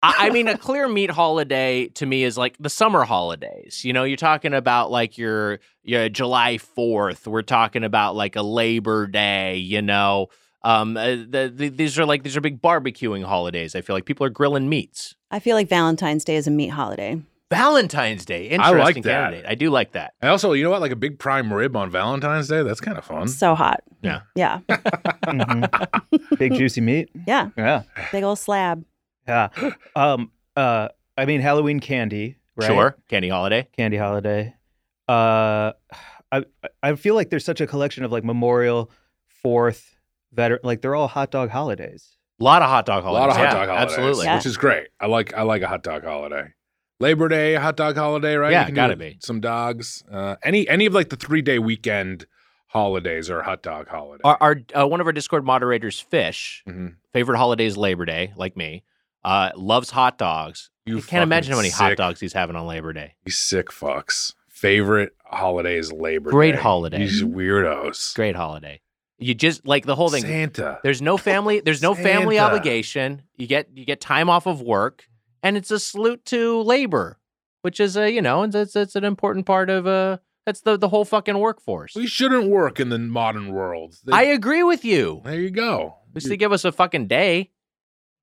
I, I mean, a clear meat holiday to me is like the summer holidays. You know, you're talking about like your your July Fourth. We're talking about like a Labor Day. You know, um, uh, the, the, these are like these are big barbecuing holidays. I feel like people are grilling meats. I feel like Valentine's Day is a meat holiday. Valentine's Day, I like interesting that. candidate. I do like that. And also, you know what? Like a big prime rib on Valentine's Day. That's kind of fun. So hot. Yeah. Yeah. Mm-hmm. Mhm. Big juicy meat. Yeah. Yeah. Big old slab. Yeah. Um uh I mean Halloween candy, right? Sure, candy holiday. Candy holiday. Uh I I feel like there's such a collection of like Memorial, Fourth, veteran like they're all hot dog holidays. A lot of hot dog A holidays. lot of hot Yeah, dog holidays, Absolutely. Yeah. which is great. I like I like a hot dog holiday. Labor Day hot dog holiday, right? Yeah, You can gotta do be. some dogs. Uh, any any of like the three day weekend holidays are a hot dog holiday. Our, our uh, one of our Discord moderators, Fish, Mhm. favorite holiday is Labor Day, like me. Uh, loves hot dogs. You I can't imagine how many fucking hot sick- dogs he's having on Labor Day. You sick fucks. Favorite holiday is Labor Great Day. holiday. These weirdos. Great holiday. You just like the whole thing. Santa. There's no family. There's no family Santa. obligation. You get you get time off of work, and it's a salute to labor, which is a you know, it's it's, it's an important part of uh that's the the whole fucking workforce. We shouldn't work in the modern world. They- I agree with you. At there you go. least You're, they give us a fucking day.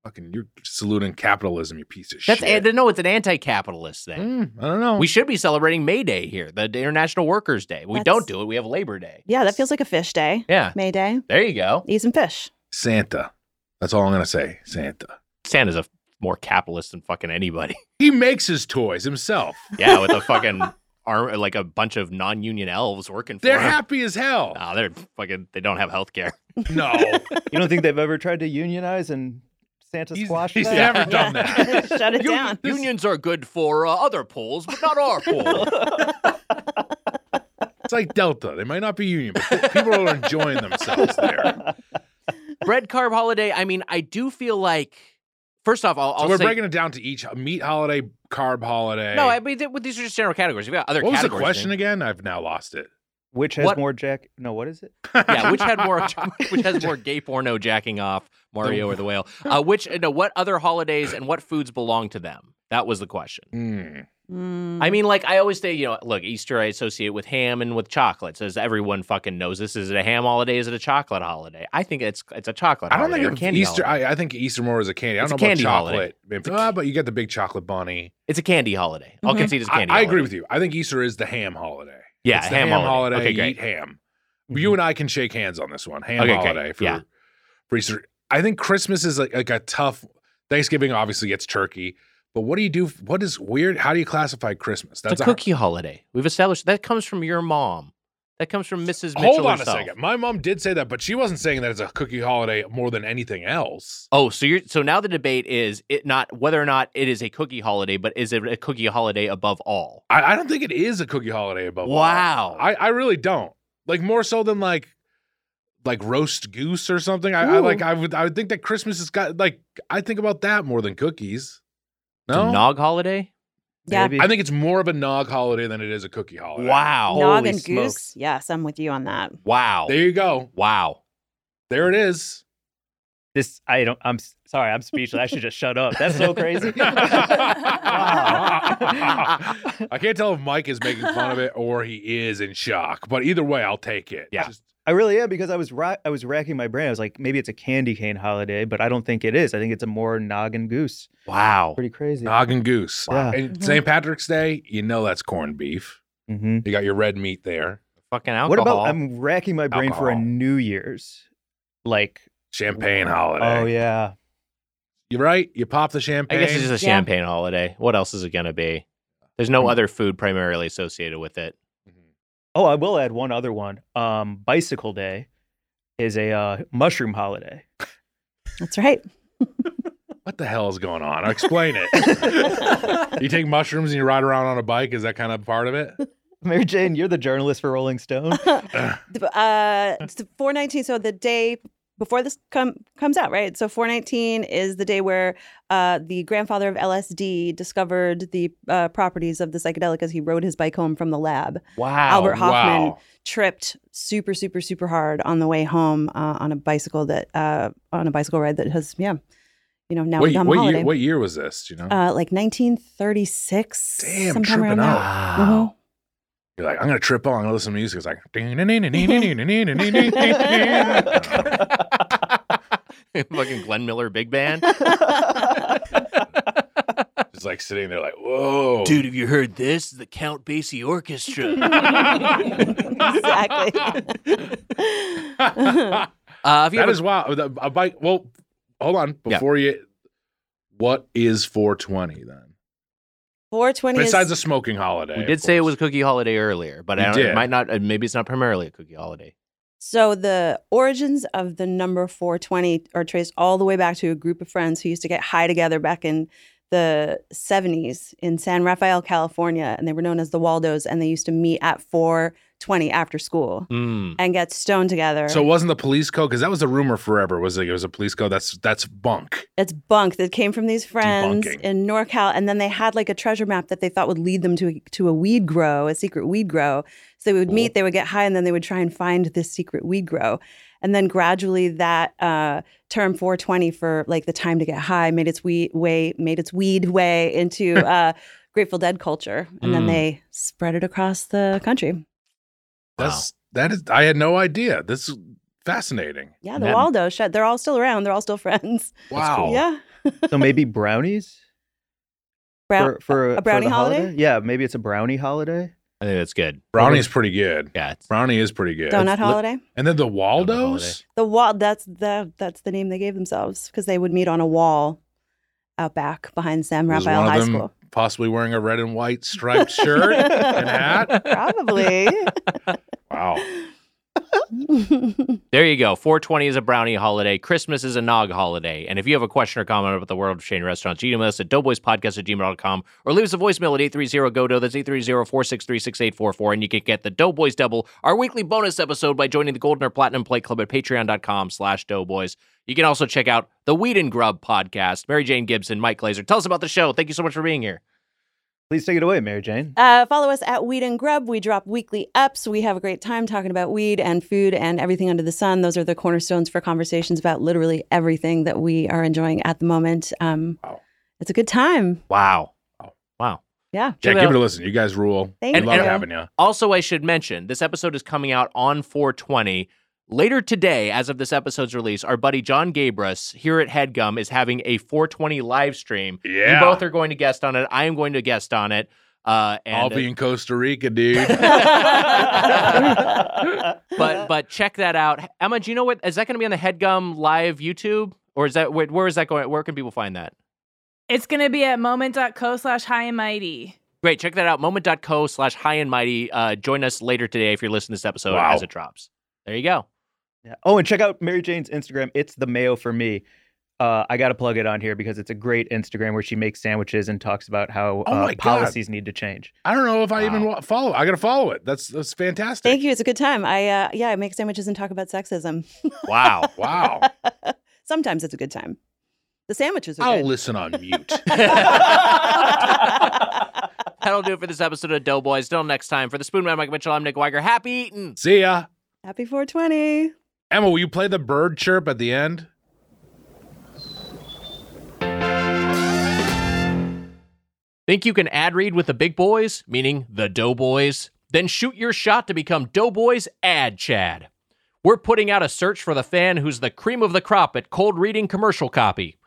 fucking, you're saluting capitalism, you piece of That's shit. an- no, it's an anti-capitalist thing. Mm, I don't Oh. know. We should be celebrating May Day here, the International Workers' Day. We That's- don't do it. We have Labor Day. Yeah, that feels like a fish day. Yeah. May Day. There you go. Eat some fish. Santa. That's all I'm gonna say. Santa. Santa's a more capitalist than fucking anybody. He makes his toys himself. Yeah, with a fucking arm, like a bunch of non-union elves working for They're him. happy as hell. Nah, they're fucking. They don't have health care. No, You don't think they've ever tried to unionize and Santa he's, squash he's that? never done that. Shut it down. Unions are good for uh, other polls, but not our poll. It's like Delta. They might not be union, but people are enjoying themselves there. Bread carb holiday. I mean, I do feel like. First off, I'll, So I'll we're say breaking it down to each meat holiday, carb holiday. No, I mean, th- well, these are just general categories. We've got other what was the categories. question again? I've now lost it. Which has What- more Jack? No, what is it? yeah, which had more, which has more gay porno jacking off, Mario or the whale? Uh, which no, what other holidays and what foods belong to them? That was the question. Hmm. Mm. I mean, like I always say, you know, look, Easter I associate with ham and with chocolates, as everyone fucking knows. This is it a ham holiday? Is it a chocolate holiday? I think it's it's a chocolate. I don't holiday think or of candy Easter. holiday. I, I think Easter more is a candy. I It's don't a know about candy chocolate. holiday. It's a ah, but you get the big chocolate bunny. It's a candy holiday. I'll Mhm. concede it's a Mm-hmm. I, candy. I holiday. agree with you. I think Easter is the ham holiday. Yeah, It's the ham, holiday. Okay, you great. Mm-hmm. eat ham. You and I can shake hands on this one. Ham Okay, okay. holiday for, Yeah. for Easter. I think Christmas is like, like a tough. Thanksgiving obviously gets turkey, but what do you do? What is weird? How do you classify Christmas? It's a our- cookie holiday. We've established that comes from your mom. That comes from Mrs. Mitchell Hold on herself. a second. My mom did say that, but she wasn't saying that it's a cookie holiday more than anything else. Oh, so you're so now the debate is it not whether or not it is a cookie holiday, but is it a cookie holiday above all? I, I don't think it is a cookie holiday above all. Wow. I, I really don't. Like more so than like like roast goose or something. I, I Ooh. like I would I would think that Christmas has got like I think about that more than cookies. It's a No. nog holiday? Yeah. Maybe. I think it's more of a nog holiday than it is a cookie holiday. Wow. Nog Holy and goose. smokes. Yes, I'm with you on that. Wow. There you go. Wow. There it is. This I don't. I'm s- sorry. I'm speechless. I should just shut up. That's so crazy. I can't tell if Mike is making fun of it or he is in shock, but either way, I'll take it. Yeah. Just- I really am because I was ra- I was racking my brain. I was like, maybe it's a candy cane holiday, but I don't think it is. I think it's a more noggin goose. Wow. Pretty crazy. Nog and goose. Wow. Yeah. And St. Patrick's Day, you know that's corned beef. hmm You got your red meat there. Fucking What alcohol. about? I'm racking my brain for a Alcohol. New Year's, like Champagne holiday. oh yeah, You're right. You pop the champagne. I guess it's just a Yeah. champagne holiday. What else is it gonna be? There's Mm. no other food primarily associated with it. oh I will add one other one. Um, Bicycle Day is a uh, mushroom holiday. That's right. what the hell is going on? Explain it. you take mushrooms and you ride around on a bike. Is that kind of part of it? Mary Jane, you're the journalist for Rolling Stone. The- uh, it's the 419. So the day before this com- comes out, right? So 419 is the day where uh, the grandfather of LSD discovered the uh, properties of the psychedelic as he rode his bike home from the lab. Wow. Albert Hoffman wow. tripped super, super, super hard on the way home uh, on a bicycle that uh, on a bicycle ride that has, yeah, you know, now Wait, become a what, holiday. year, what year was this? Do you know? Uh, like 1936. Damn, sometime around tripping that. out. Mhm. You're like, I'm gonna trip on. I'm gonna listen to music. It's like, "Ding-a-ding-a-ding-a-ding-a-ding-a-ding-a-ding-a-ding-a-ding-a-ding-a-ding." Fucking Glenn Miller Big Band. just like sitting there, like, whoa, have you heard this? The Count Basie Orchestra. Uh, exactly. Uh, have you That ever- is wow. The- A bike. Well, hold on. Yeah. Before you, what is 420 then? 420 Besides is, a smoking holiday, we of did say it was course. a cookie holiday earlier, but We I don't, it did. might not. uh, Maybe it's not primarily a cookie holiday. so the origins of the number 420 are traced all the way back to a group of friends who used to get high together back in the 70s in San Rafael, California, and they were known as the Waldos and they used to meet at 420 after school Mm. and get stoned together. Hmm. So it wasn't the police code because that was a rumor forever. Was like it was a police code. That's that's bunk. it's bunk that came from these friends Debunking. in NorCal, and then they had like a treasure map that they thought would lead them to a, to a weed grow, a secret weed grow. So they would meet, they would get high, and then they would try and find this secret weed grow. And then gradually, that uh, term 420 for like the time to get high made its weed way made its weed way into uh, Grateful Dead culture, and Mm. Hmm. then they spread it across the country. That's that is. I had no idea. This is fascinating. Yeah, the That- Waldo shut. They're all still around. They're all still friends. Wow. Yeah, so maybe brownies Brown- for, for a brownie for the holiday? holiday? Yeah, maybe it's a brownie holiday. I think that's good. Brownie's pretty good. Yeah. it's- Brownie is pretty good. donut holiday. And then the holiday. Waldos. The wall. That's the that's the name they gave themselves because they would meet on a wall out back behind Sam Was Raphael one High of them School. possibly wearing a red and white striped shirt and hat. Probably. Wow. There you go. 420 is a brownie holiday. Christmas is a nog holiday. And if you have a question or comment about the world of chain restaurants, email us at doughboyspodcast at gmail.com or leave us a voicemail at 830-GODO. That's 830-463-6844. And you can get the Doughboys Double, our weekly bonus episode, by joining the Golden or Platinum Plate Club at patreon.com slash doughboys. You can also check out the Weed and Grub podcast. Mary Jane Gibson, Mike Glazer. Tell us about the show. Thank you so much for being here. Please take it away, Mary Jane. Uh, follow us at Weed and Grub. We drop weekly ups. We have a great time talking about weed and food and everything under the sun. Those are the cornerstones for conversations about literally everything that we are enjoying at the moment. Um, Wow. It's a good time. Wow. Oh, Wow. Yeah. Yeah, Check give out- it a listen. You guys rule. Thank we love you. having you. Also, I should mention this episode is coming out on 420. Later today, as of this episode's release, our buddy John Gabris here at Headgum is having a 420 live stream. Yeah. You both are going to guest on it. I am going to guest on it. Uh, and I'll be in Costa Rica, dude. but but check that out. Emma, do you know what is that going to be on the Headgum live YouTube or is that where, where is that going? Where can people find that? It's gonna be at moment.co slash high and mighty. Great, check that out. Moment.co slash high and mighty. Uh, join us later today if you're listening to this episode Wow. as it drops. There you go. Yeah. Oh, and check out Mary Jane's Instagram. It's the mayo for me. Uh, I got to plug it on here because it's a great Instagram where she makes sandwiches and talks about how Oh uh, my God. policies need to change. I don't know if I even Wow. wa- follow. I gotta follow it. That's that's fantastic. Thank you. It's a good time. I uh, yeah, I make sandwiches and talk about sexism. Wow. Wow. Sometimes it's a good time. The sandwiches are I'll good. listen on mute. That'll do it for this episode of Doughboys. Till next time, for the Spoon Man, Mike Mitchell, I'm Nick Weiger. Happy eating. See ya. Happy 420. Emma, will you play the bird chirp at the end? Think you can ad read with the big boys, meaning the Doughboys? Then shoot your shot to become Doughboys Ad Chad. We're putting out a search for the fan who's the cream of the crop at cold reading commercial copy.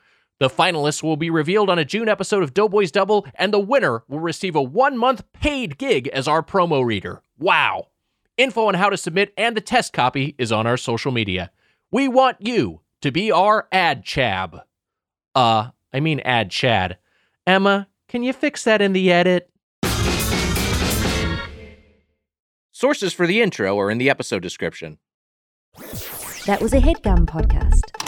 The finalists will be revealed on a June episode of Doughboys Double, and the winner will receive a one month paid gig as our promo reader. Wow! Info on how to submit and the test copy is on our social media. We want you to be our ad chab. Uh, I mean ad chad. Emma, can you fix that in the edit? Sources for the intro are in the episode description. That was a headgum podcast.